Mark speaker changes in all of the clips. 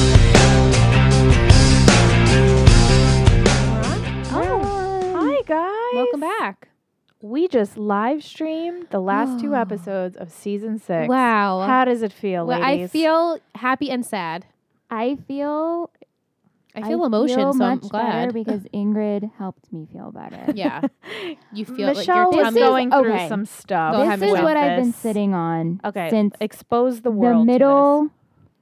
Speaker 1: Oh,
Speaker 2: we just live streamed the last two episodes of season six.
Speaker 1: Wow.
Speaker 2: How does it feel,
Speaker 1: Well, I
Speaker 2: ladies?
Speaker 1: feel happy and sad.
Speaker 3: I feel
Speaker 1: I feel emotion,
Speaker 3: feel
Speaker 1: so I'm
Speaker 3: much better
Speaker 1: glad.
Speaker 3: because Ingrid helped me feel better.
Speaker 1: yeah, you feel
Speaker 2: Michelle
Speaker 1: like your
Speaker 2: was
Speaker 1: tummy-
Speaker 3: This is-
Speaker 2: going through
Speaker 3: okay.
Speaker 2: some stuff.
Speaker 1: Go ahead,
Speaker 3: this is
Speaker 1: Michelle.
Speaker 3: what I've been
Speaker 2: with this.
Speaker 3: sitting on
Speaker 2: Okay,
Speaker 3: since
Speaker 2: expose the world. to this.
Speaker 3: the middle.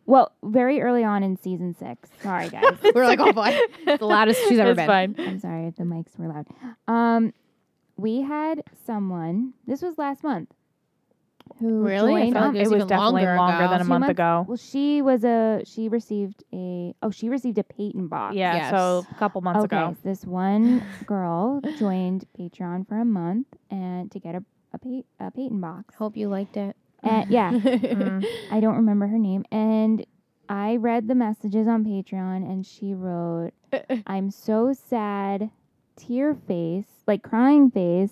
Speaker 3: Well, very early on in season six. Sorry, guys.
Speaker 1: We're like, oh boy, the loudest she's ever
Speaker 2: It's
Speaker 1: been.
Speaker 2: fine.
Speaker 3: I'm sorry if the mics were loud. Um, we had someone. This was last month. Who
Speaker 1: Really? I
Speaker 3: joined
Speaker 1: felt
Speaker 3: our-
Speaker 1: like
Speaker 2: it was
Speaker 1: even
Speaker 2: definitely
Speaker 1: longer
Speaker 2: longer,
Speaker 1: ago.
Speaker 2: than a
Speaker 3: Two
Speaker 2: month
Speaker 3: months?
Speaker 2: ago.
Speaker 3: Well, she was a. She received a. Oh, she received a patent box.
Speaker 2: Yeah,
Speaker 1: Yes.
Speaker 2: so a couple months
Speaker 3: okay,
Speaker 2: ago.
Speaker 3: so this one girl joined Patreon for a month and to get a a, pa- a patent box.
Speaker 1: Hope you liked it.
Speaker 3: And, yeah,
Speaker 2: Mm.
Speaker 3: I don't remember her name. And I read the messages on Patreon, and she wrote, I'm so sad, tear face, like crying face.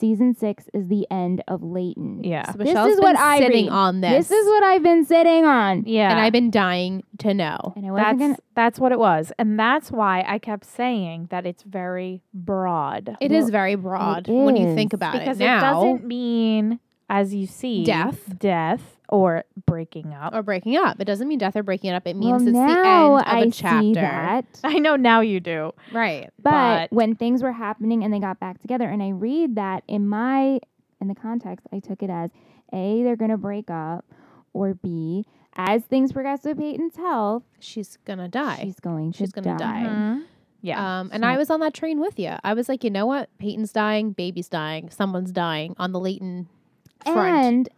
Speaker 3: Season six is the end of Leighton.
Speaker 2: Yeah.
Speaker 1: So Michelle's
Speaker 3: is
Speaker 1: been
Speaker 3: what I
Speaker 1: sitting
Speaker 3: read.
Speaker 1: on this.
Speaker 3: This is what I've been sitting on.
Speaker 2: Yeah.
Speaker 1: and I've been dying to know.
Speaker 3: And I wasn't
Speaker 2: that's
Speaker 3: gonna.
Speaker 2: that's what it was. And that's why I kept saying that it's very broad.
Speaker 1: It is
Speaker 3: Well,
Speaker 1: very broad when you
Speaker 3: is,
Speaker 1: think about
Speaker 2: because
Speaker 1: it now.
Speaker 2: doesn't mean as you see
Speaker 1: Death.
Speaker 2: death or breaking up.
Speaker 1: or breaking up. It doesn't mean death or breaking up. It means
Speaker 3: well,
Speaker 1: it's the
Speaker 3: now
Speaker 1: end of
Speaker 3: I
Speaker 1: a
Speaker 3: see
Speaker 1: chapter.
Speaker 3: that.
Speaker 2: I know now you do.
Speaker 1: Right.
Speaker 3: But,
Speaker 2: But-
Speaker 3: when things were happening and they got back together, and I read that in my in the context, I took it as a they're gonna break up, or b as things progress with Peyton's health,
Speaker 1: She's gonna die.
Speaker 3: she's going to
Speaker 1: She's gonna die.
Speaker 2: Mm-hmm. Yeah.
Speaker 1: Um, and
Speaker 3: So-
Speaker 1: I was on that train with you. I was like, you know what? Peyton's dying, baby's dying, someone's dying on the Leighton front.
Speaker 3: And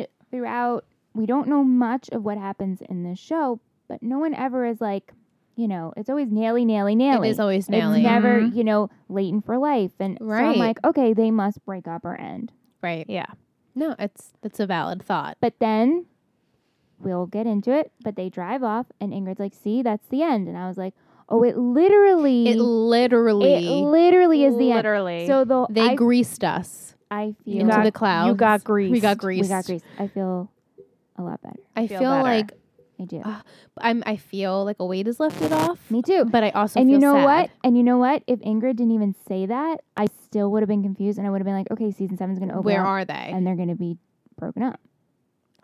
Speaker 3: and throughout, we don't know much of what happens in this show, but no one ever is like, you know, it's always naily, naily, naily.
Speaker 1: it is always
Speaker 3: It's
Speaker 1: Nelly.
Speaker 3: never,
Speaker 2: Mhm.
Speaker 3: you know, Leighton for life, and so
Speaker 1: Right.
Speaker 3: I'm like, okay, they must break up or end.
Speaker 1: right.
Speaker 2: yeah.
Speaker 1: No, it's that's a valid thought.
Speaker 3: But then we'll get into it. But they drive off, and Ingrid's like, "See, that's the end." And I was like, "Oh, it literally,
Speaker 1: It literally
Speaker 3: it literally is the
Speaker 2: Literally.
Speaker 3: end." So the
Speaker 1: they
Speaker 3: I,
Speaker 1: greased us
Speaker 3: I feel
Speaker 1: into
Speaker 2: got-
Speaker 1: the clouds.
Speaker 2: you got
Speaker 1: We got
Speaker 2: greased.
Speaker 3: we
Speaker 1: greased.
Speaker 3: got grease. I feel a lot better.
Speaker 1: I feel,
Speaker 2: Feel better.
Speaker 1: like
Speaker 3: I do.
Speaker 1: Ah, I'm I feel like a weight is lifted off.
Speaker 3: Me too.
Speaker 1: But I also
Speaker 3: and
Speaker 1: feel
Speaker 3: you know
Speaker 1: sad.
Speaker 3: what? And you know what? If Ingrid didn't even say that, I still would have been confused, and I would have been like, "Okay, season seven's going to open,
Speaker 1: Where
Speaker 3: up,
Speaker 1: are they?
Speaker 3: Oh, and they're going to be broken up."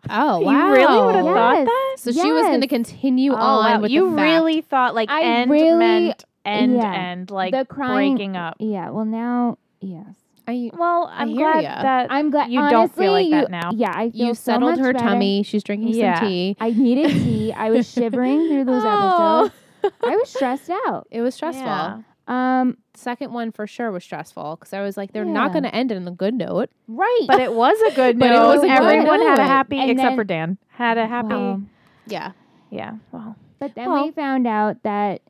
Speaker 1: oh
Speaker 2: You
Speaker 1: wow!
Speaker 2: really would have
Speaker 3: Yes.
Speaker 2: thought that?
Speaker 1: So she was going to
Speaker 3: Yes.
Speaker 1: continue
Speaker 2: Oh,
Speaker 1: on
Speaker 2: wow.
Speaker 1: with
Speaker 2: you
Speaker 1: the fact.
Speaker 2: really thought like
Speaker 3: I
Speaker 2: end
Speaker 3: really-
Speaker 2: meant end
Speaker 3: yeah.
Speaker 2: end like
Speaker 3: The crying-
Speaker 2: breaking up.
Speaker 3: Yeah. Well, now, yes.
Speaker 1: I,
Speaker 2: Well, I'm
Speaker 1: hear
Speaker 2: glad
Speaker 1: ya.
Speaker 2: that
Speaker 3: I'm glad
Speaker 2: Uh, You
Speaker 3: honestly,
Speaker 2: don't feel like
Speaker 3: you,
Speaker 2: that now.
Speaker 3: Yeah, I feel
Speaker 1: you
Speaker 3: so
Speaker 1: settled
Speaker 3: much
Speaker 1: her
Speaker 3: better.
Speaker 1: tummy. She's drinking
Speaker 2: Yeah.
Speaker 1: some tea.
Speaker 3: I needed tea. I was shivering through those
Speaker 1: Oh.
Speaker 3: episodes. I was stressed out.
Speaker 1: It was stressful.
Speaker 2: Yeah.
Speaker 3: Um,
Speaker 1: Second one for sure was stressful because I was like, they're not
Speaker 3: Yeah.
Speaker 1: going to end it on a good note.
Speaker 3: right.
Speaker 2: But it was a good
Speaker 1: But it
Speaker 2: note.
Speaker 1: was a good
Speaker 2: Everyone had a
Speaker 1: note.
Speaker 2: happy
Speaker 3: And
Speaker 2: except
Speaker 3: then-
Speaker 2: for Dan. Had a happy
Speaker 3: Wow.
Speaker 1: Yeah.
Speaker 2: Yeah. Well.
Speaker 3: But then
Speaker 2: Well-
Speaker 3: we found out that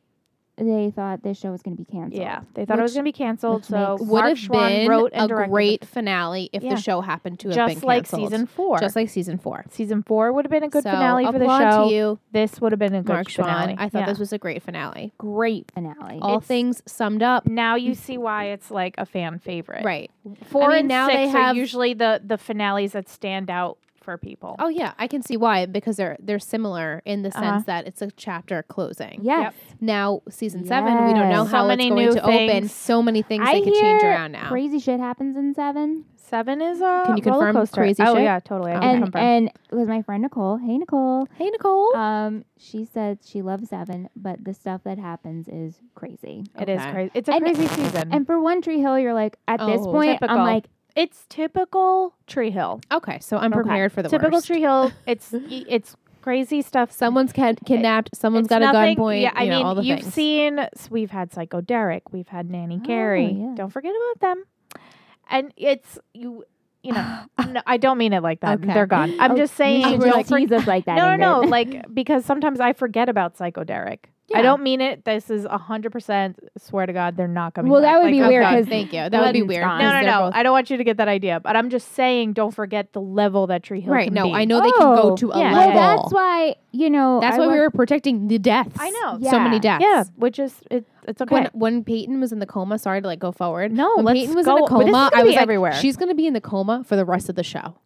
Speaker 3: they thought this show was going to be canceled.
Speaker 2: Yeah. They thought it was
Speaker 1: Which-
Speaker 2: gonna be canceled,
Speaker 3: which
Speaker 2: so
Speaker 3: makes-
Speaker 1: Would
Speaker 2: Mark
Speaker 1: have
Speaker 2: Schwann
Speaker 1: been
Speaker 2: wrote and
Speaker 1: a
Speaker 2: directed
Speaker 1: great finale if
Speaker 2: Yeah.
Speaker 1: the show happened to have
Speaker 2: just
Speaker 1: been
Speaker 2: like
Speaker 1: canceled.
Speaker 2: season four.
Speaker 1: Just like season four.
Speaker 2: season four would have been a good
Speaker 1: So,
Speaker 2: finale for the
Speaker 1: applaud
Speaker 2: show.
Speaker 1: to you,
Speaker 2: This would have been a good
Speaker 1: Mark
Speaker 2: finale.
Speaker 1: Schwann. I thought
Speaker 2: Yeah.
Speaker 1: this was a great finale.
Speaker 3: Great finale.
Speaker 1: All
Speaker 2: It's-
Speaker 1: things summed up.
Speaker 2: now you see why it's like a fan favorite.
Speaker 1: Right.
Speaker 2: Four
Speaker 1: I mean,
Speaker 2: and
Speaker 1: now
Speaker 2: six
Speaker 1: they
Speaker 2: are
Speaker 1: have-
Speaker 2: usually the the finales that stand out for people.
Speaker 1: Oh yeah, I can see why because they're they're similar in the sense
Speaker 2: Uh-huh.
Speaker 1: that it's a chapter closing.
Speaker 3: Yes.
Speaker 1: Now season seven, we don't know
Speaker 2: Yes. So
Speaker 1: how
Speaker 2: many
Speaker 1: it's going
Speaker 2: new
Speaker 1: to open.
Speaker 2: things.
Speaker 1: So many things
Speaker 3: I
Speaker 1: they could change
Speaker 3: hear
Speaker 1: around now.
Speaker 3: Crazy shit happens in seven.
Speaker 2: Seven is a
Speaker 1: Can you
Speaker 2: roller
Speaker 1: confirm
Speaker 2: coaster.
Speaker 1: crazy
Speaker 2: oh
Speaker 1: shit?
Speaker 2: yeah, totally. I
Speaker 1: Okay.
Speaker 2: can
Speaker 3: And
Speaker 2: confirm.
Speaker 3: and it was my friend Nicole. Hey Nicole.
Speaker 1: Hey Nicole.
Speaker 3: Um, she said she loves seven, but the stuff that happens is crazy.
Speaker 2: It is
Speaker 1: Okay.
Speaker 2: crazy. It's a
Speaker 3: And-
Speaker 2: crazy
Speaker 1: Mm.
Speaker 2: season.
Speaker 3: And for one Tree Hill, you're like at this
Speaker 1: Oh,
Speaker 3: point,
Speaker 2: typical.
Speaker 3: I'm like,
Speaker 2: it's typical Tree Hill.
Speaker 1: Uh, okay, so I'm
Speaker 3: Okay.
Speaker 1: prepared for the
Speaker 2: Typical
Speaker 1: worst.
Speaker 2: Tree Hill. It's y- it's crazy stuff.
Speaker 1: Someone's ca- kidnapped. Someone's
Speaker 2: It's
Speaker 1: got
Speaker 2: nothing-
Speaker 1: a gunpoint.
Speaker 2: Yeah, I
Speaker 1: you know,
Speaker 2: mean,
Speaker 1: all the
Speaker 2: you've
Speaker 1: things. Oh,
Speaker 2: seen. s- We've had Psycho Derek. We've had Nanny Carey.
Speaker 3: yeah.
Speaker 2: Don't forget about them. And it's you. You know, no, I don't mean it like that.
Speaker 1: Okay.
Speaker 2: They're gone. I'm
Speaker 3: Oh,
Speaker 2: just saying.
Speaker 3: you should
Speaker 2: don't
Speaker 3: don't
Speaker 2: for-
Speaker 3: tease us like that.
Speaker 2: no, no, no.
Speaker 3: Ingrid.
Speaker 2: Like because sometimes I forget about Psycho Derek. I
Speaker 1: Yeah.
Speaker 2: don't mean it. This is hundred percent. Swear to God, they're not coming.
Speaker 3: Well,
Speaker 2: back.
Speaker 3: that would
Speaker 2: Like,
Speaker 3: be
Speaker 2: I'm
Speaker 3: weird
Speaker 2: done.
Speaker 1: Okay,
Speaker 3: 'cause
Speaker 1: thank you. That would be
Speaker 3: Glenn's
Speaker 1: weird.
Speaker 3: gone.
Speaker 2: No,
Speaker 1: because
Speaker 2: no,
Speaker 1: they're
Speaker 2: no.
Speaker 1: both-
Speaker 2: I don't want you to get that idea, but I'm just saying, don't forget the level that Tree Hill
Speaker 1: right.
Speaker 2: can
Speaker 1: No,
Speaker 2: be.
Speaker 1: I know they can go
Speaker 3: Oh,
Speaker 1: to a
Speaker 2: yeah.
Speaker 3: well,
Speaker 1: level.
Speaker 3: that's why you know.
Speaker 1: That's
Speaker 3: I
Speaker 1: why we
Speaker 3: want-
Speaker 1: were protecting the deaths.
Speaker 2: I know.
Speaker 1: So
Speaker 3: Yeah.
Speaker 1: many deaths.
Speaker 2: Yeah, which is it, it's okay.
Speaker 1: When when Peyton was in the coma, sorry to like go forward.
Speaker 2: No,
Speaker 1: when
Speaker 2: let's
Speaker 1: Peyton was in
Speaker 2: go-
Speaker 1: a
Speaker 2: but this is
Speaker 1: coma,
Speaker 2: gonna
Speaker 1: I
Speaker 2: be
Speaker 1: was like,
Speaker 2: everywhere.
Speaker 1: she's gonna be in the coma for the rest of the show.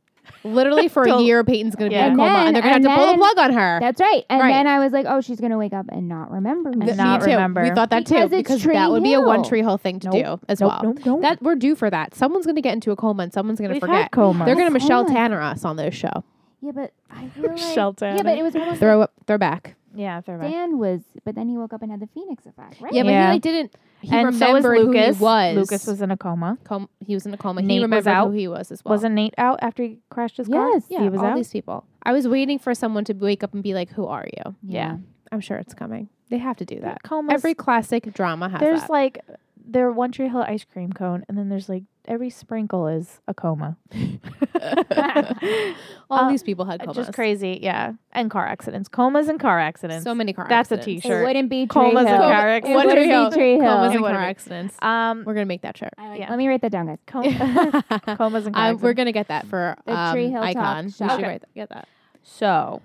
Speaker 1: Literally for a
Speaker 2: Till-
Speaker 1: year, Peyton's going to
Speaker 2: Yeah.
Speaker 1: be in a coma,
Speaker 2: And
Speaker 3: then-
Speaker 1: and they're going
Speaker 3: and
Speaker 1: to have to pull the
Speaker 3: then-
Speaker 1: plug on her.
Speaker 3: That's right. And
Speaker 1: Right.
Speaker 3: then I was like, oh, she's going to wake up and not remember me.
Speaker 1: Th-
Speaker 2: not
Speaker 1: me too. We
Speaker 2: remember.
Speaker 1: thought that
Speaker 3: Because
Speaker 1: too
Speaker 3: it's
Speaker 1: because
Speaker 3: Tree
Speaker 1: that would be a
Speaker 3: Hill.
Speaker 1: one Tree Hill thing to
Speaker 2: Nope.
Speaker 1: do as
Speaker 2: Nope,
Speaker 1: well.
Speaker 2: nope, nope.
Speaker 1: That we're due for that. Someone's going to get into a coma, and someone's going to
Speaker 2: We've
Speaker 1: forget.
Speaker 2: had comas.
Speaker 1: They're going to
Speaker 3: Yes,
Speaker 1: Michelle
Speaker 3: oh my-
Speaker 1: Tanner us on this show.
Speaker 3: yeah, but I feel like.
Speaker 2: Shelter.
Speaker 3: Yeah, but it was almost
Speaker 1: Throw up, throw back.
Speaker 2: yeah, they're right.
Speaker 3: Dan was, but then he woke up and had the phoenix effect, right?
Speaker 1: Yeah, but
Speaker 2: Yeah.
Speaker 1: he like didn't. He
Speaker 2: and so was
Speaker 1: remembered
Speaker 2: Lucas.
Speaker 1: who he was.
Speaker 2: Lucas was in a coma.
Speaker 1: Com- he was in a coma.
Speaker 2: Nate
Speaker 1: he
Speaker 2: was
Speaker 1: remembered
Speaker 2: out.
Speaker 1: who he was as well.
Speaker 2: Wasn't Nate out after he crashed his car?
Speaker 3: Yes.
Speaker 1: yeah,
Speaker 2: he was
Speaker 1: all
Speaker 2: out.
Speaker 1: these people. I was waiting for someone to wake up and be like, "Who are you?"
Speaker 2: Yeah.
Speaker 1: I'm sure it's coming. They have to do that.
Speaker 2: Comas.
Speaker 1: Every classic drama has
Speaker 2: there's
Speaker 1: that.
Speaker 2: like their One Tree Hill ice cream cone, and then there's like every sprinkle is a coma.
Speaker 1: all
Speaker 2: uh,
Speaker 1: these people had comas.
Speaker 2: Just crazy, yeah. And car accidents, comas and car accidents.
Speaker 1: So many cars.
Speaker 2: That's a
Speaker 3: It
Speaker 2: Sure.
Speaker 3: wouldn't be Tree
Speaker 2: Comas and
Speaker 3: Hill.
Speaker 2: car
Speaker 3: It
Speaker 2: accidents.
Speaker 3: wouldn't
Speaker 2: Tree
Speaker 3: be
Speaker 2: Hill.
Speaker 3: Tree
Speaker 1: Comas
Speaker 3: Hill.
Speaker 1: and
Speaker 2: It
Speaker 1: car
Speaker 2: would've been.
Speaker 1: accidents.
Speaker 2: um,
Speaker 1: We're gonna make that shirt.
Speaker 3: I like-
Speaker 2: Yeah.
Speaker 3: Let me write that down, guys.
Speaker 2: com- comas and car
Speaker 1: I, we're
Speaker 2: accidents.
Speaker 1: gonna get that for
Speaker 3: The
Speaker 1: um,
Speaker 3: Tree Hill Talk
Speaker 1: icon. We should
Speaker 3: Shop.
Speaker 2: Okay.
Speaker 1: write that- get that.
Speaker 2: So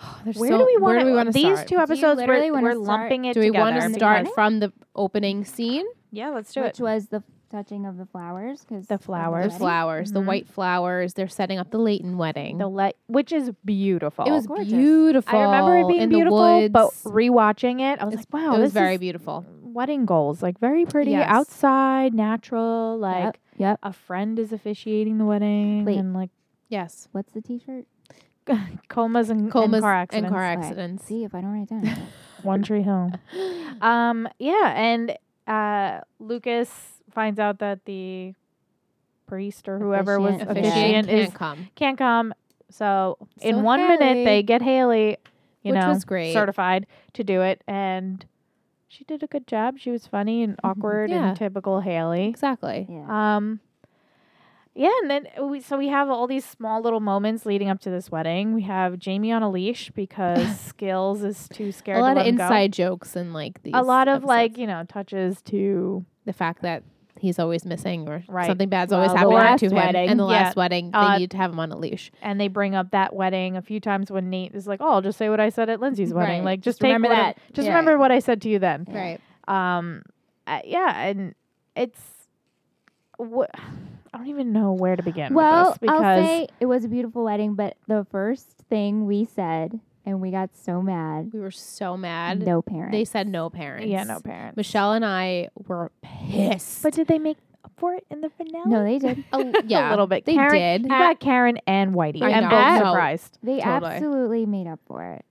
Speaker 1: There's
Speaker 2: where
Speaker 1: so-
Speaker 2: do we want?
Speaker 1: where do we want to
Speaker 2: These
Speaker 1: start?
Speaker 2: two episodes,
Speaker 3: literally
Speaker 2: we're,
Speaker 3: wanna
Speaker 2: we're
Speaker 3: start-
Speaker 2: lumping it
Speaker 1: do we
Speaker 2: together.
Speaker 1: want to
Speaker 3: in the
Speaker 1: start
Speaker 3: beginning?
Speaker 1: from the opening scene?
Speaker 2: Yeah, let's do
Speaker 3: Which
Speaker 2: it.
Speaker 3: was the touching of the flowers. Cause
Speaker 2: The
Speaker 3: of
Speaker 2: flowers.
Speaker 1: The
Speaker 3: wedding.
Speaker 1: flowers, the
Speaker 2: Mhm.
Speaker 1: white flowers. They're setting up the Leighton wedding.
Speaker 2: The le- which is beautiful.
Speaker 1: Mm-hmm. it was
Speaker 3: gorgeous.
Speaker 1: beautiful.
Speaker 2: I remember it being
Speaker 1: in
Speaker 2: beautiful,
Speaker 1: the woods.
Speaker 2: but rewatching it, I was like, wow,
Speaker 1: it was
Speaker 2: this
Speaker 1: very
Speaker 2: is
Speaker 1: beautiful.
Speaker 2: wedding goals. Like very pretty
Speaker 1: Yes.
Speaker 2: outside, natural. Like
Speaker 3: Yep. Yep.
Speaker 2: a friend is officiating the wedding,
Speaker 3: Wait.
Speaker 2: and like
Speaker 1: Yes,
Speaker 3: What's the T-shirt?
Speaker 2: comas and,
Speaker 1: comas
Speaker 2: and car accidents.
Speaker 3: Right.
Speaker 1: accidents.
Speaker 3: See if I don't write it down.
Speaker 2: One Tree Hill. um, yeah, and uh, Lucas finds out that the priest or whoever
Speaker 3: Officiant.
Speaker 2: was
Speaker 1: Officiant
Speaker 2: officiant
Speaker 1: can't
Speaker 2: is
Speaker 1: come,
Speaker 2: can't come. So in
Speaker 1: So
Speaker 2: one minute
Speaker 1: Haley-
Speaker 2: they get Haley, you
Speaker 1: which
Speaker 2: know,
Speaker 1: was great.
Speaker 2: certified to do it, and she did a good job. She was funny and awkward
Speaker 1: Mm-hmm. Yeah.
Speaker 2: and typical Haley.
Speaker 1: exactly.
Speaker 3: yeah.
Speaker 2: Um, yeah, and then we, so we have all these small little moments leading up to this wedding. We have Jamie on a leash because Skills is too scared.
Speaker 1: A lot
Speaker 2: to
Speaker 1: of
Speaker 2: let him go.
Speaker 1: inside jokes and like these.
Speaker 2: A lot of
Speaker 1: episodes.
Speaker 2: like you know touches to
Speaker 1: the fact that he's always missing or
Speaker 2: Right.
Speaker 1: something bad's
Speaker 3: Well,
Speaker 1: always
Speaker 3: the
Speaker 1: happening
Speaker 3: last
Speaker 1: to him.
Speaker 3: wedding.
Speaker 1: And the
Speaker 2: Yeah.
Speaker 1: last wedding, they
Speaker 2: Uh,
Speaker 1: needed to have him on a leash.
Speaker 2: and they bring up that wedding a few times when Nate is like, "Oh, I'll just say what I said at Lindsay's wedding.
Speaker 1: Right.
Speaker 2: Like
Speaker 1: Just
Speaker 2: just, take
Speaker 1: remember
Speaker 2: what I-
Speaker 1: that.
Speaker 2: Just
Speaker 1: Yeah.
Speaker 2: remember what I said to you then."
Speaker 3: Yeah.
Speaker 1: Right.
Speaker 2: Um, uh, yeah, and it's wh- I don't even know where to begin. with
Speaker 3: Well,
Speaker 2: this because
Speaker 3: I'll say it was a beautiful wedding, but the first thing we said, and we got so mad,
Speaker 1: We were so mad.
Speaker 3: no parents.
Speaker 1: They said no parents.
Speaker 2: yeah, no parents.
Speaker 1: Michelle and I were pissed.
Speaker 2: But did they make up for it in the finale?
Speaker 3: No, they did.
Speaker 1: a, yeah,
Speaker 2: a little bit.
Speaker 1: They
Speaker 2: Karen,
Speaker 1: did.
Speaker 2: You got Karen and Whitey.
Speaker 1: I
Speaker 2: I'm
Speaker 1: know.
Speaker 2: both
Speaker 1: No.
Speaker 2: surprised.
Speaker 3: They
Speaker 1: Totally.
Speaker 3: absolutely made up for it.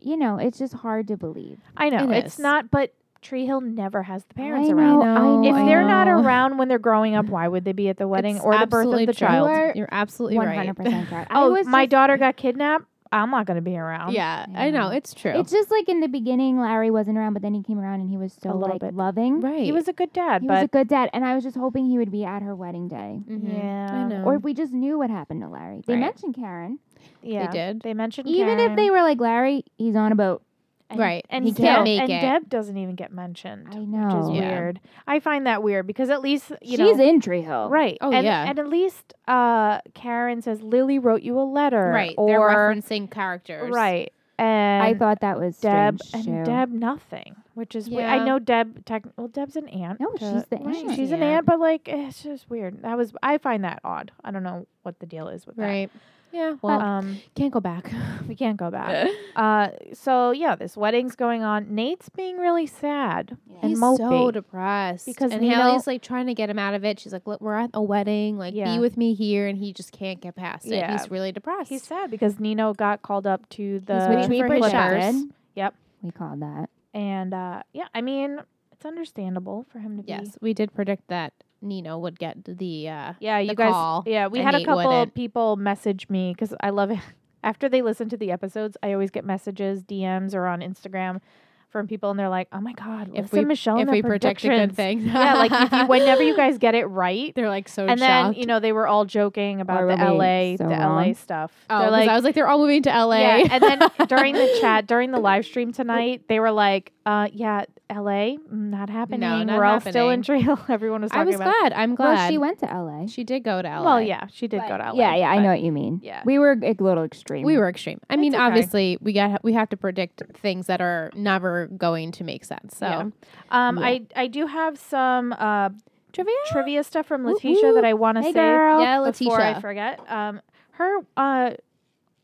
Speaker 3: You know, it's just hard to believe.
Speaker 2: I know
Speaker 1: It
Speaker 2: it's
Speaker 1: is.
Speaker 2: not, but Tree Hill never has the parents
Speaker 3: I
Speaker 2: around.
Speaker 3: know, I
Speaker 2: If
Speaker 3: know.
Speaker 2: they're not
Speaker 1: know.
Speaker 2: around when they're growing up, why would they be at the wedding
Speaker 1: It's
Speaker 2: or the birth
Speaker 1: absolutely
Speaker 2: of the
Speaker 1: true.
Speaker 2: child?
Speaker 3: You are
Speaker 1: You're absolutely
Speaker 3: one
Speaker 1: right.
Speaker 3: hundred percent correct. I
Speaker 2: Oh,
Speaker 3: was
Speaker 2: my
Speaker 3: just-
Speaker 2: daughter got kidnapped. I'm not going to be around.
Speaker 1: Yeah, I know it's true.
Speaker 3: It's just like in the beginning, Larry wasn't around, but then he came around and he was so
Speaker 2: A little
Speaker 3: like
Speaker 2: bit.
Speaker 3: loving.
Speaker 1: right.
Speaker 2: he was a good dad,
Speaker 3: He was a
Speaker 2: but
Speaker 3: good dad, and I was just hoping he would be at her wedding day.
Speaker 1: Mhm.
Speaker 2: yeah,
Speaker 1: I know.
Speaker 3: Or if we just knew what happened to Larry. They
Speaker 1: Right.
Speaker 3: mentioned Karen.
Speaker 2: yeah.
Speaker 1: They did.
Speaker 2: They mentioned
Speaker 3: Even if
Speaker 2: Karen,
Speaker 3: they were like, Larry, he's on a boat.
Speaker 2: and,
Speaker 1: Right.
Speaker 2: and
Speaker 1: He
Speaker 2: Deb-
Speaker 1: can't make
Speaker 2: and
Speaker 1: it.
Speaker 2: Deb doesn't even get mentioned,
Speaker 3: I
Speaker 2: which is
Speaker 3: know.
Speaker 1: Yeah.
Speaker 2: weird. I find that weird because at least you know
Speaker 3: She's in Tree Hill.
Speaker 2: Right.
Speaker 1: Oh,
Speaker 2: and,
Speaker 1: yeah.
Speaker 2: And at least uh, Karen says Lily wrote you a letter.
Speaker 1: right. They're
Speaker 2: Or
Speaker 1: referencing characters.
Speaker 2: right. And
Speaker 3: I thought that was
Speaker 2: Deb
Speaker 3: strange,
Speaker 2: and
Speaker 3: too.
Speaker 2: Deb nothing, which is weird. I
Speaker 1: Yeah.
Speaker 2: know Deb. Tech, well, Deb's an aunt.
Speaker 3: No,
Speaker 2: to-
Speaker 3: she's the
Speaker 2: well, she-
Speaker 3: aunt.
Speaker 2: She's an
Speaker 1: Yeah.
Speaker 2: aunt, but like eh, it's just weird. That was I find that odd. I don't know what the deal is with
Speaker 1: Right. Yeah.
Speaker 2: that.
Speaker 1: Well,
Speaker 2: Um,
Speaker 1: can't go back.
Speaker 2: we can't go back. uh, so yeah, this wedding's going on. Nate's being really sad and
Speaker 1: He's so
Speaker 2: mopey.
Speaker 1: depressed
Speaker 2: Because
Speaker 1: and
Speaker 2: Nino-
Speaker 1: Haley's like trying to get him out of it. She's like, "Look, we're at a wedding. Like,
Speaker 2: Yeah.
Speaker 1: be with me here," and he just can't get past it.
Speaker 2: Yeah.
Speaker 1: He's really depressed.
Speaker 2: He's sad because Nino got called up to the
Speaker 3: Which
Speaker 1: waiting
Speaker 3: we
Speaker 1: for his
Speaker 3: predicted.
Speaker 1: shots.
Speaker 2: Yep.
Speaker 3: We called that.
Speaker 2: And uh, yeah, I mean, it's understandable for him to be.
Speaker 1: yes, we did predict that Nino would get the. Uh,
Speaker 2: Yeah, you
Speaker 1: the
Speaker 2: guys.
Speaker 1: call,
Speaker 2: yeah, we
Speaker 1: and
Speaker 2: had a
Speaker 1: Nate
Speaker 2: couple
Speaker 1: wouldn't.
Speaker 2: people message me because I love it. After they listen to the episodes, I always get messages, DMs, or on Instagram from people, and they're like, "Oh my god,
Speaker 1: If
Speaker 2: if
Speaker 1: we-
Speaker 2: we Michelle
Speaker 1: if
Speaker 2: and
Speaker 1: we
Speaker 2: their
Speaker 1: predict a good
Speaker 2: predictions."
Speaker 1: thing,
Speaker 2: yeah, like if you, whenever you guys get it right,
Speaker 1: they're like so
Speaker 2: and then
Speaker 1: shocked.
Speaker 2: you know they were all joking about
Speaker 3: Or
Speaker 2: the
Speaker 3: were
Speaker 2: LA,
Speaker 3: we so
Speaker 2: the LA
Speaker 3: wrong?
Speaker 2: stuff.
Speaker 1: Oh,
Speaker 2: they're
Speaker 1: 'cause
Speaker 2: like,
Speaker 1: I was like, they're all moving to LA.
Speaker 2: yeah, and then during the chat, during the live stream tonight, they were like, uh, "Yeah, LA, mm, not happening.
Speaker 1: not
Speaker 2: we're all still in
Speaker 1: happening.
Speaker 2: trail." Everyone was
Speaker 1: I
Speaker 2: talking
Speaker 1: was
Speaker 2: about.
Speaker 1: glad. I'm glad
Speaker 3: Well, she went to LA.
Speaker 1: she, did go to LA.
Speaker 2: Well, yeah, she did
Speaker 3: But-
Speaker 2: go to LA.
Speaker 3: Yeah, yeah, I
Speaker 2: but-
Speaker 3: know what you mean.
Speaker 2: yeah.
Speaker 3: We were a little extreme.
Speaker 1: we were extreme. I mean,
Speaker 2: okay.
Speaker 1: obviously, we got we have to predict things that are never going to make sense. So
Speaker 2: Yeah. Um,
Speaker 1: Yeah.
Speaker 2: I I do have some uh,
Speaker 1: trivia.
Speaker 2: trivia stuff from
Speaker 1: Whoop,
Speaker 2: Letitia
Speaker 1: whoop.
Speaker 2: that I want to
Speaker 3: Hey,
Speaker 2: say
Speaker 3: girl.
Speaker 1: Yeah,
Speaker 2: before I
Speaker 1: Letitia.
Speaker 2: forget. Um, Her uh,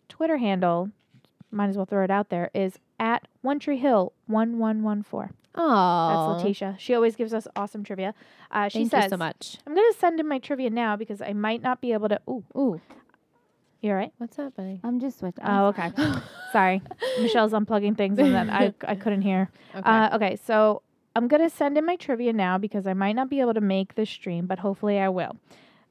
Speaker 2: Twitter handle, might as well throw it out there, is at One Tree Hill one one one four. That's
Speaker 1: Oh,
Speaker 2: Letitia. She always gives us awesome trivia. Uh, she
Speaker 1: Thank
Speaker 2: says,
Speaker 1: you so much.
Speaker 2: "I'm going to send in my trivia now because I might not be able to." Ooh,
Speaker 1: Ooh,
Speaker 2: you're right.
Speaker 1: what's happening?
Speaker 3: I'm just switching.
Speaker 2: Oh, okay. Sorry, Michelle's unplugging things and then I I couldn't hear.
Speaker 1: Okay.
Speaker 2: Uh, okay, so I'm going to send in my trivia now because I might not be able to make the stream, but hopefully I will.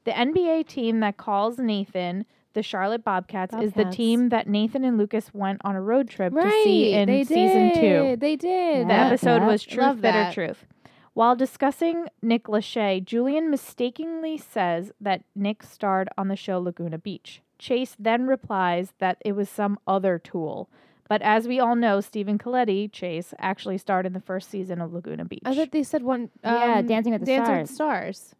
Speaker 2: The NBA team that calls Nathan the Charlotte Bobcats, is the
Speaker 1: Bobcats.
Speaker 2: team that Nathan and Lucas went on a road trip to see in season two.
Speaker 1: They did.
Speaker 2: The
Speaker 3: Yeah.
Speaker 2: episode
Speaker 3: yeah.
Speaker 2: was Truth,
Speaker 1: Love
Speaker 2: Bitter
Speaker 1: that.
Speaker 2: Truth. While discussing Nick Lachey, Julian mistakenly says that Nick starred on the show Laguna Beach. Chase then replies that it was some other tool. But as we all know, Stephen Coletti, Chase, actually starred in the first season of Laguna Beach.
Speaker 1: I thought they said one. Um,
Speaker 3: Oh, Yeah, Dancing with the
Speaker 1: Dancing with
Speaker 3: Stars.
Speaker 1: Stars.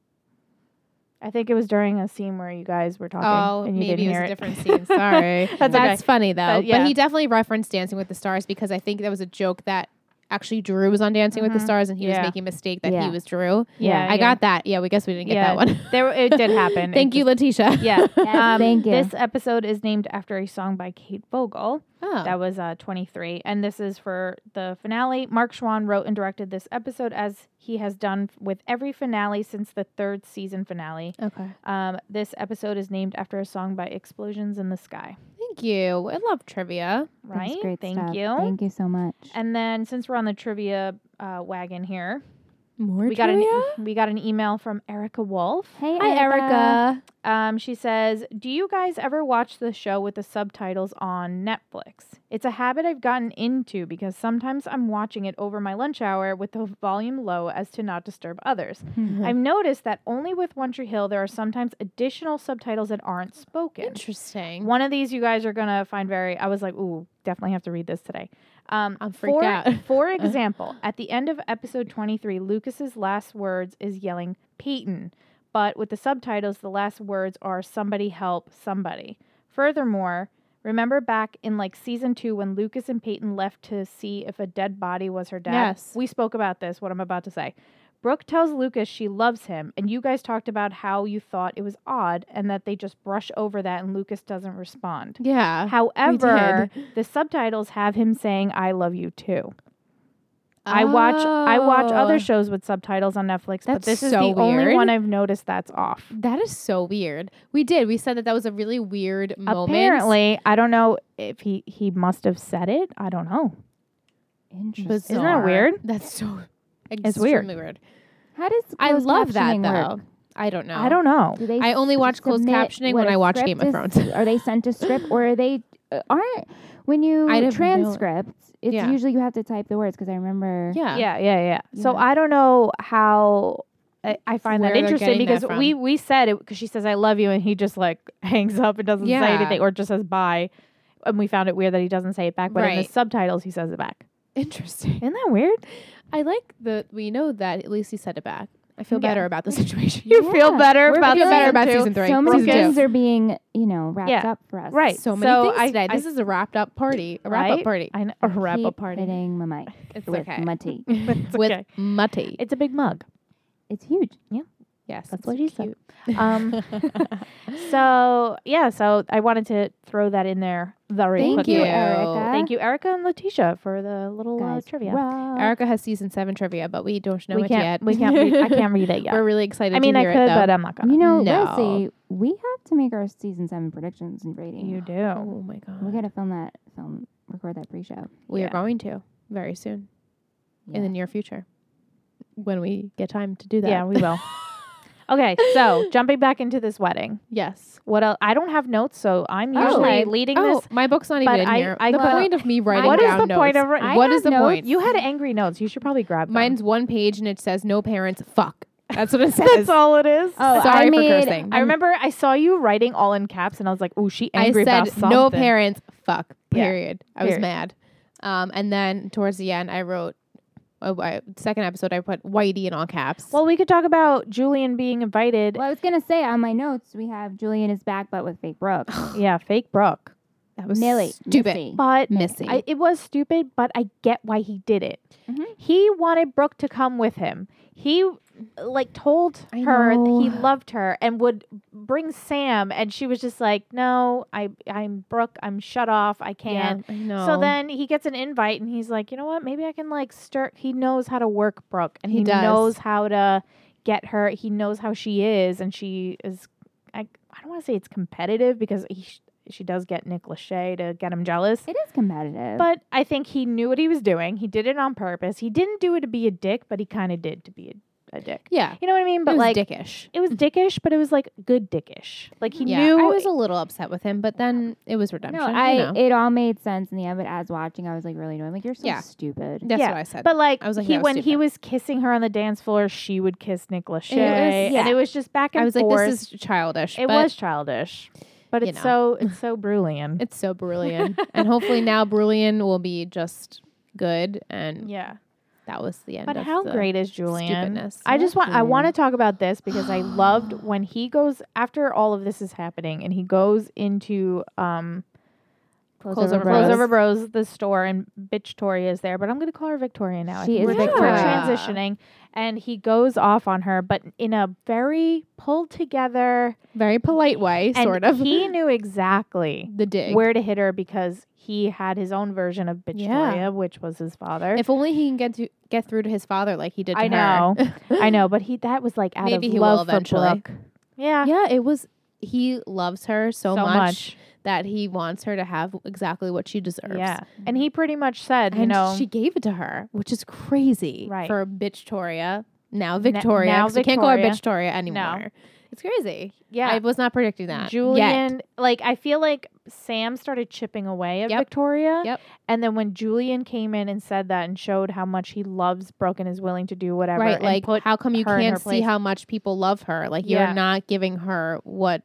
Speaker 2: I think it was during a scene where you guys were talking
Speaker 1: Oh,
Speaker 2: and you
Speaker 1: maybe
Speaker 2: didn't
Speaker 1: it was
Speaker 2: hear
Speaker 1: a different scene. Sorry.
Speaker 2: That's okay.
Speaker 1: funny though.
Speaker 2: But, yeah.
Speaker 1: he definitely referenced Dancing with the Stars because I think that was a joke that actually Drew was on Dancing with
Speaker 2: Mhm.
Speaker 1: the Stars and he
Speaker 2: Yeah. Uh,
Speaker 1: was making a mistake that
Speaker 3: Yeah.
Speaker 1: he was Drew.
Speaker 2: yeah,
Speaker 1: I got that. Yeah, we guess we didn't get
Speaker 2: Yeah.
Speaker 1: that one.
Speaker 2: there. It did happen. It
Speaker 1: Thank you, Letitia.
Speaker 2: just- Yeah. Um,
Speaker 3: Yes, thank you.
Speaker 2: This episode is named after a song by Kate Vogel.
Speaker 1: Oh.
Speaker 2: That was uh, 23. And this is for the finale. Mark Schwann wrote and directed this episode as he has done with every finale since the third season finale.
Speaker 1: okay.
Speaker 2: Um, this episode is named after a song by Explosions in the Sky.
Speaker 1: Thank you. I love trivia.
Speaker 3: That was
Speaker 2: Right?
Speaker 3: Great
Speaker 2: Thank
Speaker 3: stuff.
Speaker 2: you.
Speaker 3: Thank you so much.
Speaker 2: and then since we're on the trivia uh, wagon here,
Speaker 1: More
Speaker 2: we got an we got an email from Erica Wolf.
Speaker 3: hey,
Speaker 1: Hi, Erica.
Speaker 2: Um, she says, Do you guys ever watch the show with the subtitles on Netflix? It's a habit I've gotten into because sometimes I'm watching it over my lunch hour with the volume low as to not disturb others.
Speaker 3: Hmm.
Speaker 2: I've noticed that only with One Tree Hill, there are sometimes additional subtitles that aren't spoken.
Speaker 1: Interesting.
Speaker 2: One of these you guys are going to find very, I was like, Ooh, definitely have to read this today. Um,
Speaker 1: I'm freaked
Speaker 2: for,
Speaker 1: out.
Speaker 2: for example, at the end of episode 23, Lucas's last words is yelling Peyton, but with the subtitles, the last words are somebody help somebody. Furthermore, remember back in like season two when Lucas and Peyton left to see if a dead body was her dad?
Speaker 1: Yes.
Speaker 2: We spoke about this, what I'm about to say. Brooke tells Lucas she loves him, and you guys talked about how you thought it was odd and that they just brush over that and Lucas doesn't respond.
Speaker 1: Yeah.
Speaker 2: However, the subtitles have him saying "I love you too." I watch I watch
Speaker 1: Oh.
Speaker 2: other shows with subtitles on Netflix, but
Speaker 1: That's
Speaker 2: this is
Speaker 1: so
Speaker 2: the only
Speaker 1: weird.
Speaker 2: one I've noticed that's off.
Speaker 1: That is so weird. We did. We said that that was a really weird moment.
Speaker 2: Apparently, I don't know if he he must have said it. I don't know.
Speaker 3: Interesting.
Speaker 1: Bizarre.
Speaker 2: Isn't that weird?
Speaker 1: That's so.
Speaker 2: It's weird.
Speaker 1: extremely weird.
Speaker 3: How does
Speaker 1: I
Speaker 3: closed
Speaker 1: love that
Speaker 3: captioning work?
Speaker 1: though. I don't know.
Speaker 2: I don't know.
Speaker 3: Do they
Speaker 1: I only
Speaker 3: s-
Speaker 1: watch closed
Speaker 3: submit
Speaker 1: captioning
Speaker 3: what
Speaker 1: when
Speaker 3: a
Speaker 1: I watch
Speaker 3: script
Speaker 1: Game of
Speaker 3: is-
Speaker 1: Thrones.
Speaker 3: are they sent a script or are they uh, aren't when you
Speaker 1: I'd have no-
Speaker 3: transcript? it's
Speaker 1: Yeah.
Speaker 3: usually you have to type the words because I remember.
Speaker 1: Yeah.
Speaker 2: Yeah, yeah, yeah. So
Speaker 1: Yeah.
Speaker 2: I don't know how I, I find
Speaker 1: Where
Speaker 2: that
Speaker 1: they're
Speaker 2: interesting
Speaker 1: getting that
Speaker 2: because we
Speaker 1: from.
Speaker 2: we said it because she says I love you and he just like hangs up and doesn't say
Speaker 1: Yeah.
Speaker 2: anything or just says bye, and we found it weird that he doesn't say it back, but in the
Speaker 1: Right.
Speaker 2: subtitles he says it back.
Speaker 1: Interesting.
Speaker 2: Isn't that weird?
Speaker 1: I like that we know that at least he said it back. I feel
Speaker 2: Yeah.
Speaker 1: better about the situation.
Speaker 2: You
Speaker 3: Yeah.
Speaker 2: feel better
Speaker 3: We're
Speaker 2: about
Speaker 1: I feel
Speaker 3: feeling
Speaker 1: better about
Speaker 2: season two.
Speaker 1: season three.
Speaker 3: So many
Speaker 2: Season two.
Speaker 3: things are being, you know, wrapped
Speaker 2: Yeah.
Speaker 3: up for us.
Speaker 2: Right.
Speaker 1: So many
Speaker 2: So
Speaker 1: things
Speaker 2: I-
Speaker 1: today. This
Speaker 2: I-
Speaker 1: is a wrapped up party. A wrap
Speaker 2: Right?
Speaker 1: up party.
Speaker 2: I know, a wrap
Speaker 3: Keep
Speaker 2: up party.
Speaker 3: Hitting my mic
Speaker 1: It's
Speaker 3: with
Speaker 1: okay.
Speaker 3: my teeth.
Speaker 2: it's,
Speaker 1: With
Speaker 2: okay.
Speaker 1: Mutty.
Speaker 2: it's a big mug.
Speaker 3: It's huge.
Speaker 1: yes.
Speaker 2: that's
Speaker 1: it's
Speaker 2: what he said.
Speaker 1: cute.
Speaker 2: Um, so yeah, so I wanted to throw that in there very
Speaker 1: Thank
Speaker 2: quickly.
Speaker 1: you.
Speaker 3: Erica.
Speaker 2: Thank you, Erica and Letitia, for the little uh,
Speaker 3: Guys,
Speaker 2: trivia.
Speaker 3: rock.
Speaker 1: Erica has season seven trivia, but we don't know
Speaker 2: we
Speaker 1: it
Speaker 2: can't.
Speaker 1: yet.
Speaker 2: We can't. Read, I can't read it yet.
Speaker 1: We're really excited.
Speaker 2: I mean,
Speaker 1: to
Speaker 2: I
Speaker 1: hear
Speaker 2: could,
Speaker 1: it,
Speaker 2: but I'm not gonna.
Speaker 3: You know,
Speaker 1: No.
Speaker 3: Lizzie, we have to make our season seven predictions and rating.
Speaker 2: you do.
Speaker 1: oh my god,
Speaker 3: We got to film that film, record that pre-show.
Speaker 1: we
Speaker 2: yeah.
Speaker 1: are going to very soon in
Speaker 3: Yeah.
Speaker 1: the near future when we get time to do that.
Speaker 2: Yeah, we will. okay, so jumping back into this wedding.
Speaker 1: yes.
Speaker 2: What else? I don't have notes, so I'm
Speaker 1: Oh.
Speaker 2: usually
Speaker 1: Okay.
Speaker 2: leading
Speaker 1: Oh,
Speaker 2: this.
Speaker 1: my book's not
Speaker 2: but
Speaker 1: even in
Speaker 2: I-
Speaker 1: here.
Speaker 2: I
Speaker 1: the
Speaker 2: got-
Speaker 1: point of me writing
Speaker 2: what is
Speaker 1: down
Speaker 2: the
Speaker 1: notes.
Speaker 2: point of ri- I
Speaker 1: what
Speaker 3: have
Speaker 1: is the
Speaker 3: notes.
Speaker 1: point?
Speaker 2: You had angry notes. You should probably grab them.
Speaker 1: Mine's one page and it says no parents. Fuck. That's what it
Speaker 2: That's
Speaker 1: says.
Speaker 2: all it is.
Speaker 3: Oh, I
Speaker 1: Sorry for
Speaker 3: made-
Speaker 1: cursing.
Speaker 2: I remember I saw you writing all in caps, and I was like, "Oh, she
Speaker 1: I
Speaker 2: angry about
Speaker 1: said
Speaker 2: something."
Speaker 1: no parents. Fuck.
Speaker 2: Yeah.
Speaker 1: Period. I was
Speaker 2: Period.
Speaker 1: mad. Um, and then towards the end, I wrote. Oh, I, second episode, I put Whitey in all caps.
Speaker 2: Well, we could talk about Julian being invited.
Speaker 3: Well, I was gonna say on my notes we have Julian is back, but with fake Brooke.
Speaker 2: Yeah, fake Brooke.
Speaker 1: That was
Speaker 3: Millie,
Speaker 1: stupid.
Speaker 3: Missy.
Speaker 2: But
Speaker 1: Missy.
Speaker 2: I, it was stupid, but I get why he did it.
Speaker 1: Mm-hmm.
Speaker 3: Mhm.
Speaker 2: He wanted Brooke to come with him. He like told
Speaker 1: I
Speaker 2: her that he
Speaker 1: know.
Speaker 2: loved her and would bring Sam, and she was just like, "No, I I'm Brooke. I'm shut off. I
Speaker 1: yeah,
Speaker 2: can't."
Speaker 1: I know.
Speaker 2: So then he gets an invite, and he's like, "You know what? Maybe I can like stir." He knows how to work Brooke, and
Speaker 1: He
Speaker 2: he,
Speaker 1: does.
Speaker 2: knows how to get her. He knows how she is, and she is. I I don't want to say it's competitive because he, she does get Nick Lachey to get him jealous.
Speaker 3: It is competitive.
Speaker 2: But I think he knew what he was doing. He did it on purpose. He didn't do it to be a dick, but he kind of did to be a, a dick.
Speaker 1: yeah,
Speaker 2: You know what I mean? But
Speaker 1: it was
Speaker 2: like,
Speaker 1: dickish.
Speaker 2: it was dickish, but it was like good dickish. Like he
Speaker 1: yeah,
Speaker 2: knew.
Speaker 1: I was a little upset with him, but then it was redemption.
Speaker 3: no,
Speaker 1: you
Speaker 3: I
Speaker 1: know.
Speaker 3: it all made sense in the end. But as watching, I was like really annoyed. Like you're so
Speaker 1: Yeah.
Speaker 3: stupid.
Speaker 1: That's
Speaker 2: yeah,
Speaker 1: what I said.
Speaker 2: but like
Speaker 1: I was like,
Speaker 2: he
Speaker 1: that was
Speaker 2: when he
Speaker 1: stupid.
Speaker 2: was kissing her on the dance floor, she would kiss Nick Lachey,
Speaker 1: yeah.
Speaker 2: and it was just back and
Speaker 1: I was
Speaker 2: forth.
Speaker 1: like, this is childish.
Speaker 2: it
Speaker 1: but
Speaker 2: was childish, but
Speaker 1: you
Speaker 2: it's
Speaker 1: know.
Speaker 2: so it's so brilliant.
Speaker 1: It's so brilliant, and hopefully now Brilliant will be just good. And
Speaker 2: yeah,
Speaker 1: that was the end.
Speaker 2: but
Speaker 1: of
Speaker 2: how
Speaker 1: the
Speaker 2: great is Julian?
Speaker 1: Stupidness.
Speaker 2: I just want I
Speaker 3: Julian.
Speaker 2: want to talk about this because I loved when he goes after all of this is happening and he goes into um
Speaker 3: Close,
Speaker 1: Close
Speaker 3: over
Speaker 1: over
Speaker 2: Bros.
Speaker 3: bros.
Speaker 2: Over Bros the store and bitch Tori is there, but I'm gonna call her Victoria now. I
Speaker 3: She
Speaker 2: think
Speaker 3: is
Speaker 2: we're, we're
Speaker 3: Victoria.
Speaker 2: transitioning, and he goes off on her, but in a very pulled together
Speaker 1: very polite way,
Speaker 2: and
Speaker 1: sort of.
Speaker 2: He knew exactly
Speaker 1: the dig.
Speaker 2: where to hit her because he had his own version of bitch
Speaker 1: Yeah.
Speaker 2: Toria, which was his father.
Speaker 1: if only he can get to get through to his father like he did. To
Speaker 2: I
Speaker 1: her.
Speaker 2: know, I know, but he that was like out
Speaker 1: Maybe
Speaker 2: of
Speaker 1: he will
Speaker 2: love for
Speaker 1: eventually.
Speaker 2: Brooke. Yeah,
Speaker 1: yeah, it was. He loves her so,
Speaker 2: so
Speaker 1: much, that he wants her to have exactly what she deserves.
Speaker 2: Yeah, and he pretty much said,
Speaker 1: and
Speaker 2: you know,
Speaker 1: she gave it to her, which is crazy
Speaker 2: Right.
Speaker 1: for bitch Toria. Now Victoria,
Speaker 2: now
Speaker 1: 'cause you can't call her
Speaker 2: Victoria.
Speaker 1: bitch Toria anymore. It's crazy.
Speaker 2: yeah,
Speaker 1: I was not predicting that. yet.
Speaker 2: Julian, like I feel like Sam started chipping away at
Speaker 1: Yep.
Speaker 2: Victoria.
Speaker 1: Yep.
Speaker 2: And then when Julian came in and said that and showed how much he loves Brooke and is willing to do whatever,
Speaker 1: right?
Speaker 2: and
Speaker 1: Like,
Speaker 2: put
Speaker 1: how come you
Speaker 2: her in her
Speaker 1: can't see
Speaker 2: place.
Speaker 1: how much people love her? Like,
Speaker 2: Yeah.
Speaker 1: you're not giving her what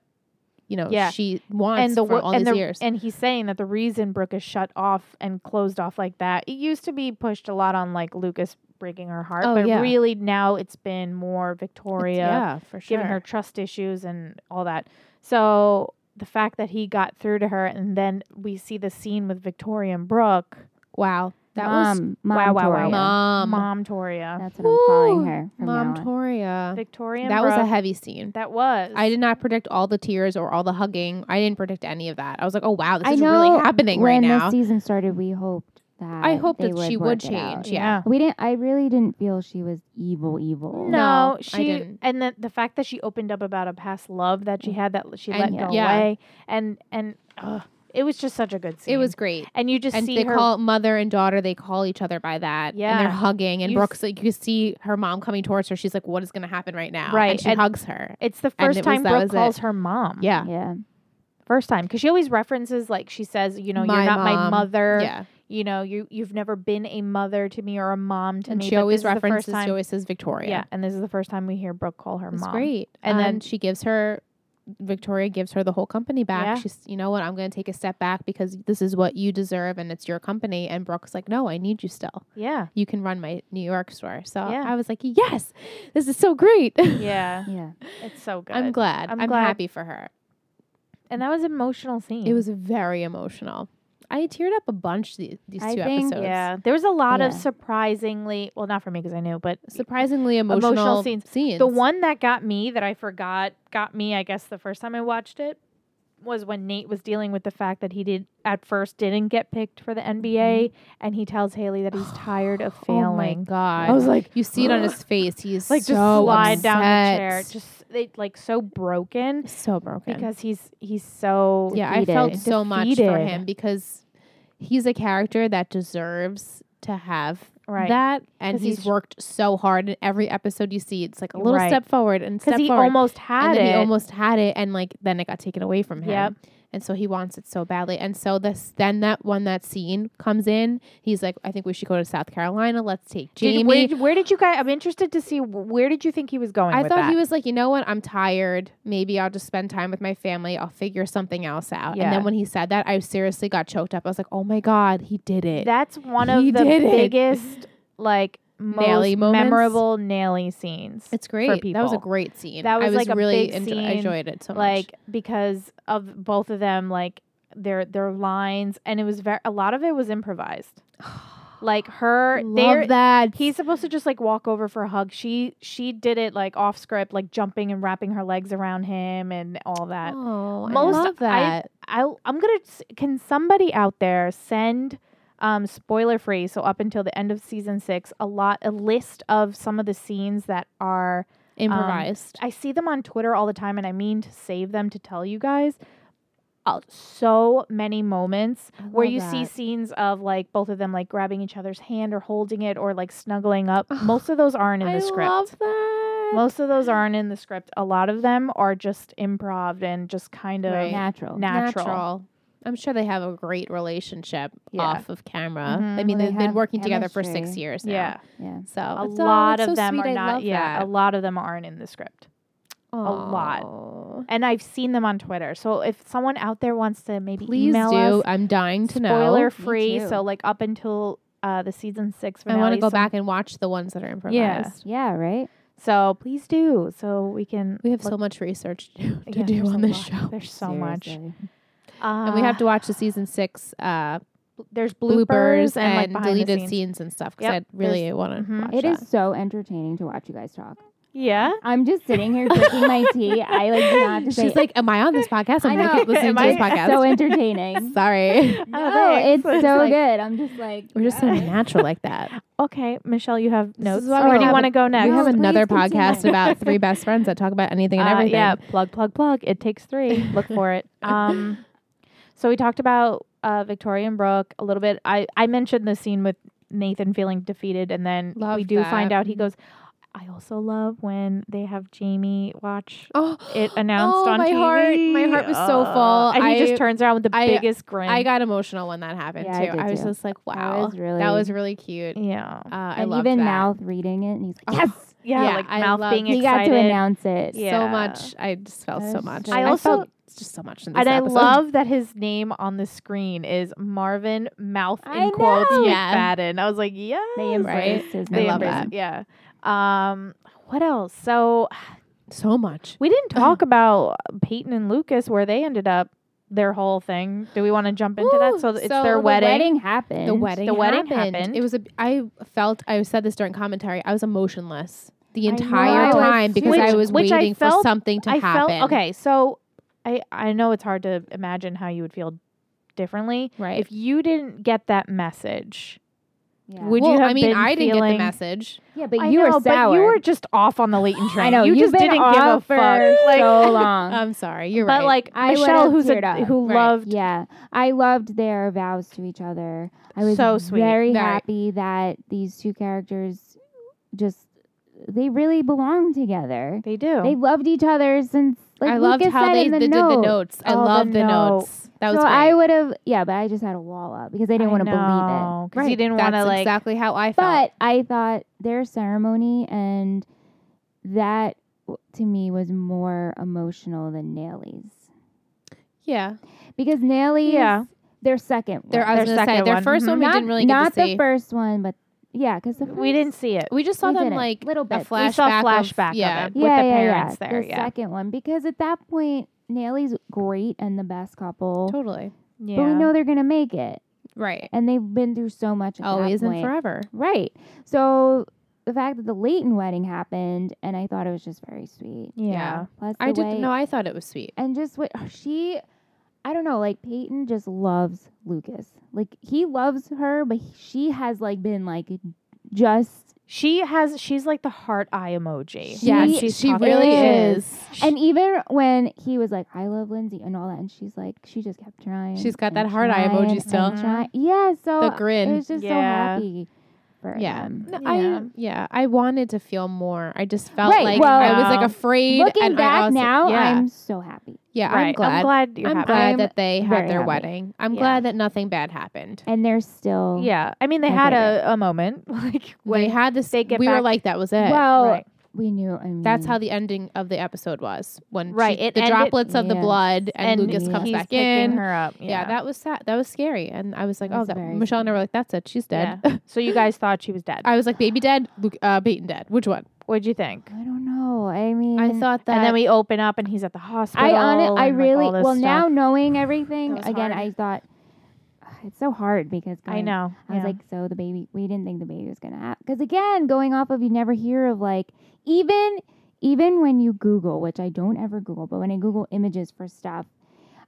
Speaker 1: you know
Speaker 2: Yeah.
Speaker 1: she wants
Speaker 2: and the
Speaker 1: for
Speaker 2: wo-
Speaker 1: all
Speaker 2: and
Speaker 1: these
Speaker 2: the-
Speaker 1: years.
Speaker 2: and he's saying that the reason Brooke is shut off and closed off like that, it used to be pushed a lot on like Lucas breaking her heart,
Speaker 1: Oh,
Speaker 2: but
Speaker 1: yeah.
Speaker 2: really now it's been more
Speaker 1: It's-
Speaker 2: Victoria.
Speaker 1: yeah, for sure.
Speaker 2: given her trust issues and all that. So the fact that he got through to her, and then we see the scene with Victoria and Brooke,
Speaker 1: wow, that was
Speaker 3: mom, mom,
Speaker 2: Wow, wow, wow,
Speaker 3: Toria.
Speaker 1: mom,
Speaker 2: Mom Toria,
Speaker 3: That's what I'm calling
Speaker 1: Woo.
Speaker 3: her. From
Speaker 1: Mom
Speaker 3: now on.
Speaker 1: Toria.
Speaker 2: Victoria. And
Speaker 1: That was a
Speaker 2: Brooke.
Speaker 1: heavy scene.
Speaker 2: that was.
Speaker 1: I did not predict all the tears or all the hugging. I didn't predict any of that. I was like, oh wow, this
Speaker 3: I
Speaker 1: is
Speaker 3: know
Speaker 1: really happening right
Speaker 3: when
Speaker 1: now.
Speaker 3: this season started, we hoped that
Speaker 1: I hoped
Speaker 3: they
Speaker 1: that she
Speaker 3: work
Speaker 1: would
Speaker 3: it out.
Speaker 1: change. Yeah.
Speaker 3: We didn't. I really didn't feel she was evil, evil.
Speaker 2: No,
Speaker 1: Oh, No, I
Speaker 2: she
Speaker 1: didn't. Mm.
Speaker 2: and then the fact that she opened up about a past love that she had that l- she
Speaker 1: And-
Speaker 2: let go
Speaker 1: yeah.
Speaker 2: away, and and ugh, it was just such a good scene.
Speaker 1: It was great.
Speaker 2: and you just
Speaker 1: And
Speaker 2: see
Speaker 1: they
Speaker 2: her.
Speaker 1: call mother and daughter. They call each other by that. and
Speaker 2: Yeah.
Speaker 1: they're hugging. And
Speaker 2: You
Speaker 1: Brooke's like, you see her mom coming towards her. She's like, "What is going to happen right now?"
Speaker 2: Right,
Speaker 1: and she
Speaker 2: and-
Speaker 1: hugs her.
Speaker 2: it's the
Speaker 1: and
Speaker 2: first
Speaker 1: it was-
Speaker 2: time
Speaker 1: that
Speaker 2: Brooke
Speaker 1: was it.
Speaker 2: calls her mom.
Speaker 1: Yeah,
Speaker 3: Yeah.
Speaker 2: first time because she always references like she says, you know,
Speaker 1: My
Speaker 2: you're not my
Speaker 1: mom.
Speaker 2: mother.
Speaker 1: yeah.
Speaker 2: you know, you you've never been a mother to me or a mom to
Speaker 1: And
Speaker 2: me.
Speaker 1: she
Speaker 2: but
Speaker 1: always
Speaker 2: this is the first
Speaker 1: references.
Speaker 2: time-
Speaker 1: She always says Victoria.
Speaker 2: yeah, and this is the first time we hear Brooke call her
Speaker 1: It's
Speaker 2: mom.
Speaker 1: great.
Speaker 2: And
Speaker 1: And
Speaker 2: then-
Speaker 1: then she gives her Victoria gives her the whole company back.
Speaker 2: Yeah.
Speaker 1: She's you know what, I'm gonna take a step back because this is what you deserve and it's your company. And Brooke's like, No, I need you still.
Speaker 2: Yeah,
Speaker 1: You can run my New York store. So
Speaker 2: Yeah.
Speaker 1: I was like, Yes, this is so great.
Speaker 2: yeah,
Speaker 3: Yeah.
Speaker 2: it's so good.
Speaker 1: I'm glad.
Speaker 2: I'm
Speaker 1: I'm,
Speaker 2: glad. Hmm.
Speaker 1: happy for her.
Speaker 2: and that was an emotional scene.
Speaker 1: It was very emotional. I teared up a bunch these, these
Speaker 3: I
Speaker 1: two
Speaker 3: think-
Speaker 1: episodes.
Speaker 2: yeah. There was a lot of
Speaker 3: Yeah.
Speaker 2: surprisingly well, not for me because I knew, but
Speaker 1: Surprisingly emotional,
Speaker 2: scenes.
Speaker 1: scenes.
Speaker 2: the one that got me that I forgot got me. I guess the first time I watched it was when Nate was dealing with the fact that he did at first didn't get picked for the NBA, and he tells Haley that he's tired of
Speaker 1: Mm-hmm. Oh my
Speaker 2: failing.
Speaker 1: god.
Speaker 2: I was like,
Speaker 1: you see it on his face. He's
Speaker 2: like
Speaker 1: so
Speaker 2: just slide down the
Speaker 1: upset.
Speaker 2: chair just they, like so broken
Speaker 1: so broken.
Speaker 2: because he's he's so
Speaker 1: yeah, I felt
Speaker 2: defeated.
Speaker 1: so much for
Speaker 2: Defeated.
Speaker 1: him because he's a character that deserves to have
Speaker 2: right
Speaker 1: that, and
Speaker 2: 'Cause
Speaker 1: he's,
Speaker 2: he's-
Speaker 1: worked so hard. In every episode you see, it's like a little
Speaker 2: Right.
Speaker 1: step forward and
Speaker 2: because
Speaker 1: step
Speaker 2: he
Speaker 1: forward.
Speaker 2: almost had
Speaker 1: and then
Speaker 2: it
Speaker 1: he almost had it, and like then it got taken away from him.
Speaker 2: Yep.
Speaker 1: And so he wants it so badly. And so this then that when that scene comes in, he's like, "I think we should go to South Carolina. Let's take Jamie."
Speaker 2: did, where, where did you guys i'm interested to see where did you think he was going
Speaker 1: I
Speaker 2: with
Speaker 1: thought
Speaker 2: that?
Speaker 1: he was like, you know what? I'm tired. Maybe I'll just spend time with my family. I'll figure something else out. And
Speaker 2: Yeah.
Speaker 1: then when he said that, I seriously got choked up. I was like, oh my god, he did it.
Speaker 2: that's one
Speaker 1: He
Speaker 2: of the
Speaker 1: did it.
Speaker 2: biggest like
Speaker 1: Nelly
Speaker 2: most
Speaker 1: moments?
Speaker 2: memorable Nelly scenes
Speaker 1: it's great. That was
Speaker 2: people.
Speaker 1: a great scene.
Speaker 2: That
Speaker 1: I was
Speaker 2: was, like, a
Speaker 1: really
Speaker 2: big
Speaker 1: enjo- I
Speaker 2: scene,
Speaker 1: enjoyed it so much.
Speaker 2: like because of both of them like their their lines, and it was very a lot of it was improvised. Like her, they're
Speaker 1: Love that.
Speaker 2: he's supposed to just like walk over for a hug. She she did it like off script, like jumping and wrapping her legs around him and all that.
Speaker 1: oh,
Speaker 2: Most-
Speaker 1: I love
Speaker 2: I-
Speaker 1: that.
Speaker 2: I I'm gonna. s- Can somebody out there send, um, spoiler free? So up until the end of season six, a lot a list of some of the scenes that are.
Speaker 1: Um, Improvised.
Speaker 2: I see them on Twitter all the time, and I mean to save them to tell you guys. Uh, so many moments
Speaker 1: I
Speaker 2: where
Speaker 1: love
Speaker 2: you see
Speaker 1: that.
Speaker 2: scenes of like both of them like grabbing each other's hand or holding it or like snuggling up. Most of those aren't in
Speaker 1: I
Speaker 2: the script.
Speaker 1: love that.
Speaker 2: Most of those aren't in the script. A lot of them are just improv and just kind of
Speaker 1: Right.
Speaker 3: Natural.
Speaker 2: natural.
Speaker 1: I'm sure they have a great relationship
Speaker 2: Yeah.
Speaker 1: off of camera.
Speaker 2: Mhm.
Speaker 1: I mean,
Speaker 3: Well, they
Speaker 1: they've been
Speaker 3: have
Speaker 1: working together for six
Speaker 3: chemistry.
Speaker 1: years now.
Speaker 2: Yeah,
Speaker 3: yeah.
Speaker 1: So
Speaker 2: a
Speaker 1: it's- oh,
Speaker 2: lot
Speaker 1: it's
Speaker 2: of
Speaker 1: so
Speaker 2: them
Speaker 1: sweet.
Speaker 2: are
Speaker 1: I
Speaker 2: not.
Speaker 1: love
Speaker 2: Yeah, a
Speaker 1: that.
Speaker 2: lot of them aren't in the script. a lot.
Speaker 1: Aw.
Speaker 2: And I've seen them on Twitter. So if someone out there wants to maybe
Speaker 1: Please
Speaker 2: email
Speaker 1: do.
Speaker 2: us,
Speaker 1: I'm dying to know.
Speaker 2: spoiler
Speaker 3: Me
Speaker 2: free.
Speaker 3: too.
Speaker 2: So like up until uh, the season six
Speaker 1: I
Speaker 2: finale.
Speaker 1: want to go
Speaker 2: so,
Speaker 1: back and watch the ones that are improvised.
Speaker 3: Yeah, right?
Speaker 2: So please do. So we can.
Speaker 1: We have
Speaker 2: look-
Speaker 1: so much research to do, to
Speaker 2: yeah,
Speaker 1: do
Speaker 2: there's
Speaker 1: on
Speaker 2: a
Speaker 1: this
Speaker 2: lot.
Speaker 1: show.
Speaker 2: There's so much,
Speaker 3: Seriously.
Speaker 2: uh,
Speaker 1: and we have to watch the season six uh,
Speaker 2: There's
Speaker 1: bloopers and,
Speaker 2: like behind the
Speaker 1: deleted
Speaker 2: scenes.
Speaker 1: scenes and stuff because
Speaker 2: Yep,
Speaker 1: I really want to
Speaker 2: mhm.
Speaker 1: watch
Speaker 3: It
Speaker 1: that.
Speaker 3: is so entertaining to watch you guys talk.
Speaker 2: Yeah.
Speaker 3: I'm just sitting here drinking my tea. I like do not have to say
Speaker 1: She's like, "Am I on this podcast?
Speaker 3: I
Speaker 1: I'm gonna
Speaker 3: know.
Speaker 1: keep listening
Speaker 2: Am
Speaker 1: to this
Speaker 2: I-
Speaker 1: podcast."
Speaker 3: so entertaining.
Speaker 1: Sorry,
Speaker 2: Oh,
Speaker 3: No,
Speaker 2: thanks.
Speaker 3: it's so
Speaker 2: like-
Speaker 3: good. I'm just like
Speaker 1: we're just so natural like that.
Speaker 2: Okay, Michelle, you have notes.
Speaker 1: why
Speaker 2: Where
Speaker 3: we
Speaker 2: do you
Speaker 3: have
Speaker 2: want to go next?
Speaker 1: we
Speaker 3: No,
Speaker 1: have another
Speaker 3: please continue.
Speaker 1: podcast about three best friends that talk about anything and
Speaker 2: Uh,
Speaker 1: everything.
Speaker 2: yeah, plug, plug, plug. It takes three. Look for it. Um, so we talked about uh, Victoria and Brooke a little bit. I, I mentioned the scene with Nathan feeling defeated, and then we
Speaker 1: Love
Speaker 2: do find
Speaker 1: that.
Speaker 2: out he goes. I also love when they have Jamie watch
Speaker 1: Oh,
Speaker 2: it announced
Speaker 1: Oh,
Speaker 2: on
Speaker 1: my
Speaker 2: TV.
Speaker 1: heart- my heart was so full.
Speaker 2: and he
Speaker 1: I-
Speaker 2: just turns around with the
Speaker 1: I-
Speaker 2: biggest grin.
Speaker 1: I got emotional when that happened
Speaker 3: Yeah, I
Speaker 1: too.
Speaker 3: did
Speaker 1: I, was
Speaker 3: too.
Speaker 1: just like,
Speaker 3: That
Speaker 1: "Wow,
Speaker 3: was really-
Speaker 1: that was really cute." Uh,
Speaker 2: yeah,
Speaker 1: I
Speaker 3: and
Speaker 1: love
Speaker 3: even
Speaker 1: that.
Speaker 3: mouth reading it, and he's
Speaker 1: Oh,
Speaker 3: like, yes,
Speaker 2: yeah,
Speaker 1: Yeah,
Speaker 2: like
Speaker 1: I
Speaker 2: mouth
Speaker 1: love-
Speaker 2: being
Speaker 3: he got
Speaker 2: excited.
Speaker 3: to announce it.
Speaker 2: Yeah.
Speaker 1: so much. I just felt
Speaker 3: That
Speaker 1: so
Speaker 3: was
Speaker 1: much.
Speaker 3: so
Speaker 2: I also-
Speaker 1: felt just so much in this
Speaker 2: And I
Speaker 1: episode.
Speaker 2: love that his name on the screen is Marvin Mouth in
Speaker 3: I
Speaker 2: quotes
Speaker 1: know. Yeah.
Speaker 2: McFadden. I was like, yes,
Speaker 3: They embraced his
Speaker 2: They
Speaker 3: name.
Speaker 1: love
Speaker 2: embraced it, Yeah. Um. What else? So
Speaker 1: so much.
Speaker 2: we didn't talk about Peyton and Lucas where they ended up their whole thing. Do we want to jump into that?
Speaker 1: Ooh,
Speaker 2: So it's
Speaker 1: so
Speaker 2: their
Speaker 1: the
Speaker 2: wedding.
Speaker 3: The wedding happened.
Speaker 1: The wedding.
Speaker 2: The wedding
Speaker 1: happened.
Speaker 2: happened.
Speaker 1: It was a. I felt. I said this during commentary. I was emotionless the
Speaker 3: I know.
Speaker 1: entire
Speaker 3: I was
Speaker 1: time because
Speaker 2: too.
Speaker 1: I was
Speaker 2: Which- which I
Speaker 1: waiting for
Speaker 2: felt-
Speaker 1: something to
Speaker 2: I
Speaker 1: happen.
Speaker 2: felt okay. So I I know it's hard to imagine how you would feel differently
Speaker 1: Right.
Speaker 2: if you didn't get that message.
Speaker 3: Yeah.
Speaker 2: Would
Speaker 1: well,
Speaker 2: you have
Speaker 1: I mean,
Speaker 2: been
Speaker 1: I didn't get
Speaker 2: feeling-
Speaker 1: the message.
Speaker 3: yeah, but
Speaker 2: I
Speaker 3: you
Speaker 2: know,
Speaker 3: were sour.
Speaker 2: But you were just off on the Leighton train.
Speaker 3: I know.
Speaker 2: You
Speaker 3: have
Speaker 2: just
Speaker 3: been
Speaker 2: didn't
Speaker 3: off
Speaker 2: give a
Speaker 3: for
Speaker 2: fuck. Like,
Speaker 3: so long.
Speaker 1: I'm sorry. You're
Speaker 2: but
Speaker 1: right.
Speaker 2: like
Speaker 3: I would've
Speaker 2: Michelle, who's
Speaker 3: teared
Speaker 2: a,
Speaker 3: up.
Speaker 2: who
Speaker 1: Right.
Speaker 2: loved
Speaker 3: yeah, I loved their vows to each other. I was
Speaker 2: So sweet.
Speaker 3: Very
Speaker 1: Very.
Speaker 3: happy that these two characters just they really belong together.
Speaker 2: they do.
Speaker 3: They loved each other since like
Speaker 1: I loved
Speaker 3: Lucas
Speaker 1: how
Speaker 3: said
Speaker 1: they,
Speaker 3: in the
Speaker 1: they did the
Speaker 3: note.
Speaker 1: notes. I
Speaker 2: Oh, the
Speaker 1: love the
Speaker 2: note.
Speaker 1: notes. That was
Speaker 3: so
Speaker 1: great.
Speaker 3: I would have, yeah, but I just had a wall up because I didn't want to believe it.
Speaker 2: because you didn't
Speaker 1: That's
Speaker 2: want to like.
Speaker 1: exactly how I felt.
Speaker 3: But I thought their ceremony and that w- to me was more emotional than Nelly's
Speaker 1: yeah,
Speaker 3: because Nelly's
Speaker 2: Yeah.
Speaker 3: their second
Speaker 1: their,
Speaker 3: one.
Speaker 1: I was
Speaker 2: Their
Speaker 1: gonna say
Speaker 2: second
Speaker 1: their
Speaker 2: one.
Speaker 1: 1st one we
Speaker 3: not,
Speaker 1: didn't really get
Speaker 3: not
Speaker 1: to
Speaker 3: the
Speaker 1: see.
Speaker 3: first one, but yeah, because the first,
Speaker 2: we didn't see it.
Speaker 1: we just saw
Speaker 3: we
Speaker 1: them
Speaker 3: didn't.
Speaker 1: like
Speaker 3: little
Speaker 1: a
Speaker 3: bit
Speaker 1: flashback.
Speaker 2: we saw flashback
Speaker 1: of,
Speaker 2: of,
Speaker 1: yeah.
Speaker 2: it with
Speaker 3: yeah,
Speaker 2: the
Speaker 3: yeah,
Speaker 2: parents
Speaker 3: yeah,
Speaker 2: there.
Speaker 3: The
Speaker 2: yeah,
Speaker 3: second one because at that point Nelly's great and the best couple,
Speaker 1: Totally
Speaker 2: yeah.
Speaker 3: but we know they're gonna make it,
Speaker 1: right.
Speaker 3: and they've been through so much. At that
Speaker 1: Always and
Speaker 3: point.
Speaker 1: forever.
Speaker 3: Right. So the fact that the Leighton wedding happened, and I thought it was just very sweet.
Speaker 2: yeah.
Speaker 1: Yeah.
Speaker 3: Plus
Speaker 1: I
Speaker 3: the
Speaker 1: didn't
Speaker 3: way-
Speaker 1: know. I thought it was sweet.
Speaker 3: And just what she, I don't know, like Peyton just loves Lucas. Like he loves her, but he- she has like been like just,
Speaker 2: She has. She's like the heart eye emoji.
Speaker 3: She
Speaker 1: yeah,
Speaker 3: Yes,
Speaker 2: she's
Speaker 1: she
Speaker 2: talking-
Speaker 1: really
Speaker 3: is.
Speaker 1: is.
Speaker 3: and even when he was like, I love Lindsay and all that, and she's like, she just kept trying.
Speaker 1: She's got
Speaker 3: and
Speaker 1: that heart eye
Speaker 3: trying
Speaker 1: emoji
Speaker 3: and
Speaker 1: still.
Speaker 3: trying. Yeah. So
Speaker 1: The grin.
Speaker 3: It was just so
Speaker 2: Yeah.
Speaker 3: happy for
Speaker 1: Yeah.
Speaker 3: them.
Speaker 1: No,
Speaker 2: Yeah.
Speaker 1: I yeah, I wanted to feel more. I just felt
Speaker 3: Right,
Speaker 1: like
Speaker 3: well-
Speaker 1: I was like afraid.
Speaker 3: Looking
Speaker 1: and I
Speaker 3: back
Speaker 1: also,
Speaker 3: now,
Speaker 1: yeah,
Speaker 3: I'm so happy.
Speaker 1: yeah,
Speaker 2: right.
Speaker 1: I'm glad.
Speaker 2: I'm glad you're
Speaker 1: I'm
Speaker 2: happy.
Speaker 1: glad
Speaker 3: I'm
Speaker 1: that they
Speaker 3: very
Speaker 1: had their
Speaker 3: happy.
Speaker 1: wedding. I'm
Speaker 2: Yeah.
Speaker 1: glad that nothing bad happened.
Speaker 3: And they're still.
Speaker 2: Yeah, I mean they
Speaker 3: I
Speaker 2: had
Speaker 3: get
Speaker 2: a, a moment like when
Speaker 1: they had this.
Speaker 2: they get
Speaker 1: we were
Speaker 2: back-
Speaker 1: like, that was it.
Speaker 3: Well, mm.
Speaker 2: right.
Speaker 3: we knew. I mean,
Speaker 1: That's how the ending of the episode was when she-
Speaker 2: Right, it
Speaker 1: the
Speaker 2: ended-
Speaker 1: droplets of the
Speaker 3: Yes.
Speaker 1: blood and,
Speaker 3: And
Speaker 1: Lucas comes
Speaker 2: he's
Speaker 1: back
Speaker 2: picking
Speaker 1: in.
Speaker 2: her up. Yeah,
Speaker 1: yeah. that was sad. That was scary, and I was like,
Speaker 3: That
Speaker 1: oh,
Speaker 3: was
Speaker 1: that,
Speaker 3: very
Speaker 1: Michelle and I were like, that's it, she's dead.
Speaker 2: so you guys thought she was dead.
Speaker 1: I was like, baby dead, Luke, uh, Peyton dead. Which one? Mm-hmm.
Speaker 2: What'd you think?
Speaker 3: I don't know. I mean,
Speaker 1: I thought that.
Speaker 2: and then we open up, and he's at the
Speaker 3: I
Speaker 2: hospital.
Speaker 3: on it. I
Speaker 2: and, like,
Speaker 3: really
Speaker 2: all this
Speaker 3: well now
Speaker 2: stuff.
Speaker 3: knowing everything
Speaker 1: That was
Speaker 3: again.
Speaker 1: hard.
Speaker 3: I thought Ugh, it's so hard because
Speaker 2: I
Speaker 3: going-
Speaker 2: know.
Speaker 3: I was
Speaker 2: yeah.
Speaker 3: like, so the baby. We didn't think the baby was gonna happen because again, going off of you never hear of like even even when you Google, which I don't ever Google, but when I Google images for stuff,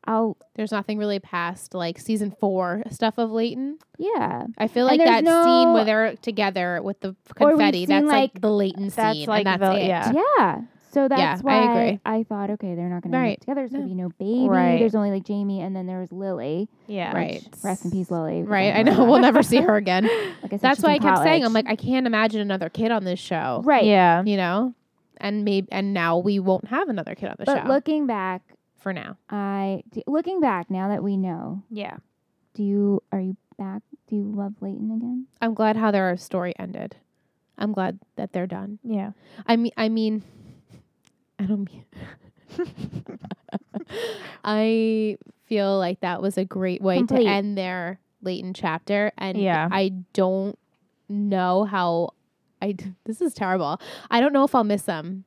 Speaker 3: I'll
Speaker 1: there's nothing really past like season four stuff of Leighton.
Speaker 3: yeah.
Speaker 1: I feel
Speaker 3: And
Speaker 1: like
Speaker 3: there's
Speaker 1: that scene
Speaker 3: no-
Speaker 1: where they're together with the f-
Speaker 3: Or we've
Speaker 1: confetti. That's
Speaker 3: seen,
Speaker 1: like,
Speaker 3: like-
Speaker 1: the Leighton
Speaker 2: That's
Speaker 1: scene.
Speaker 2: like
Speaker 1: and that's
Speaker 2: the-
Speaker 1: it.
Speaker 2: yeah.
Speaker 3: Yeah. So that's
Speaker 1: I
Speaker 3: why
Speaker 1: agree.
Speaker 3: I thought, okay, they're not going to be
Speaker 1: Right.
Speaker 3: together. There's going to
Speaker 1: No.
Speaker 3: be no baby.
Speaker 2: Right.
Speaker 3: There's only like Jamie, and then there was Lily.
Speaker 2: yeah,
Speaker 1: Right.
Speaker 3: which- Rest in peace, Lily. because
Speaker 1: Right. I
Speaker 3: don't
Speaker 1: know.
Speaker 3: her.
Speaker 1: We'll never see her again.
Speaker 3: Like I said,
Speaker 1: That's
Speaker 3: she's
Speaker 1: why I
Speaker 3: in
Speaker 1: kept saying, I'm oh,
Speaker 3: college.
Speaker 1: like, I can't imagine another kid on this show.
Speaker 3: right.
Speaker 2: yeah.
Speaker 1: You know? And maybe and now we won't have another kid on the
Speaker 3: But
Speaker 1: show
Speaker 3: looking back,
Speaker 1: for now.
Speaker 3: I do, looking back now that we know,
Speaker 2: Yeah.
Speaker 3: do you are you back? Do you love Leighton again?
Speaker 1: I'm glad how their story ended. I'm glad that they're done.
Speaker 2: Yeah.
Speaker 1: I mean I mean I don't mean I feel like that was a great way
Speaker 3: Complete.
Speaker 1: to end their Leighton chapter and
Speaker 2: Yeah.
Speaker 1: I don't know how I d- this is terrible. I don't know if I'i'll miss them.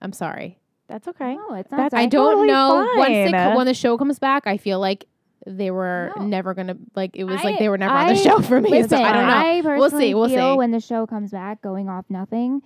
Speaker 1: I'm sorry.
Speaker 2: That's okay.
Speaker 3: No, it's not.
Speaker 2: That's-
Speaker 1: I
Speaker 2: I
Speaker 3: sad.
Speaker 1: don't
Speaker 2: totally
Speaker 1: know. Once the,
Speaker 2: fine.
Speaker 1: when the show comes back, I feel like they were
Speaker 3: No.
Speaker 1: never gonna like. It was
Speaker 3: I-
Speaker 1: like they were never on the
Speaker 3: I-
Speaker 1: show for me.
Speaker 3: Listen,
Speaker 1: so I don't know.
Speaker 3: personally
Speaker 1: We'll see, we'll
Speaker 3: feel
Speaker 1: see.
Speaker 3: when the show comes back, going off nothing,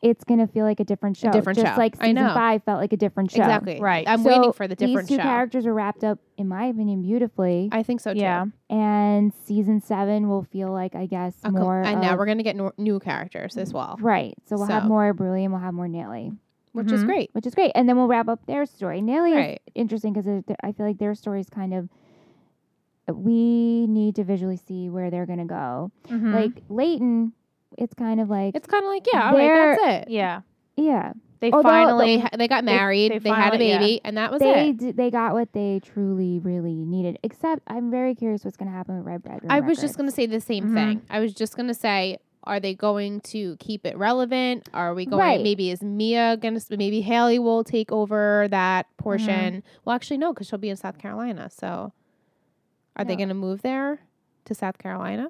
Speaker 3: it's going to feel like a different show.
Speaker 1: different
Speaker 3: Just
Speaker 1: show.
Speaker 3: like
Speaker 1: I
Speaker 3: season
Speaker 1: know.
Speaker 3: five felt like a different show.
Speaker 1: Exactly.
Speaker 2: Right.
Speaker 1: I'm
Speaker 3: So
Speaker 1: waiting for the different
Speaker 3: These
Speaker 1: show.
Speaker 3: two characters are wrapped up, in my opinion, beautifully.
Speaker 1: I think so too.
Speaker 2: Yeah.
Speaker 3: and season seven will feel like I guess
Speaker 1: A co-
Speaker 3: more.
Speaker 1: and now
Speaker 3: of-
Speaker 1: we're gonna get nor- new characters as well,
Speaker 3: right. So we'll have
Speaker 1: So.
Speaker 3: more Bruley and we'll have more Nelly,
Speaker 1: which is
Speaker 2: Mhm.
Speaker 1: great.
Speaker 3: which is great. And then we'll wrap up their story. Nelly is
Speaker 1: Right.
Speaker 3: interesting because I feel like their story is kind of. We need to visually see where they're gonna go.
Speaker 2: Mhm.
Speaker 3: Like Leighton, it's kind of like
Speaker 1: Mm-hmm. It's kind of like yeah, all right,
Speaker 3: They're-
Speaker 1: that's it.
Speaker 2: yeah.
Speaker 3: yeah.
Speaker 2: They
Speaker 3: Although-
Speaker 2: finally.
Speaker 1: They ha- they got married. They,
Speaker 2: they
Speaker 1: had a
Speaker 2: finally- yeah.
Speaker 1: baby, and that was
Speaker 3: They
Speaker 1: it.
Speaker 3: d- they got what they truly really needed. Except I'm very curious what's gonna happen with Red Red. Room
Speaker 1: I was just
Speaker 3: Records. Mm-hmm.
Speaker 1: gonna say the same
Speaker 2: Mhm.
Speaker 1: thing. I was just gonna say. Are they going to keep it relevant? Are we going?
Speaker 3: Right.
Speaker 1: Maybe is Mia gonna? s- Maybe Haley will take over that portion.
Speaker 3: Mm-hmm.
Speaker 1: Well, actually, no, because she'll be in South Carolina. So, are they
Speaker 3: No.
Speaker 1: gonna move there to South Carolina,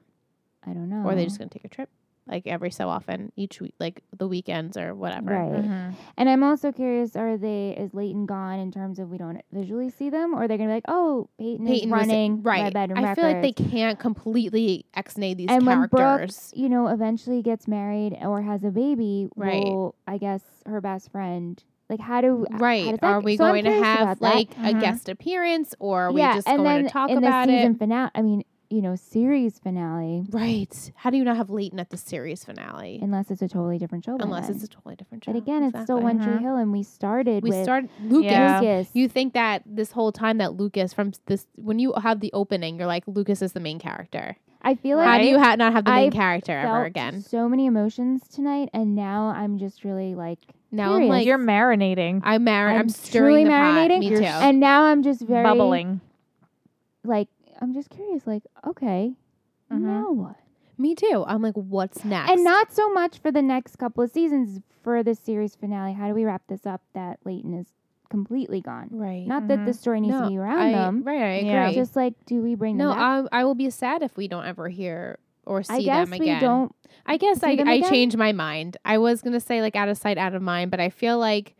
Speaker 3: I don't know.
Speaker 1: or are they just gonna take a trip like every so often, each week, like the weekends or whatever? Mm-hmm.
Speaker 3: right?
Speaker 2: Mhm.
Speaker 3: And I'm also curious: Are they is Leighton gone in terms of we don't visually see them, or they're gonna be like, oh, Peyton,
Speaker 1: Peyton
Speaker 3: is
Speaker 1: was-
Speaker 3: running
Speaker 1: right.
Speaker 3: Red Bedroom
Speaker 1: I feel like they
Speaker 3: Records."
Speaker 1: can't completely exnay these
Speaker 3: and when
Speaker 1: characters.
Speaker 3: Brooke, you know, eventually gets married or has a baby,
Speaker 1: Right.
Speaker 3: will I guess her best friend? Like, how do how
Speaker 1: Right.
Speaker 3: does that-
Speaker 1: Are we
Speaker 3: so I'm
Speaker 1: going to
Speaker 3: curious
Speaker 1: have
Speaker 3: about that. Mm-hmm.
Speaker 1: like a
Speaker 2: Mhm.
Speaker 1: guest appearance or are
Speaker 3: yeah,
Speaker 1: we just
Speaker 3: and
Speaker 1: going
Speaker 3: then
Speaker 1: to talk
Speaker 3: in
Speaker 1: about
Speaker 3: the
Speaker 1: it?
Speaker 3: season finale? I mean, you know, series finale,
Speaker 1: Right. How do you not have Leighton at the series finale?
Speaker 3: unless it's a totally different show. by
Speaker 1: Unless
Speaker 3: then.
Speaker 1: it's a totally different show.
Speaker 3: But again, it's still
Speaker 1: Exactly.
Speaker 3: One Tree
Speaker 2: Mhm.
Speaker 3: Hill, and we started
Speaker 1: Mm-hmm. We
Speaker 3: with
Speaker 1: start Lucas.
Speaker 2: Yeah.
Speaker 3: Lucas.
Speaker 1: You think that this whole time that Lucas from this when you have the opening, you're like Lucas is the main character.
Speaker 3: I feel like
Speaker 1: How do you ha- not have the main
Speaker 3: I've
Speaker 1: character ever
Speaker 3: felt
Speaker 1: again?
Speaker 3: so many emotions tonight, and now I'm just really like
Speaker 1: Now I'm
Speaker 3: curious.
Speaker 1: like
Speaker 2: You're marinating,
Speaker 1: I'm mar- I'm,
Speaker 3: I'm
Speaker 1: stirring
Speaker 3: truly
Speaker 1: the pot.
Speaker 3: marinating.
Speaker 1: Me too.
Speaker 2: You're
Speaker 1: And
Speaker 3: and now I'm just very
Speaker 2: bubbling.
Speaker 3: Like I'm just curious. Like okay,
Speaker 1: Mm-hmm.
Speaker 2: Mhm.
Speaker 3: now what?
Speaker 1: me too. I'm like, what's next?
Speaker 3: And not so much for the next couple of seasons for the series finale. How do we wrap this up? That Leighton is completely gone.
Speaker 1: right.
Speaker 3: Not that
Speaker 2: Mhm.
Speaker 3: the story needs
Speaker 1: No,
Speaker 3: to be around
Speaker 1: I-
Speaker 3: them.
Speaker 1: Right. I
Speaker 2: Yeah.
Speaker 1: agree.
Speaker 3: Just like do we bring
Speaker 1: no,
Speaker 3: them? Up?
Speaker 1: I, I will be sad if we don't ever hear or see
Speaker 3: I guess
Speaker 1: them
Speaker 3: we
Speaker 1: again.
Speaker 3: don't.
Speaker 1: I guess
Speaker 3: see
Speaker 1: I,
Speaker 3: them
Speaker 1: I
Speaker 3: again?
Speaker 1: changed my mind. I was gonna say like out of sight, out of mind, but I feel like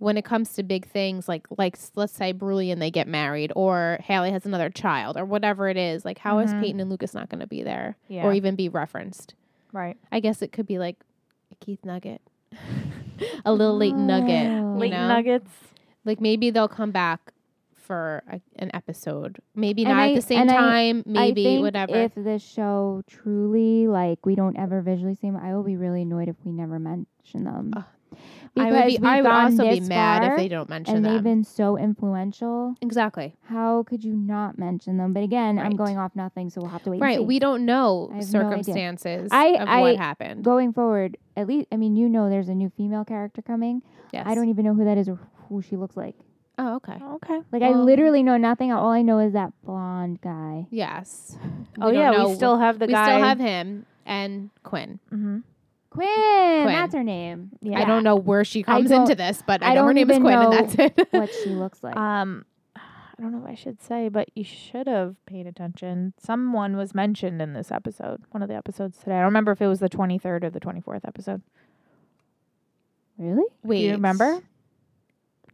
Speaker 1: when it comes to big things like like s- let's say Brulee and they get married or Haley has another child or whatever it is, like how is
Speaker 3: Mm-hmm.
Speaker 2: Mhm.
Speaker 1: Peyton and Lucas not gonna be there
Speaker 2: Yeah.
Speaker 1: or even be referenced?
Speaker 2: right.
Speaker 1: I guess it could be like a Keith Nugget. a little late nugget.
Speaker 3: Oh.
Speaker 1: you
Speaker 2: Late
Speaker 1: know?
Speaker 2: nuggets.
Speaker 1: Like maybe they'll come back for a, an episode. Maybe
Speaker 3: And
Speaker 1: not
Speaker 3: I-
Speaker 1: at the same
Speaker 3: and I-
Speaker 1: time.
Speaker 3: I
Speaker 1: maybe
Speaker 3: think
Speaker 1: whatever.
Speaker 3: If this show truly like we don't ever visually see them, I will be really annoyed if we never mention them.
Speaker 1: Ugh. I
Speaker 3: Because
Speaker 1: would be.
Speaker 3: we've
Speaker 1: I would
Speaker 3: gone
Speaker 1: also be
Speaker 3: this
Speaker 1: mad
Speaker 3: far,
Speaker 1: if they don't mention
Speaker 3: and
Speaker 1: them.
Speaker 3: they've been so influential.
Speaker 1: exactly.
Speaker 3: How could you not mention them? But again, I'm
Speaker 1: Right.
Speaker 3: going off nothing, so we'll have to wait.
Speaker 1: Right.
Speaker 3: And see.
Speaker 1: We don't know
Speaker 3: I have no idea.
Speaker 1: circumstances
Speaker 3: I-
Speaker 1: of what
Speaker 3: I-
Speaker 1: happened.
Speaker 3: going forward. At least, I mean, you know, there's a new female character coming.
Speaker 1: yes.
Speaker 3: I don't even know who that is or who she looks like.
Speaker 1: Oh, okay.
Speaker 2: Okay.
Speaker 3: Like I
Speaker 1: Well-
Speaker 3: literally know nothing. All I know is that blonde guy.
Speaker 1: Yes.
Speaker 2: oh
Speaker 1: don't
Speaker 2: yeah,
Speaker 1: know.
Speaker 2: we still have the
Speaker 1: we
Speaker 2: guy.
Speaker 1: still have him and Quinn.
Speaker 2: Mhm.
Speaker 3: Quinn, that's her name.
Speaker 2: Yeah.
Speaker 1: I don't know where she comes
Speaker 3: don't-
Speaker 1: into this, but I,
Speaker 3: I
Speaker 1: know her
Speaker 3: don't
Speaker 1: name is
Speaker 3: even
Speaker 1: Quinn, and
Speaker 3: know
Speaker 1: that's it.
Speaker 3: What she looks
Speaker 1: Uh,
Speaker 3: like.
Speaker 2: Um, I don't know if I should say, but you should have paid attention. Someone was mentioned in this episode, one of the episodes today. I don't remember if it was the 23rd or the 24th episode.
Speaker 3: Really?
Speaker 1: Wait.
Speaker 2: Do you remember?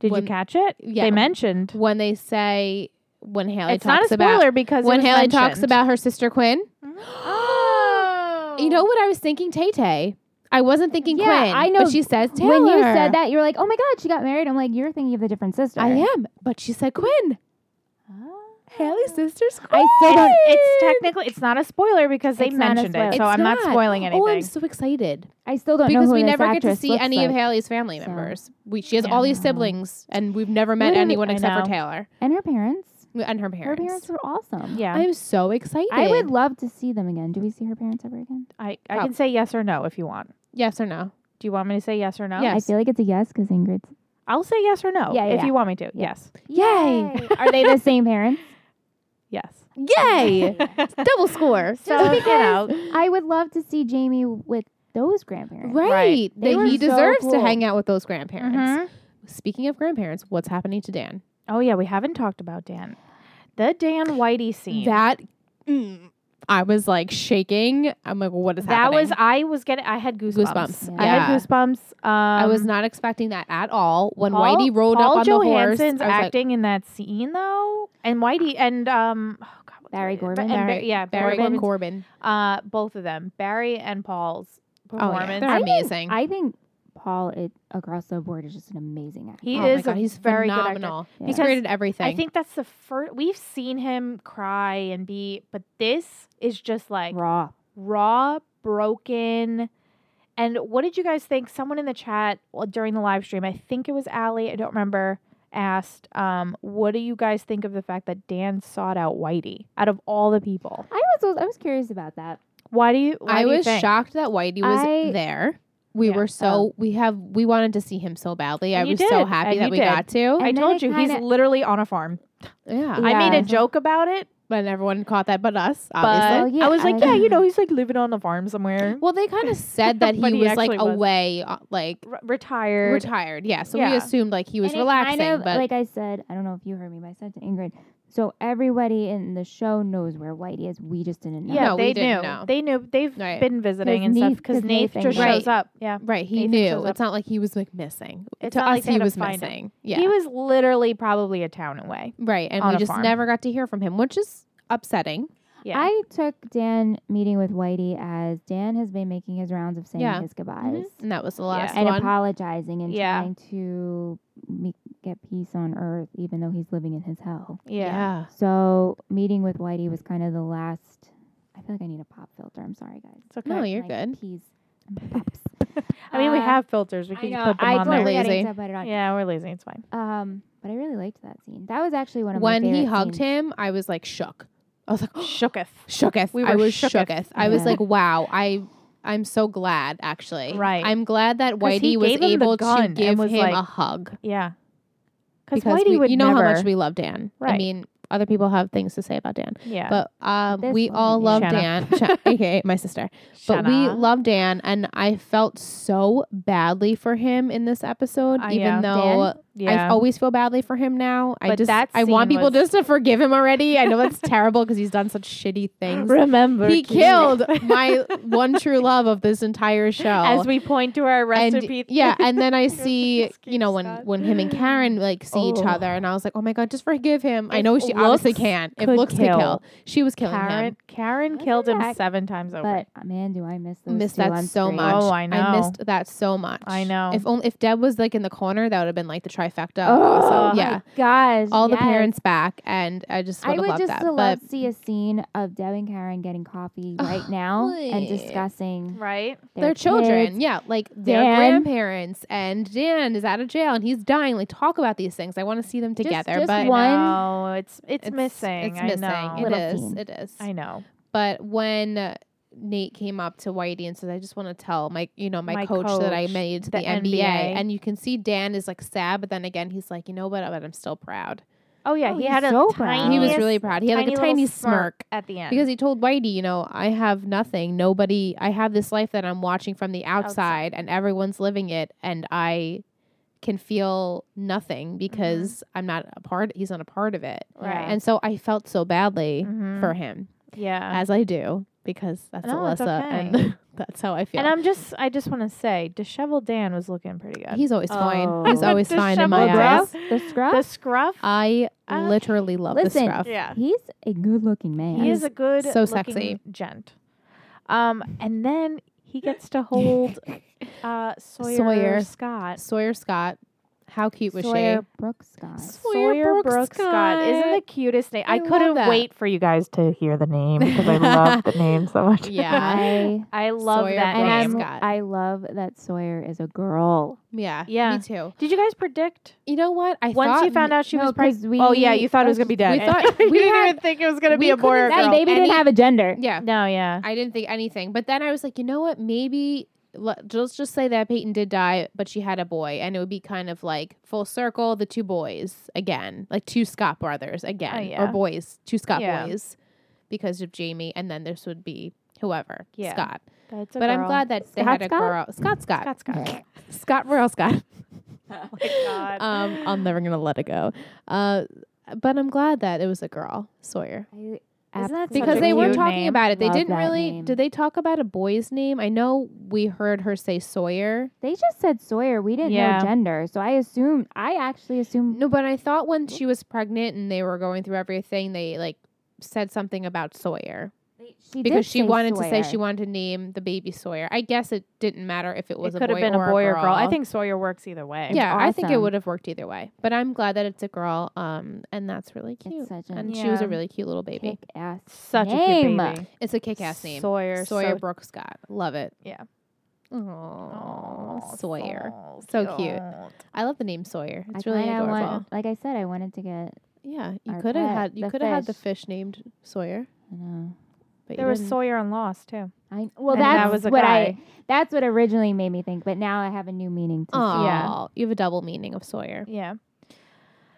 Speaker 2: Did
Speaker 1: When-
Speaker 2: you catch it?
Speaker 1: Yeah.
Speaker 2: They mentioned.
Speaker 1: when they say when Haley
Speaker 2: It's not a
Speaker 1: talks
Speaker 2: spoiler
Speaker 1: about
Speaker 2: because it
Speaker 1: when
Speaker 2: was
Speaker 1: Haley talks
Speaker 2: mentioned.
Speaker 1: about her sister Quinn?
Speaker 2: oh.
Speaker 1: You know what I was thinking, Tay Tay. I wasn't thinking
Speaker 3: Yeah,
Speaker 1: Quinn.
Speaker 3: I know.
Speaker 1: But she says Taylor.
Speaker 3: When you said that, you were like, "Oh my god, she got married." I'm like, "You're thinking of the different sister." Ah.
Speaker 1: I am, but she said Quinn. Haley's sister's Quinn.
Speaker 3: I still don't.
Speaker 2: It's technically it's not a spoiler because they
Speaker 3: It's not a
Speaker 2: mentioned it,
Speaker 3: spoiler.
Speaker 2: so I'm not spoiling anything.
Speaker 1: Oh, I'm so excited
Speaker 3: I still don't
Speaker 1: because
Speaker 3: know who
Speaker 1: we
Speaker 3: this
Speaker 1: never get to
Speaker 3: actress
Speaker 1: see
Speaker 3: looks
Speaker 1: any
Speaker 3: like.
Speaker 1: of Haley's family
Speaker 3: So-
Speaker 1: members. We, she has
Speaker 2: Yeah.
Speaker 1: all these siblings, and we've never met
Speaker 3: Literally,
Speaker 1: anyone
Speaker 2: I
Speaker 1: except for
Speaker 2: know.
Speaker 1: Taylor
Speaker 3: and her parents.
Speaker 1: and her parents.
Speaker 3: Her parents were awesome.
Speaker 2: yeah,
Speaker 1: I'm so excited.
Speaker 3: I would love to see them again. Do we see her parents ever again?
Speaker 2: I, I can say yes or no if you want.
Speaker 1: yes or no.
Speaker 2: Do you want me to say yes or no?
Speaker 1: Yes.
Speaker 3: I feel like it's a yes because Ingrid's.
Speaker 2: I'll say yes or no
Speaker 3: Yeah, yeah,
Speaker 2: if
Speaker 3: yeah.
Speaker 2: you want me to. Yes.
Speaker 1: Yay.
Speaker 3: Are they the same parents?
Speaker 2: Yes.
Speaker 1: Yay! Double score.
Speaker 2: So, you know,
Speaker 3: I would love to see Jamie with those grandparents.
Speaker 1: Right.
Speaker 2: Right.
Speaker 3: They
Speaker 1: That
Speaker 3: were
Speaker 1: he
Speaker 3: so
Speaker 1: deserves to
Speaker 3: cool.
Speaker 1: hang out with those grandparents.
Speaker 2: mhm.
Speaker 1: Speaking of grandparents, what's happening to Dan?
Speaker 2: Oh yeah, we haven't talked about Dan. The Dan Whitey scene.
Speaker 1: That mm, I was like shaking. I'm like, what is
Speaker 2: That
Speaker 1: happening?
Speaker 2: was I was getting I had goosebumps.
Speaker 1: Goosebumps.
Speaker 2: I
Speaker 1: Yeah.
Speaker 2: had goosebumps. Um,
Speaker 1: I was not expecting that at all. When
Speaker 2: Paul-
Speaker 1: Whitey rolled
Speaker 2: Paul
Speaker 1: up on the horse,
Speaker 2: Johansson's
Speaker 1: I was
Speaker 2: acting in that scene though, and Whitey and um oh God, what's
Speaker 3: Barry
Speaker 2: her name? Ba-
Speaker 3: Gorman?
Speaker 2: and Ba-
Speaker 1: Barry-
Speaker 2: yeah,
Speaker 1: like, Barry Corbin.
Speaker 2: Barry Gorman, uh, both of them, Barry and Paul's
Speaker 1: Oh,
Speaker 2: performance.
Speaker 1: yeah. they're
Speaker 3: I think-
Speaker 1: amazing.
Speaker 3: I think Paul it, across the board is just an amazing actor.
Speaker 2: He
Speaker 1: oh
Speaker 2: is
Speaker 1: my God,
Speaker 2: a
Speaker 1: he's
Speaker 2: very good actor.
Speaker 1: phenomenal.
Speaker 3: Yeah.
Speaker 1: He's
Speaker 2: Because
Speaker 1: created everything.
Speaker 2: I think that's the first we've seen him cry and be, but this is just like raw,
Speaker 3: raw.
Speaker 2: broken. And what did you guys think? Someone in the chat well, during the live stream, I think it was Allie, I don't remember, asked, um, "What do you guys think of the fact that Dan sought out Whitey out of all the people?
Speaker 3: I was I was curious about that.
Speaker 2: Why do you? Why
Speaker 1: I
Speaker 2: do you
Speaker 1: was
Speaker 2: think?
Speaker 1: shocked that Whitey was
Speaker 3: I-
Speaker 1: there. We
Speaker 2: Yeah. oh.
Speaker 1: were so we have we wanted to see him so badly.
Speaker 2: And
Speaker 1: I
Speaker 2: you
Speaker 1: was so
Speaker 2: did.
Speaker 1: happy
Speaker 2: And
Speaker 1: that
Speaker 2: you
Speaker 1: we
Speaker 2: did.
Speaker 1: got to.
Speaker 2: I
Speaker 3: And then
Speaker 2: told
Speaker 3: it
Speaker 2: you he's
Speaker 3: kinda-
Speaker 2: literally on a farm.
Speaker 1: yeah.
Speaker 2: I made
Speaker 3: Yeah.
Speaker 2: a joke about it,
Speaker 1: But everyone caught that but us,
Speaker 2: but
Speaker 1: obviously.
Speaker 3: Oh, yeah,
Speaker 2: I was like,
Speaker 3: I-
Speaker 2: yeah, you know, he's like living on a farm somewhere,
Speaker 1: well, they kind of said that he,
Speaker 2: But he
Speaker 1: was like
Speaker 2: actually was.
Speaker 1: away, uh, like
Speaker 2: R- retired.
Speaker 1: retired. Yeah, so we
Speaker 2: Yeah.
Speaker 1: assumed like he was
Speaker 3: And it
Speaker 1: relaxing,
Speaker 3: Kind of,
Speaker 1: but
Speaker 3: like I said, I don't know if you heard me, but I said to Ingrid, so everybody in the show knows where Whitey is. We just didn't know.
Speaker 2: Yeah,
Speaker 1: No, we
Speaker 2: they
Speaker 1: didn't
Speaker 2: knew.
Speaker 1: know.
Speaker 2: They knew. They've
Speaker 1: Right.
Speaker 2: been visiting
Speaker 3: 'Cause
Speaker 2: and stuff
Speaker 3: Nath-
Speaker 2: because
Speaker 3: 'cause
Speaker 2: Nath
Speaker 3: Nathan
Speaker 2: just
Speaker 1: was-
Speaker 2: shows up. Yeah,
Speaker 1: right, he
Speaker 2: Nathan
Speaker 1: knew.
Speaker 2: shows
Speaker 1: It's not like he was like missing.
Speaker 2: It's
Speaker 1: to
Speaker 2: not like
Speaker 1: us,
Speaker 2: they
Speaker 1: he
Speaker 2: had to
Speaker 1: was
Speaker 2: find him.
Speaker 1: missing. Yeah,
Speaker 2: he was literally probably a town away.
Speaker 1: right, and
Speaker 2: on
Speaker 1: we
Speaker 2: a
Speaker 1: just
Speaker 2: farm.
Speaker 1: never got to hear from him, which is upsetting.
Speaker 2: Yeah.
Speaker 3: I took Dan meeting with Whitey as Dan has been making his rounds of saying
Speaker 1: Yeah.
Speaker 3: his goodbyes.
Speaker 1: Mm-hmm. And that was the last
Speaker 3: and
Speaker 1: one.
Speaker 3: apologizing and
Speaker 2: Yeah.
Speaker 3: trying to me- get peace on earth, even though he's living in his hell.
Speaker 2: yeah,
Speaker 3: So meeting with Whitey was kind of the last. I feel like I need a pop filter. I'm sorry, guys.
Speaker 2: It's okay.
Speaker 1: No, you're
Speaker 3: Like,
Speaker 1: good.
Speaker 3: Peas. and pops.
Speaker 2: I mean, we
Speaker 3: Uh,
Speaker 2: have filters. We can just put them
Speaker 3: I
Speaker 2: on
Speaker 1: totally-
Speaker 2: there.
Speaker 3: forgetting
Speaker 1: Lazy.
Speaker 3: to put it on.
Speaker 2: Yeah, we're lazy. It's fine.
Speaker 3: Um, but I really liked that scene. That was actually one of
Speaker 1: When
Speaker 3: my favorite
Speaker 1: he hugged
Speaker 3: scenes.
Speaker 1: him, I was like shook. I was like
Speaker 2: Shooketh.
Speaker 1: shooketh.
Speaker 2: We
Speaker 1: I
Speaker 2: were
Speaker 1: was
Speaker 2: shooketh.
Speaker 1: shooketh. I was
Speaker 3: Yeah.
Speaker 1: like, wow. I I'm so glad actually.
Speaker 2: Right.
Speaker 1: I'm glad that
Speaker 2: 'Cause he
Speaker 1: Whitey was
Speaker 2: gave him the
Speaker 1: able to
Speaker 2: gun and
Speaker 1: give
Speaker 2: was
Speaker 1: him
Speaker 2: like-
Speaker 1: a hug
Speaker 2: Yeah, because
Speaker 1: because
Speaker 2: Whitey
Speaker 1: we,
Speaker 2: would
Speaker 1: you know
Speaker 2: never.
Speaker 1: how much we love Dan. I
Speaker 2: Right.
Speaker 1: mean, other people have things to say about Dan,
Speaker 2: yeah,
Speaker 1: but um,
Speaker 3: This
Speaker 1: we
Speaker 3: one,
Speaker 1: all
Speaker 3: yeah.
Speaker 1: love
Speaker 2: Shanna.
Speaker 1: Dan, Sha- aka my sister. But we
Speaker 2: Shanna.
Speaker 1: love Dan, and I felt so badly for him in this episode,
Speaker 2: Uh,
Speaker 1: even
Speaker 2: yeah.
Speaker 1: though. I
Speaker 2: yeah.
Speaker 1: always feel badly for him now. I
Speaker 2: But
Speaker 1: just
Speaker 2: that
Speaker 1: I want
Speaker 2: scene
Speaker 1: people
Speaker 2: was-
Speaker 1: just to forgive him already. I know that's terrible because he's done such shitty things.
Speaker 2: remember
Speaker 1: He
Speaker 2: Keith.
Speaker 1: killed my one true love of this entire show.
Speaker 2: As we point to our
Speaker 1: Oh. and,
Speaker 2: recipe.
Speaker 1: yeah, and then I
Speaker 2: Rest in
Speaker 1: see,
Speaker 2: peace,
Speaker 1: you know,
Speaker 2: Keith
Speaker 1: when
Speaker 2: Scott.
Speaker 1: when him and Karen like see each
Speaker 2: Oh.
Speaker 1: other, and I was like, oh my god, just forgive him. I
Speaker 2: If
Speaker 1: know she obviously
Speaker 2: looks
Speaker 1: can't. If
Speaker 2: could
Speaker 1: looks could
Speaker 2: kill,
Speaker 1: kill, she was killing
Speaker 2: Karen.
Speaker 1: him.
Speaker 2: Karen
Speaker 3: Wasn't
Speaker 2: killed him
Speaker 3: that-
Speaker 2: seven times over.
Speaker 3: But uh, man, do I miss those
Speaker 1: Miss
Speaker 3: two
Speaker 1: that
Speaker 3: on
Speaker 1: so
Speaker 3: screen.
Speaker 1: much.
Speaker 2: Oh, I
Speaker 1: I
Speaker 2: know.
Speaker 1: missed that so much.
Speaker 2: I know.
Speaker 1: If only if Deb was like in the corner, that would have been like the trifecta.
Speaker 3: Oh,
Speaker 1: also. yeah.
Speaker 3: my gosh.
Speaker 1: all the
Speaker 3: yes.
Speaker 1: parents back, and I just would
Speaker 3: I
Speaker 1: have
Speaker 3: would
Speaker 1: loved
Speaker 3: just
Speaker 1: that.
Speaker 3: love
Speaker 1: But
Speaker 3: to see a scene of Deb and Karen getting coffee
Speaker 1: Oh,
Speaker 3: right now and
Speaker 1: please.
Speaker 3: discussing
Speaker 2: right?
Speaker 1: their children,
Speaker 3: kids.
Speaker 1: yeah, like their
Speaker 3: Dan.
Speaker 1: grandparents, and Dan is out of jail and he's dying. Like talk about these things. I want to see them together.
Speaker 3: just
Speaker 1: but
Speaker 3: one-
Speaker 2: No, it's it's,
Speaker 1: it's
Speaker 2: missing.
Speaker 1: It's
Speaker 2: I
Speaker 1: missing.
Speaker 2: know.
Speaker 1: It
Speaker 3: Little
Speaker 1: is.
Speaker 3: scene.
Speaker 1: It is.
Speaker 2: I know.
Speaker 1: But when uh, Nate came up to Whitey and said, "I just want to tell my, you know, my,
Speaker 2: My
Speaker 1: coach, that I
Speaker 2: coach,
Speaker 1: made it to the,
Speaker 2: the
Speaker 1: NBA,"
Speaker 2: NBA.
Speaker 1: and you can see Dan is like sad, but then again, he's like, "You know what? But I'm still proud."
Speaker 2: Oh yeah,
Speaker 3: Oh,
Speaker 2: he
Speaker 3: he's
Speaker 2: had a
Speaker 3: so proud.
Speaker 2: tiny.
Speaker 1: He was
Speaker 3: Tiniest-
Speaker 1: really proud. He had like a
Speaker 2: little
Speaker 1: tiny smirk.
Speaker 2: at the end
Speaker 1: Because he told Whitey, you know, I have nothing. Nobody, I have this life that I'm watching from the outside,
Speaker 2: Outside.
Speaker 1: and everyone's living it, and I can feel nothing because I'm not a part, he's not a part of it.
Speaker 2: Right.
Speaker 1: And so I felt so badly
Speaker 2: Mhm.
Speaker 1: for him,
Speaker 2: yeah,
Speaker 1: as I do, because that's
Speaker 2: No, it's
Speaker 1: Alyssa.
Speaker 2: okay.
Speaker 1: And That's how I feel.
Speaker 2: And I'm just, I just want to say, Disheveled Dan was looking pretty good.
Speaker 1: He's always
Speaker 3: Oh.
Speaker 1: fine. He's
Speaker 3: But
Speaker 1: always fine in my
Speaker 2: disheveled
Speaker 1: eyes.
Speaker 2: dress?
Speaker 3: The scruff.
Speaker 2: the scruff.
Speaker 1: I
Speaker 2: Uh,
Speaker 1: literally love
Speaker 3: listen.
Speaker 1: the scruff.
Speaker 2: yeah,
Speaker 3: He's a good-looking man.
Speaker 2: he is a good,
Speaker 1: so
Speaker 2: looking
Speaker 1: sexy.
Speaker 2: gent. Um, and then he gets to hold uh, Sawyer,
Speaker 1: Sawyer.
Speaker 2: Scott.
Speaker 1: Sawyer Scott, how cute was
Speaker 3: Sawyer
Speaker 1: she?
Speaker 3: Brooks Scott.
Speaker 2: Sawyer, Brooks, Scott. isn't the cutest name.
Speaker 1: I
Speaker 2: I,
Speaker 1: love
Speaker 2: couldn't
Speaker 1: that.
Speaker 2: wait for you guys to hear the name because I love the name so much.
Speaker 1: Yeah,
Speaker 3: I
Speaker 2: I love
Speaker 1: Sawyer
Speaker 2: that
Speaker 3: and
Speaker 1: Brooks
Speaker 2: name.
Speaker 3: I'm-
Speaker 1: Scott.
Speaker 3: I love that Sawyer is a girl.
Speaker 1: yeah,
Speaker 2: Yeah.
Speaker 1: Me too.
Speaker 2: Did you guys predict
Speaker 1: You know what? I
Speaker 2: once
Speaker 1: thought
Speaker 2: you found out she
Speaker 3: no,
Speaker 2: was
Speaker 3: 'cause
Speaker 2: pregnant?
Speaker 3: we-
Speaker 2: oh yeah, you thought it was gonna be dead.
Speaker 1: we thought- we
Speaker 2: didn't
Speaker 1: had-
Speaker 2: even think it was gonna be
Speaker 1: we
Speaker 2: a boy or a
Speaker 1: couldn't-
Speaker 2: girl.
Speaker 3: That baby
Speaker 1: Any-
Speaker 3: didn't have a gender.
Speaker 1: Yeah,
Speaker 2: no, yeah.
Speaker 1: I didn't think anything. But then I was like, you know what? Maybe l- let's just say that Peyton did die, but she had a boy, and it would be kind of like full circle the two boys again, like two Scott brothers again,
Speaker 2: yeah.
Speaker 1: or boys, two Scott
Speaker 2: Yeah.
Speaker 1: boys, because of Jamie, and then this would be whoever
Speaker 2: Yeah.
Speaker 1: Scott.
Speaker 2: That's a
Speaker 1: But I'm
Speaker 2: girl.
Speaker 1: glad that they
Speaker 3: Scott
Speaker 1: had a
Speaker 3: Scott?
Speaker 1: girl, Scott Scott,
Speaker 2: Scott Scott.
Speaker 1: Scott Royal Scott.
Speaker 2: oh my god.
Speaker 1: Um, I'm never gonna let it go. Uh, but I'm glad that it was a girl, Sawyer.
Speaker 3: I
Speaker 2: Isn't that
Speaker 3: absolutely-
Speaker 2: Such
Speaker 1: because
Speaker 2: a
Speaker 1: they were
Speaker 2: cute
Speaker 1: talking
Speaker 2: name.
Speaker 1: about it. They
Speaker 3: Love
Speaker 1: didn't
Speaker 3: that
Speaker 1: really.
Speaker 3: name.
Speaker 1: Did they talk about a boy's name? I know we heard her say Sawyer.
Speaker 3: They just said Sawyer. We didn't
Speaker 2: Yeah.
Speaker 3: know gender, so I assumed. I actually assumed.
Speaker 1: No, but I thought when she was pregnant and they were going through everything, they like said something about Sawyer
Speaker 3: She
Speaker 1: because
Speaker 3: did
Speaker 1: she wanted to say
Speaker 3: Sawyer.
Speaker 1: she wanted to name the baby Sawyer. I guess it didn't matter if it was
Speaker 2: it
Speaker 1: a
Speaker 2: could
Speaker 1: boy
Speaker 2: have been
Speaker 1: or
Speaker 2: a boy or girl. I think Sawyer works either way.
Speaker 1: Yeah, I think it
Speaker 3: awesome.
Speaker 1: would have worked either way. But I'm glad that it's a girl. Um, and that's really cute.
Speaker 3: It's such a
Speaker 1: and she was a
Speaker 2: Yeah.
Speaker 1: really cute little baby.
Speaker 3: kick-ass
Speaker 2: Such
Speaker 3: name.
Speaker 2: a cute baby.
Speaker 1: It's a kick-ass name.
Speaker 2: Sawyer.
Speaker 1: Sawyer
Speaker 2: so-
Speaker 1: Brooks Scott. Love it.
Speaker 2: Yeah.
Speaker 1: Oh,
Speaker 2: Aw,
Speaker 1: Sawyer.
Speaker 2: so
Speaker 1: So cute. I love the name Sawyer. It's
Speaker 3: I
Speaker 1: really
Speaker 3: kinda
Speaker 1: adorable.
Speaker 3: want- like I said, I wanted to get.
Speaker 1: yeah, you
Speaker 3: our
Speaker 1: could have
Speaker 3: pet,
Speaker 1: had you
Speaker 3: the
Speaker 1: could have had the
Speaker 3: fish.
Speaker 1: fish named Sawyer,
Speaker 3: You know,
Speaker 1: but
Speaker 2: There
Speaker 1: you
Speaker 2: was
Speaker 1: didn't.
Speaker 2: Sawyer and Lost too.
Speaker 3: I well
Speaker 2: And
Speaker 3: that's
Speaker 2: that was a
Speaker 3: what
Speaker 2: guy.
Speaker 3: I. That's what originally made me think, but now I have a new meaning to.
Speaker 1: Aw,
Speaker 2: Yeah.
Speaker 1: you have a double meaning of Sawyer.
Speaker 2: Yeah.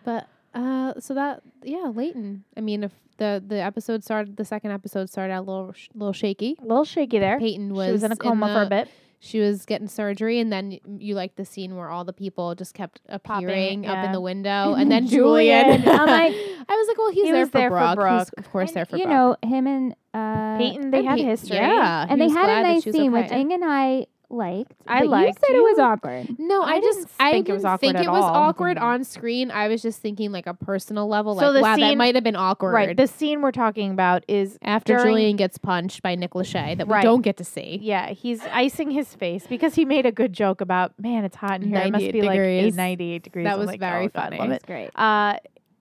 Speaker 1: But uh, so that yeah, Leighton. I mean, if the the episode started, the second episode started out a little sh- little shaky.
Speaker 2: A little shaky there.
Speaker 1: Peyton was,
Speaker 2: she was in a coma for a
Speaker 1: the-
Speaker 2: bit.
Speaker 1: She was getting surgery, and then y- you like the scene where all the people just kept appearing up
Speaker 2: yeah.
Speaker 1: in the window,
Speaker 3: And
Speaker 1: and
Speaker 3: then
Speaker 1: then Julian.
Speaker 3: Julian. I'm like-
Speaker 1: I was like, well, he's
Speaker 2: He
Speaker 1: there,
Speaker 2: was
Speaker 1: for,
Speaker 2: there for
Speaker 1: Brooke. He's,
Speaker 2: Brooke.
Speaker 1: of course,
Speaker 3: And,
Speaker 1: there for
Speaker 3: you
Speaker 1: Brooke.
Speaker 3: know him and uh,
Speaker 2: Peyton, they
Speaker 1: And
Speaker 2: had
Speaker 1: he-
Speaker 2: history.
Speaker 1: Yeah, he
Speaker 3: and they
Speaker 1: was
Speaker 3: had
Speaker 1: glad
Speaker 3: a
Speaker 1: that
Speaker 3: nice
Speaker 1: she was
Speaker 3: scene, which
Speaker 1: okay.
Speaker 3: Ing and I liked.
Speaker 2: I
Speaker 3: but You
Speaker 2: liked
Speaker 3: said it was
Speaker 2: you.
Speaker 3: awkward.
Speaker 1: No, I,
Speaker 2: I
Speaker 1: just
Speaker 2: didn't
Speaker 1: I
Speaker 2: think it
Speaker 1: didn't
Speaker 2: was awkward
Speaker 1: think
Speaker 2: at
Speaker 1: it was
Speaker 2: all.
Speaker 1: awkward
Speaker 3: Mhm.
Speaker 1: on screen. I was just thinking like a personal level,
Speaker 2: So
Speaker 1: like
Speaker 2: the
Speaker 1: wow, that
Speaker 2: scene-
Speaker 1: might have been awkward.
Speaker 2: Right. The scene we're talking about is
Speaker 1: after
Speaker 2: during-
Speaker 1: Julian gets punched by Nick Lachey, that we
Speaker 2: Right.
Speaker 1: don't get to see.
Speaker 2: yeah, he's icing his face because he made a good joke about man, it's hot in here. It must
Speaker 1: 98
Speaker 2: be like
Speaker 1: degrees.
Speaker 2: eight, 98 degrees.
Speaker 1: That
Speaker 2: I'm
Speaker 1: was
Speaker 2: like,
Speaker 1: very
Speaker 2: oh, God,
Speaker 1: funny.
Speaker 2: love it.
Speaker 3: It's great.
Speaker 2: Uh,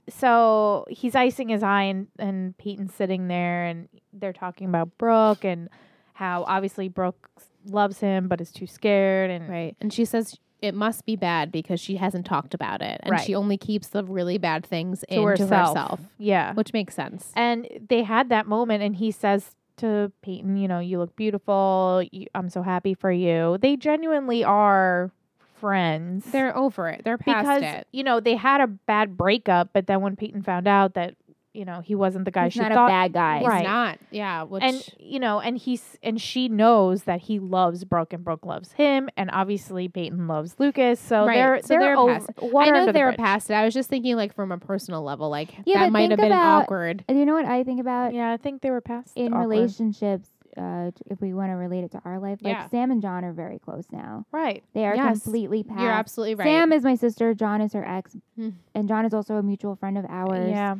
Speaker 2: so he's icing his eye, and, and Peyton's sitting there, and they're talking about Brooke and how obviously Brooke loves him, but is too scared. And
Speaker 1: Right, and she says it must be bad because she hasn't talked about it, and
Speaker 2: Right.
Speaker 1: she only keeps the really bad things
Speaker 2: To
Speaker 1: in to
Speaker 2: herself.
Speaker 1: herself,
Speaker 2: yeah.
Speaker 1: which makes sense.
Speaker 2: And they had that moment, and he says to Peyton, You know, you look beautiful. You, I'm so happy for you. They genuinely are friends.
Speaker 1: They're over it. They're past
Speaker 2: because,
Speaker 1: it.
Speaker 2: you know, they had a bad breakup, but then when Peyton found out that, you know, he wasn't the guy
Speaker 3: He's
Speaker 2: she
Speaker 3: not
Speaker 2: thought
Speaker 3: a bad guy.
Speaker 1: He's
Speaker 2: Right.
Speaker 1: not. Yeah. Which
Speaker 2: and you know, and he's and she knows that he loves Brooke, and Brooke loves him, and obviously Peyton loves Lucas. So
Speaker 1: Right,
Speaker 2: they're
Speaker 1: so
Speaker 2: they're,
Speaker 1: they're
Speaker 2: over,
Speaker 1: past- I
Speaker 2: water
Speaker 1: know
Speaker 2: under the
Speaker 1: they were
Speaker 2: bridge.
Speaker 1: past it. I was just thinking like from a personal level, like
Speaker 3: Yeah,
Speaker 1: that
Speaker 3: but
Speaker 1: might
Speaker 3: think
Speaker 1: have been
Speaker 3: about-
Speaker 1: awkward.
Speaker 3: And you know what I think about
Speaker 2: Yeah, I think they were past
Speaker 3: in
Speaker 2: awkward.
Speaker 3: relationships. Uh, t- if we want to relate it to our life,
Speaker 1: Yeah.
Speaker 3: like Sam and John are very close now.
Speaker 2: Right.
Speaker 3: They are
Speaker 1: Yes.
Speaker 3: completely past.
Speaker 1: You're absolutely right.
Speaker 3: Sam is my sister. John is her ex,
Speaker 1: Hmm.
Speaker 3: and John is also a mutual friend of ours.
Speaker 2: Yeah.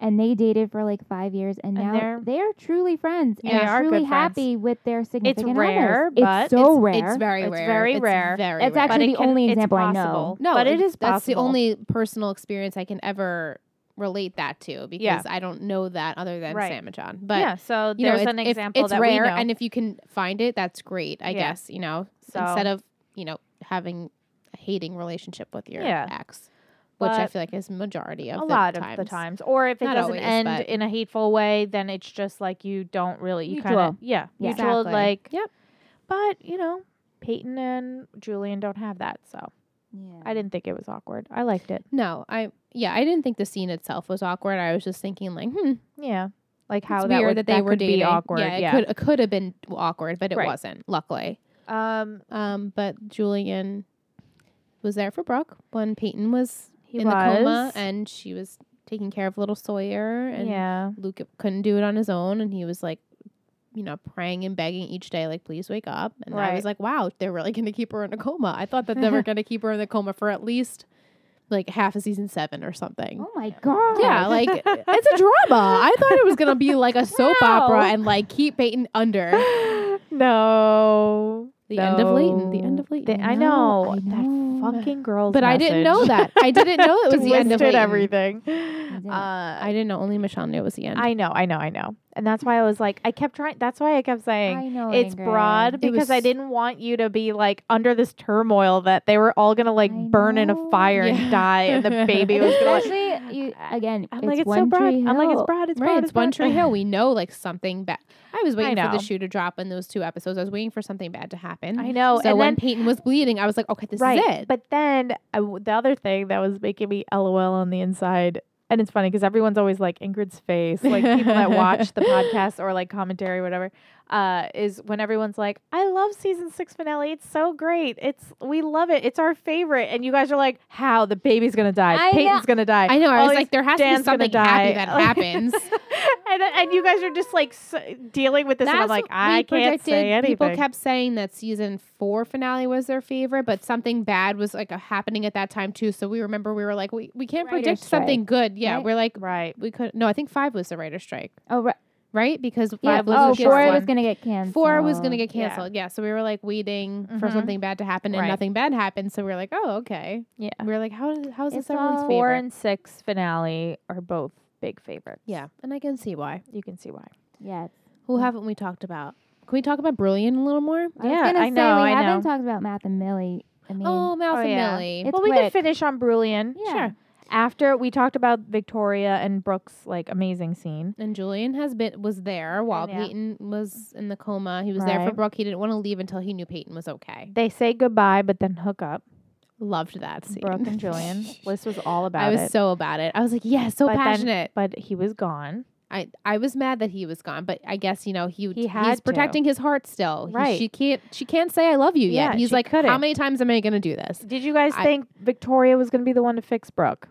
Speaker 3: and they dated for like five years, and,
Speaker 2: And
Speaker 3: now
Speaker 2: they're-
Speaker 3: they're, truly friends.
Speaker 2: They
Speaker 3: and
Speaker 2: are good
Speaker 3: truly
Speaker 2: friends.
Speaker 3: happy with their significant
Speaker 2: rare,
Speaker 3: others.
Speaker 2: but
Speaker 3: it's so
Speaker 1: it's
Speaker 3: rare.
Speaker 1: very
Speaker 2: It's
Speaker 1: rare.
Speaker 2: very rare.
Speaker 1: very
Speaker 3: It's
Speaker 1: rare.
Speaker 3: actually
Speaker 2: But it
Speaker 3: the only
Speaker 2: it's
Speaker 3: example I know.
Speaker 2: possible.
Speaker 1: no,
Speaker 2: but it
Speaker 1: it-
Speaker 2: is possible.
Speaker 1: That's the only personal experience I can ever relate that to because I don't know that other than
Speaker 2: Right.
Speaker 1: Sam and John. But
Speaker 2: yeah, so
Speaker 1: you know,
Speaker 2: there's
Speaker 1: it's-
Speaker 2: an
Speaker 1: if-
Speaker 2: example
Speaker 1: it's
Speaker 2: that
Speaker 1: rare,
Speaker 2: we know.
Speaker 1: and if you can find it, that's great. I
Speaker 2: Yeah.
Speaker 1: guess you know
Speaker 2: So-
Speaker 1: instead of you know having a hating relationship with your
Speaker 2: Yeah.
Speaker 1: ex, which I
Speaker 2: But
Speaker 1: feel like is majority of
Speaker 2: a
Speaker 1: the
Speaker 2: lot
Speaker 1: times.
Speaker 2: of the times, or if it
Speaker 1: Not
Speaker 2: doesn't
Speaker 1: always,
Speaker 2: end
Speaker 1: but-
Speaker 2: in a hateful way, then it's just like you don't really you kind of
Speaker 3: Mutual.
Speaker 2: yeah,
Speaker 3: Yeah.
Speaker 2: mutual
Speaker 1: Exactly.
Speaker 2: like
Speaker 1: Yep.
Speaker 2: But you know, Peyton and Julian don't have that, so
Speaker 3: Yeah.
Speaker 2: I didn't think it was awkward. I liked it.
Speaker 1: No, I yeah, I didn't think the scene itself was awkward. I was just thinking like, hmm,
Speaker 2: Yeah, like how
Speaker 1: it's
Speaker 2: that
Speaker 1: weird
Speaker 2: would,
Speaker 1: that they
Speaker 2: that
Speaker 1: were
Speaker 2: could
Speaker 1: dating.
Speaker 2: be awkward.
Speaker 1: Yeah,
Speaker 2: Yeah.
Speaker 1: it could it could have been awkward, but it
Speaker 2: Right.
Speaker 1: wasn't. Luckily,
Speaker 2: Um,
Speaker 1: um, but Julian was there for Brooke when Peyton was
Speaker 2: he
Speaker 1: in
Speaker 2: was.
Speaker 1: the coma, and she was taking care of little Sawyer, and
Speaker 2: yeah,
Speaker 1: Luke couldn't do it on his own, and he was like you know, praying and begging each day, like, please wake up. And I
Speaker 2: Right.
Speaker 1: was like, wow, they're really going to keep her in a coma. I thought that they were going to keep her in the coma for at least like half of season seven or something.
Speaker 3: Oh my god.
Speaker 1: Yeah, like it's a drama. I thought it was gonna be like a soap
Speaker 2: Wow.
Speaker 1: opera and like keep Peyton under.
Speaker 2: no.
Speaker 1: The end of Leighton. The end of Leighton.
Speaker 2: Leighton. I know.
Speaker 3: No, I know.
Speaker 2: That fucking girl's
Speaker 1: But I didn't know
Speaker 2: message
Speaker 1: that. I didn't know it was the end of
Speaker 2: twisted
Speaker 1: Leighton.
Speaker 2: everything.
Speaker 3: did.
Speaker 2: Uh,
Speaker 1: I
Speaker 2: I,
Speaker 1: didn't know. Only Michelle knew it was the end.
Speaker 2: know, I know, I know. And that's why I was like, I kept trying. That's why I kept saying,
Speaker 3: I know
Speaker 2: it's
Speaker 3: Ingrid.
Speaker 2: broad because I
Speaker 1: was-
Speaker 2: didn't want you to be like under this turmoil that they were all gonna like
Speaker 3: I
Speaker 2: burn in a
Speaker 3: know.
Speaker 2: fire
Speaker 1: Yeah.
Speaker 2: and die, and the baby
Speaker 3: And
Speaker 2: was gonna. Like,
Speaker 3: especially you again.
Speaker 2: I'm
Speaker 3: it's
Speaker 2: like, it's
Speaker 3: one
Speaker 2: so broad.
Speaker 3: Tree
Speaker 2: I'm like, it's
Speaker 3: Hill.
Speaker 2: broad. It's broad.
Speaker 1: right,
Speaker 2: it's
Speaker 1: it's One
Speaker 2: broad.
Speaker 1: Tree Hill. We know like something bad. I was waiting for
Speaker 2: know.
Speaker 1: the shoe to drop in those two episodes. I was waiting for something bad to happen.
Speaker 2: I know.
Speaker 1: So
Speaker 2: and
Speaker 1: when
Speaker 2: then
Speaker 1: Peyton was bleeding, I was like, okay, this
Speaker 2: right,
Speaker 1: is it.
Speaker 2: but then I w the other thing that was making me LOL on the inside. And it's funny because everyone's always like Ingrid's face, like people that watch the podcast or like commentary, whatever, uh, is when everyone's like, "I love season six finale. It's so great. It's we love it. It's our favorite." And you guys are like, "How the baby's gonna die?
Speaker 3: I know.
Speaker 2: Peyton's gonna die?
Speaker 1: I know. I
Speaker 2: Oh,
Speaker 1: was
Speaker 2: he's-
Speaker 1: like, there has to be
Speaker 2: Dan's gonna
Speaker 1: something happy
Speaker 2: die.
Speaker 1: that happens.
Speaker 2: and then- and you guys are just like s dealing with this, and I'm like,
Speaker 1: what
Speaker 2: I
Speaker 1: we
Speaker 2: can't say
Speaker 1: predicted.
Speaker 2: anything.
Speaker 1: People kept saying that season four finale was their favorite, but something bad was like happening at that time too. So we remember we were like, we, we can't
Speaker 3: Writer's
Speaker 1: predict something
Speaker 3: strike,
Speaker 1: good. Yeah,
Speaker 3: right?
Speaker 1: we're like,
Speaker 2: right.
Speaker 1: we could. No, I think five was the writer's strike,
Speaker 3: Oh, right.
Speaker 1: right? Because five
Speaker 3: yeah.
Speaker 1: was
Speaker 3: oh,
Speaker 1: the
Speaker 2: Lucas
Speaker 3: four was
Speaker 1: one.
Speaker 3: gonna get canceled.
Speaker 1: Four was gonna get
Speaker 2: Yeah.
Speaker 1: canceled. Yeah. so we were like waiting for
Speaker 2: Mhm.
Speaker 1: something bad to happen, and
Speaker 2: Right.
Speaker 1: nothing bad happened. So we were like, oh, okay.
Speaker 2: Yeah.
Speaker 1: We were like, how does how is
Speaker 3: It's
Speaker 1: this everyone's
Speaker 3: all-
Speaker 2: Four
Speaker 1: favorite?
Speaker 2: and six finale are both big favorites.
Speaker 1: yeah, and I can see why.
Speaker 2: you can see why.
Speaker 3: Yes.
Speaker 1: Who haven't we talked about? Can we talk about Brilliant a little more?
Speaker 3: I was
Speaker 2: Yeah,
Speaker 3: gonna
Speaker 2: I
Speaker 3: say
Speaker 2: know, I
Speaker 3: we haven't
Speaker 2: know.
Speaker 3: talked about Math and Millie. I mean,
Speaker 1: Oh, Mouth
Speaker 2: Oh,
Speaker 1: and
Speaker 2: yeah.
Speaker 1: Millie.
Speaker 3: It's
Speaker 2: well, we
Speaker 3: quick.
Speaker 2: could finish on Brulian.
Speaker 3: yeah.
Speaker 1: sure.
Speaker 2: After we talked about Victoria and Brooks' like amazing scene.
Speaker 1: And Julian has been was there while
Speaker 2: yeah.
Speaker 1: Peyton was in the coma. He was there for
Speaker 2: Right.
Speaker 1: Brooke. He didn't want to leave until he knew Peyton was okay.
Speaker 2: They say goodbye, but then hook up.
Speaker 1: Loved that scene.
Speaker 2: Brooke and Julian. Liz was all about
Speaker 1: I was
Speaker 2: it.
Speaker 1: so about it. I was like, yeah, so
Speaker 2: But then-
Speaker 1: passionate.
Speaker 2: but he was gone.
Speaker 1: I, I was mad that he was gone, but I guess you know he,
Speaker 2: He had
Speaker 1: he's
Speaker 2: to.
Speaker 1: protecting his heart still. He-
Speaker 2: Right.
Speaker 1: she can't she can't say I love you yet.
Speaker 2: Yeah,
Speaker 1: He's
Speaker 2: she
Speaker 1: like, how
Speaker 2: couldn't.
Speaker 1: many times am I going to do this?
Speaker 2: Did you guys
Speaker 1: I-
Speaker 2: think Victoria was going to be the one to fix Brooke?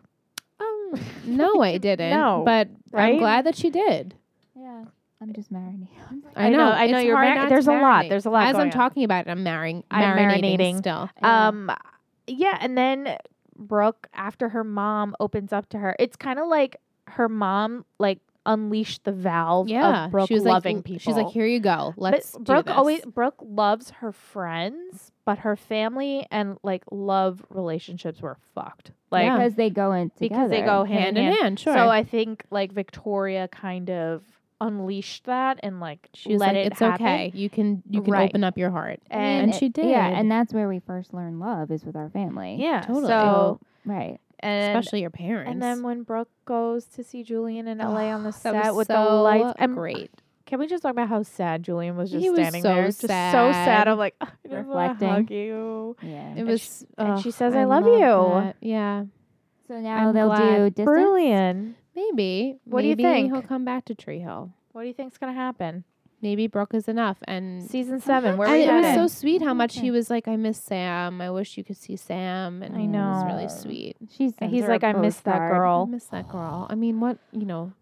Speaker 1: Um, no, I didn't.
Speaker 2: No,
Speaker 1: but I'm
Speaker 2: right?
Speaker 1: glad that she did.
Speaker 3: Yeah. I'm just marinating. I'm like,
Speaker 1: I
Speaker 2: I
Speaker 1: know.
Speaker 2: know, I know
Speaker 1: it's
Speaker 2: you're
Speaker 1: hard
Speaker 2: mar-
Speaker 1: not to
Speaker 2: there's a lot,
Speaker 1: marinate.
Speaker 2: there's a lot
Speaker 1: As I'm
Speaker 2: going on.
Speaker 1: talking about it, I'm marin-
Speaker 2: I'm
Speaker 1: marinating,
Speaker 2: marinating.
Speaker 1: still.
Speaker 3: yeah.
Speaker 2: Um, yeah, and then Brooke, after her mom opens up to her, it's kind of like her mom like unleashed the valve
Speaker 1: yeah,
Speaker 2: of Brooke
Speaker 1: she was
Speaker 2: loving
Speaker 1: like,
Speaker 2: people.
Speaker 1: She's like, here you go. Let's do
Speaker 2: but Brooke
Speaker 1: this."
Speaker 2: always Brooke loves her friends, but her family and like love relationships were fucked. Like
Speaker 1: Yeah.
Speaker 3: because they go in together.
Speaker 2: because they go
Speaker 1: hand
Speaker 2: hand
Speaker 1: in
Speaker 2: in
Speaker 1: hand. Sure.
Speaker 2: So I think like Victoria kind of unleashed that and like
Speaker 1: she was
Speaker 2: let
Speaker 1: like,
Speaker 2: it
Speaker 1: it's
Speaker 2: happen.
Speaker 1: okay. You can you can
Speaker 2: Right.
Speaker 1: open up your heart.
Speaker 3: I mean,
Speaker 2: And
Speaker 1: And she
Speaker 3: it- Yeah,
Speaker 1: did.
Speaker 3: and that's where we first learn love is with our family.
Speaker 2: Yeah,
Speaker 1: Totally.
Speaker 2: So
Speaker 3: Right.
Speaker 2: and
Speaker 1: Especially your parents.
Speaker 2: and then when Brooke goes to see Julian in LA on the
Speaker 1: that
Speaker 2: set
Speaker 1: was
Speaker 2: with
Speaker 1: so
Speaker 2: the lights, and
Speaker 1: great.
Speaker 2: Can we just talk about how sad Julian was just
Speaker 1: He was
Speaker 2: standing
Speaker 1: so
Speaker 2: there, just so
Speaker 1: sad.
Speaker 2: sad. I'm like, I just want to
Speaker 3: Reflecting.
Speaker 2: hug you.
Speaker 3: Yeah.
Speaker 1: It
Speaker 2: and
Speaker 1: was.
Speaker 2: and
Speaker 1: ugh,
Speaker 2: she says, "I love you."
Speaker 1: that. Yeah.
Speaker 3: So now
Speaker 1: I'm
Speaker 3: they'll
Speaker 1: glad-
Speaker 3: do distance.
Speaker 2: Brilliant.
Speaker 1: Maybe.
Speaker 2: What do you
Speaker 1: Maybe
Speaker 2: think?
Speaker 1: He'll come back to Tree Hill.
Speaker 2: What do you think's gonna happen?
Speaker 1: Maybe Brooke is enough. And
Speaker 2: Season seven. Where
Speaker 1: Mm. I-
Speaker 2: we
Speaker 1: it was
Speaker 2: headed?
Speaker 1: so sweet how much
Speaker 3: Okay.
Speaker 1: he was like, I miss Sam. I wish you could see Sam. And
Speaker 2: I
Speaker 1: It was
Speaker 2: know.
Speaker 1: really sweet.
Speaker 3: She's
Speaker 2: And he's like, I miss that
Speaker 1: I
Speaker 2: girl.
Speaker 1: miss that girl. I mean, what you know,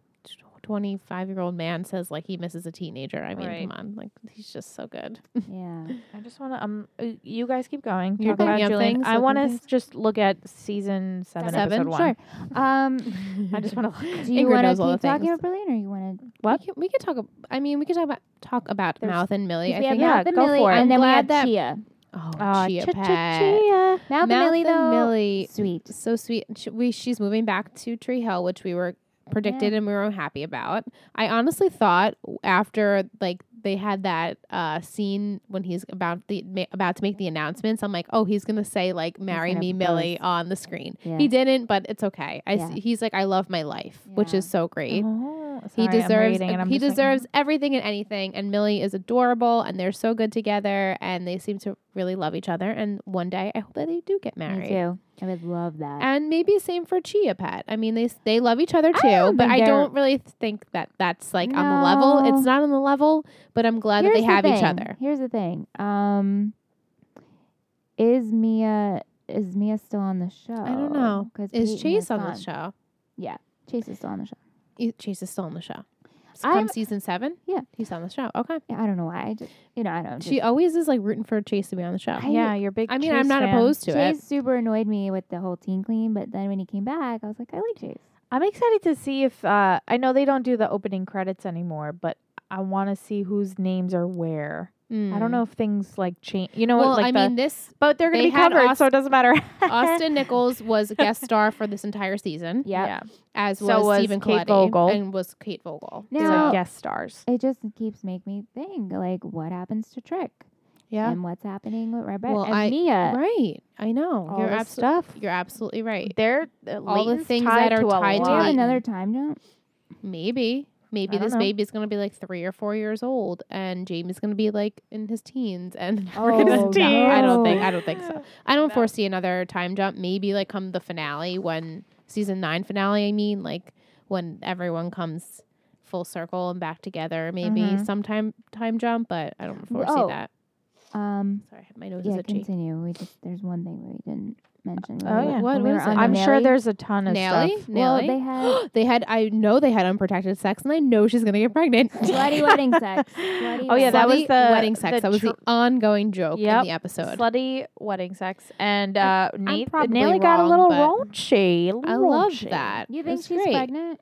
Speaker 1: twenty five year old man says like he misses a teenager. I mean,
Speaker 2: Right.
Speaker 1: come on, like he's just so good.
Speaker 3: Yeah.
Speaker 2: I just want to. Um, uh, you guys keep going.
Speaker 1: You're
Speaker 2: Talk
Speaker 1: thinking
Speaker 2: about
Speaker 1: of
Speaker 2: Julian.
Speaker 1: things,
Speaker 2: I
Speaker 1: looking
Speaker 2: want to
Speaker 1: things?
Speaker 2: just look at season seven,
Speaker 1: Seven?
Speaker 2: episode one.
Speaker 3: Sure. Um,
Speaker 2: I just want to.
Speaker 3: do you
Speaker 1: Ingrid
Speaker 3: want to
Speaker 1: knows all the
Speaker 3: keep talking
Speaker 1: things.
Speaker 3: about Brilliant, or you want to?
Speaker 1: We can, we can talk. Ab- I mean, we can talk about talk about
Speaker 2: There's-
Speaker 1: mouth and Millie. I
Speaker 3: we have
Speaker 1: think.
Speaker 2: yeah,
Speaker 3: Mouth and
Speaker 2: go
Speaker 3: Millie,
Speaker 2: for it.
Speaker 3: and
Speaker 1: I'm
Speaker 3: then we
Speaker 1: glad
Speaker 3: have
Speaker 1: that-
Speaker 3: Chia.
Speaker 1: Oh,
Speaker 2: Uh,
Speaker 1: Chia
Speaker 2: Chia- Chia-
Speaker 1: Pet.
Speaker 2: Chia.
Speaker 3: Mouth,
Speaker 1: Mouth
Speaker 3: and Millie, though,
Speaker 1: Millie,
Speaker 3: sweet.
Speaker 1: so sweet. And She, we she's moving back to Tree Hill, which we were predicted and we were happy about. I honestly thought after like they had that uh, scene when he's about the ma- about to make the announcements, I'm like, oh, he's gonna say like "Marry
Speaker 3: gonna
Speaker 1: Me, Millie"
Speaker 3: propose.
Speaker 1: on the screen.
Speaker 3: Yeah.
Speaker 1: He didn't, but it's okay. I s-
Speaker 3: Yeah.
Speaker 1: he's like, I love my life, which
Speaker 3: Yeah.
Speaker 1: is so great.
Speaker 2: Oh,
Speaker 1: He
Speaker 2: sorry, I'm
Speaker 1: deserves
Speaker 2: reading and I'm
Speaker 1: he
Speaker 2: just like,
Speaker 1: deserves everything and anything. And Millie is adorable, and they're so good together, and they seem to really love each other. And one day, I hope that they do get married.
Speaker 3: Me too. I would love that.
Speaker 1: And maybe same for Chia Pet. I mean, they s- they love each other too,
Speaker 3: don't
Speaker 1: but
Speaker 3: think
Speaker 1: I
Speaker 3: they're-
Speaker 1: don't really think that that's like on the level. It's
Speaker 3: No.
Speaker 1: not on the level, but I'm glad that
Speaker 3: Here's
Speaker 1: they
Speaker 3: the
Speaker 1: have each
Speaker 3: thing.
Speaker 1: other.
Speaker 3: Here's the thing. Um, is Mia is Mia still on the show?
Speaker 1: I don't know.
Speaker 3: 'Cause
Speaker 1: Is
Speaker 3: Peyton
Speaker 1: Chase on
Speaker 3: gone.
Speaker 1: the show?
Speaker 3: Chase is still on the show.
Speaker 1: E- Chase is still on the show. from
Speaker 3: I'm-
Speaker 1: season seven.
Speaker 3: Yeah.
Speaker 1: he's on the show. Okay,
Speaker 3: I don't know why. I just, you know, I don't.
Speaker 1: she always is like rooting for Chase to be on the show.
Speaker 3: I-
Speaker 2: yeah, you're a big.
Speaker 1: I mean,
Speaker 2: Chase
Speaker 1: I'm not
Speaker 2: fan.
Speaker 1: opposed to
Speaker 3: just,
Speaker 1: it.
Speaker 3: Chase super annoyed me with the whole teen clean, but then when he came back, I was like, I like Chase.
Speaker 2: I'm excited to see if uh, I know they don't do the opening credits anymore, but I want to see whose names are where. I don't know if things like change. You know, what,
Speaker 1: Hmm. Mm. Well,
Speaker 2: like
Speaker 1: I
Speaker 2: the,
Speaker 1: mean, this
Speaker 2: but they're going
Speaker 1: they
Speaker 2: to be
Speaker 1: had
Speaker 2: covered, so
Speaker 1: Aust-
Speaker 2: it doesn't matter.
Speaker 1: Austin Nichols was a guest star for this entire season,
Speaker 3: Yep.
Speaker 2: Yeah,
Speaker 1: as
Speaker 2: So
Speaker 1: was,
Speaker 2: was
Speaker 1: Stephen
Speaker 2: Kate
Speaker 1: Colletti
Speaker 2: Vogel.
Speaker 1: and was Kate Vogel.
Speaker 2: they're
Speaker 3: Now-
Speaker 2: like guest stars.
Speaker 3: It just keeps make me think like, what happens to Trick
Speaker 1: yeah,
Speaker 3: and what's happening with Red Bed
Speaker 1: Well,
Speaker 3: and
Speaker 1: I-
Speaker 3: Mia?
Speaker 1: right. I know
Speaker 2: All
Speaker 1: you're
Speaker 2: this
Speaker 1: absolutely
Speaker 2: stuff.
Speaker 1: you're absolutely right.
Speaker 2: They're
Speaker 1: All
Speaker 2: uh,
Speaker 1: the
Speaker 2: Leighton's
Speaker 1: things
Speaker 2: tied
Speaker 1: that are
Speaker 2: to a
Speaker 1: tied
Speaker 3: Do
Speaker 1: to
Speaker 2: lot.
Speaker 3: we have
Speaker 1: Leighton.
Speaker 3: another time jump?
Speaker 1: Maybe. Maybe
Speaker 2: I don't
Speaker 1: this
Speaker 2: know.
Speaker 1: baby's gonna be like three or four years old, and Jamie's gonna be like in his teens, and
Speaker 3: Oh, no.
Speaker 2: teens.
Speaker 1: I don't think
Speaker 3: no.
Speaker 1: I don't think so. I don't
Speaker 2: No.
Speaker 1: foresee another time jump. Maybe like come the finale when season nine finale. I mean, like when everyone comes full circle and back together. Maybe
Speaker 2: Mhm.
Speaker 1: sometime time jump, but I don't foresee
Speaker 3: Oh.
Speaker 1: that.
Speaker 3: Um,
Speaker 1: Sorry, my nose is
Speaker 3: yeah,
Speaker 1: itchy.
Speaker 3: continue. We just there's one thing we didn't mention. when
Speaker 2: Oh,
Speaker 3: we were-
Speaker 2: yeah.
Speaker 3: when
Speaker 1: What-
Speaker 3: we
Speaker 1: what
Speaker 3: were
Speaker 1: is
Speaker 3: on
Speaker 1: it?
Speaker 3: the
Speaker 2: I'm sure
Speaker 3: Nelly.
Speaker 2: there's a ton of
Speaker 1: Nelly,
Speaker 2: stuff.
Speaker 1: Nelly.
Speaker 3: Well, they had
Speaker 1: they had. I know they had unprotected sex, and I know she's gonna get pregnant.
Speaker 3: bloody wedding sex. Bloody
Speaker 2: Oh, yeah, that was
Speaker 1: Slutty
Speaker 2: the-
Speaker 1: wedding sex.
Speaker 2: the
Speaker 1: that was the
Speaker 2: tr-
Speaker 1: ongoing joke
Speaker 2: Yep.
Speaker 1: in the episode.
Speaker 2: Slutty wedding sex, and uh, Nate,
Speaker 1: probably
Speaker 2: Nelly got a
Speaker 1: wrong,
Speaker 2: little
Speaker 1: but
Speaker 2: raunchy. a little
Speaker 1: I love
Speaker 2: raunchy.
Speaker 1: that.
Speaker 3: You
Speaker 1: It
Speaker 3: think
Speaker 1: was
Speaker 3: she's
Speaker 1: great.
Speaker 3: pregnant?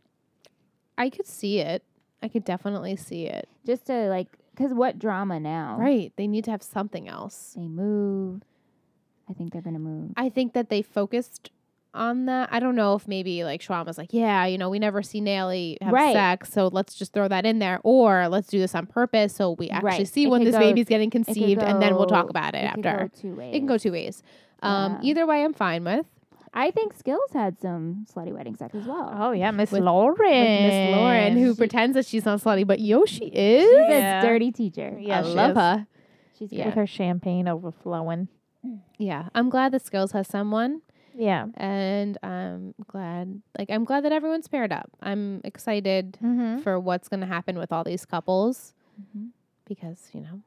Speaker 1: I could see it. I could definitely see it.
Speaker 3: Just to like, cause what drama now?
Speaker 1: Right. They need to have something else.
Speaker 3: They move. I think they're gonna move.
Speaker 1: I think that they focused on that. I don't know if maybe like Schwam was like, yeah, you know, we never see Nelly have
Speaker 3: Right.
Speaker 1: sex, so let's just throw that in there, or let's do this on purpose so we actually
Speaker 3: Right.
Speaker 1: see
Speaker 3: It
Speaker 1: when
Speaker 3: could
Speaker 1: this
Speaker 3: go-
Speaker 1: baby's getting conceived, and then we'll talk
Speaker 3: go-
Speaker 1: about it,
Speaker 3: It could
Speaker 1: after.
Speaker 3: go two ways.
Speaker 1: It can go two ways. Um,
Speaker 3: Yeah.
Speaker 1: Either way, I'm fine with.
Speaker 3: I think Skills had some slutty wedding sex as well.
Speaker 2: Oh yeah, Miss
Speaker 1: With-
Speaker 2: Lauren.
Speaker 1: With Miss Lauren, who
Speaker 3: She-
Speaker 1: pretends that she's not slutty, but yo, she
Speaker 3: She's
Speaker 1: is.
Speaker 2: Yeah.
Speaker 3: a dirty teacher.
Speaker 2: Yeah,
Speaker 1: I
Speaker 2: she
Speaker 1: love
Speaker 2: is.
Speaker 1: her.
Speaker 3: She's
Speaker 1: Yeah.
Speaker 2: with
Speaker 3: great.
Speaker 2: her champagne overflowing.
Speaker 1: Yeah, I'm glad that Skills has someone,
Speaker 2: Yeah.
Speaker 1: and I'm glad, like, I'm glad that everyone's paired up. I'm excited
Speaker 2: Mm-hmm.
Speaker 1: for what's going to happen with all these couples
Speaker 3: Mhm.
Speaker 1: because you know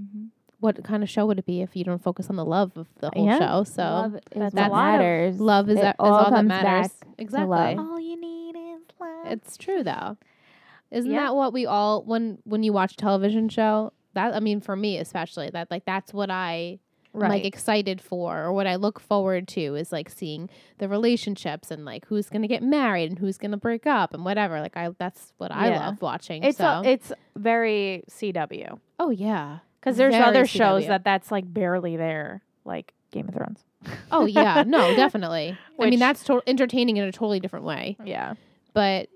Speaker 3: Mhm.
Speaker 1: what kind of show would it be if you don't focus on the love of the whole
Speaker 2: Yeah.
Speaker 1: show? So
Speaker 3: love
Speaker 1: love,
Speaker 3: is
Speaker 2: that's
Speaker 3: what
Speaker 2: a lot of
Speaker 3: matters.
Speaker 1: is,
Speaker 3: It
Speaker 1: that is
Speaker 3: all
Speaker 1: all, that
Speaker 3: comes
Speaker 1: matters.
Speaker 3: back
Speaker 1: Exactly,
Speaker 3: love.
Speaker 2: All you need is love.
Speaker 1: it's true though. Isn't
Speaker 2: Yeah.
Speaker 1: that what we all when when you watch a television show? That I mean, for me especially, that like that's what I I'm, like excited for or what I look forward to is like seeing the relationships and like who's gonna get married and who's gonna break up and whatever. Like I that's what I
Speaker 2: Yeah.
Speaker 1: love watching.
Speaker 2: it's
Speaker 1: so
Speaker 2: a, it's very CW
Speaker 1: oh yeah.
Speaker 2: because there's
Speaker 1: Very
Speaker 2: other shows
Speaker 1: CW.
Speaker 2: that that's like barely there, like Game of Thrones.
Speaker 1: Oh yeah. No, definitely. I
Speaker 2: Which-
Speaker 1: mean that's to- entertaining in a totally different way.
Speaker 2: Yeah.
Speaker 1: But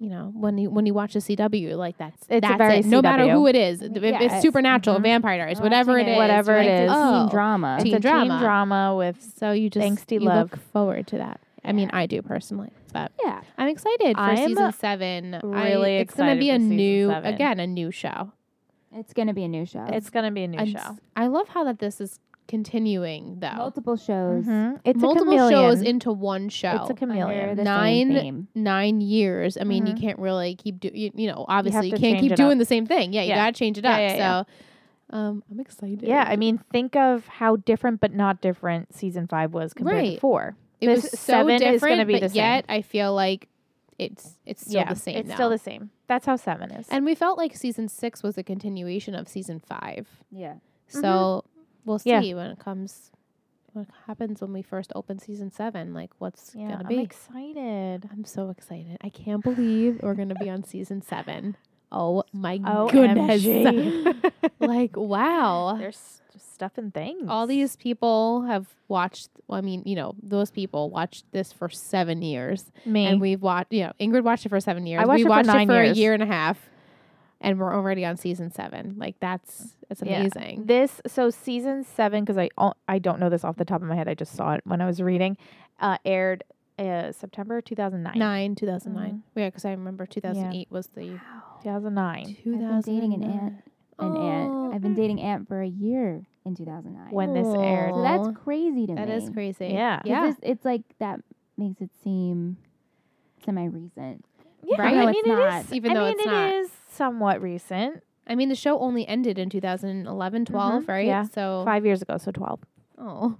Speaker 1: you know, when you when you watch a CW, like that's
Speaker 2: It's a
Speaker 1: that's
Speaker 2: very
Speaker 1: it. No matter
Speaker 2: CW.
Speaker 1: who it is, if
Speaker 3: Yeah,
Speaker 1: it's
Speaker 3: it's-
Speaker 1: supernatural,
Speaker 2: mhm.
Speaker 1: vampires,
Speaker 3: Watching
Speaker 1: whatever it is,
Speaker 2: Whatever
Speaker 1: right?
Speaker 2: it
Speaker 1: It's
Speaker 2: is.
Speaker 1: a
Speaker 3: teen
Speaker 1: Oh,
Speaker 3: drama.
Speaker 1: Teen
Speaker 2: it's a
Speaker 1: drama.
Speaker 2: teen drama with
Speaker 1: so you just
Speaker 2: Thanks,
Speaker 1: you
Speaker 2: D-Love.
Speaker 1: look forward to that. I mean, I do personally, but
Speaker 3: yeah,
Speaker 1: I'm excited for
Speaker 2: I'm
Speaker 1: season seven.
Speaker 2: really
Speaker 1: I, it's gonna
Speaker 2: excited
Speaker 1: be
Speaker 2: for
Speaker 1: a
Speaker 2: season
Speaker 1: new
Speaker 2: seven.
Speaker 1: again a new show.
Speaker 3: it's gonna be a new show.
Speaker 2: it's gonna be a new
Speaker 1: And
Speaker 2: show.
Speaker 1: s- I love how that this is continuing though.
Speaker 3: multiple shows.
Speaker 2: Mhm. It's
Speaker 1: Mm-hmm. Multiple
Speaker 2: a chameleon.
Speaker 1: shows into one show.
Speaker 2: It's a
Speaker 3: under
Speaker 2: chameleon.
Speaker 3: the
Speaker 1: Nine-
Speaker 3: same theme.
Speaker 1: Nine years. I mean,
Speaker 2: Mhm.
Speaker 1: you can't really keep do. You, you know, obviously you,
Speaker 2: to
Speaker 1: can't
Speaker 2: change
Speaker 1: keep
Speaker 2: it up.
Speaker 1: doing the same thing. Yeah, you
Speaker 2: Yeah.
Speaker 1: gotta change it
Speaker 2: Yeah,
Speaker 1: up.
Speaker 2: yeah, yeah.
Speaker 1: so, um, I'm excited.
Speaker 2: Yeah, I mean, think of how different but not different season five was compared to
Speaker 1: Right.
Speaker 2: four.
Speaker 1: it
Speaker 2: this
Speaker 1: was so
Speaker 2: seven is gonna
Speaker 1: different,
Speaker 2: be
Speaker 1: but
Speaker 2: the same.
Speaker 1: yet I feel like it's it's still
Speaker 2: yeah,
Speaker 1: the same.
Speaker 2: It's
Speaker 1: now.
Speaker 2: still the same. That's how seven is.
Speaker 1: and we felt like season six was a continuation of season five.
Speaker 3: Yeah,
Speaker 1: So we'll see
Speaker 2: Mm-hmm. Yeah.
Speaker 1: when it comes, what happens when we first open season seven. Like, what's
Speaker 2: yeah,
Speaker 1: gonna
Speaker 2: I'm
Speaker 1: be?
Speaker 2: excited.
Speaker 1: I'm so excited! I can't believe we're gonna be on season seven. Oh my goodness!
Speaker 2: OMG.
Speaker 1: like, wow!
Speaker 2: There's stuff and things.
Speaker 1: All these people have watched. Well, I mean, you know, those people watched this for seven years,
Speaker 2: me.
Speaker 1: and we've watched. You know, Ingrid watched it for seven years.
Speaker 2: watched
Speaker 1: we
Speaker 2: it for
Speaker 1: watched
Speaker 2: nine
Speaker 1: it for
Speaker 2: years.
Speaker 1: a year and a half, and we're already on season seven. Like, that's that's
Speaker 2: Yeah.
Speaker 1: amazing.
Speaker 2: This so season seven because I al- I don't know this off the top of my head. I just saw it when I was reading. Uh, aired uh, September two thousand nine.
Speaker 1: Nine, 2009.
Speaker 3: Mm-hmm.
Speaker 1: Yeah, because I remember 2008 was the.
Speaker 2: Two thousand nine.
Speaker 3: been dating an aunt.
Speaker 1: Oh.
Speaker 3: an aunt. I've been dating aunt for a year in 2009.
Speaker 2: When this aired.
Speaker 3: so
Speaker 1: Aw.
Speaker 3: that's crazy to
Speaker 1: That
Speaker 3: me.
Speaker 1: is crazy.
Speaker 2: Yeah.
Speaker 3: It's
Speaker 1: Yeah.
Speaker 3: just- it's like that makes it seem semi recent.
Speaker 2: Yeah,
Speaker 1: Right?
Speaker 2: I
Speaker 1: No,
Speaker 2: mean
Speaker 3: it's
Speaker 2: it
Speaker 3: not.
Speaker 2: is-
Speaker 1: Even
Speaker 2: I
Speaker 1: though
Speaker 2: mean,
Speaker 1: it's
Speaker 2: it
Speaker 1: not.
Speaker 2: is somewhat recent.
Speaker 1: I mean, the show only ended in 2011, 12,
Speaker 2: Mhm.
Speaker 1: right?
Speaker 2: Yeah.
Speaker 1: So.
Speaker 2: Five years ago, so twelve.
Speaker 1: Oh.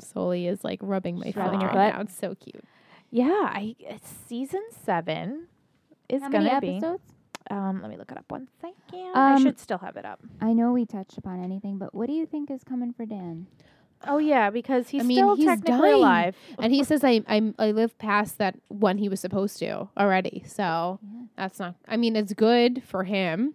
Speaker 1: Soli is like rubbing my
Speaker 2: She's
Speaker 1: foot
Speaker 2: rubbing
Speaker 1: right
Speaker 2: your
Speaker 1: now. It's so cute.
Speaker 2: Yeah, I it's season seven is
Speaker 3: How
Speaker 2: gonna
Speaker 3: many
Speaker 2: be
Speaker 3: episodes?
Speaker 2: Um, let me look it up one second. I
Speaker 3: Um,
Speaker 2: should still have it up.
Speaker 3: I know we touched upon anything, but what do you think is coming for Dan?
Speaker 2: Oh yeah, because he's
Speaker 1: I mean,
Speaker 2: still
Speaker 1: he's
Speaker 2: technically
Speaker 1: dying.
Speaker 2: alive.
Speaker 1: and he says I, I I live past that when he was supposed to already. So
Speaker 3: Yeah.
Speaker 1: that's not. I mean, it's good for him.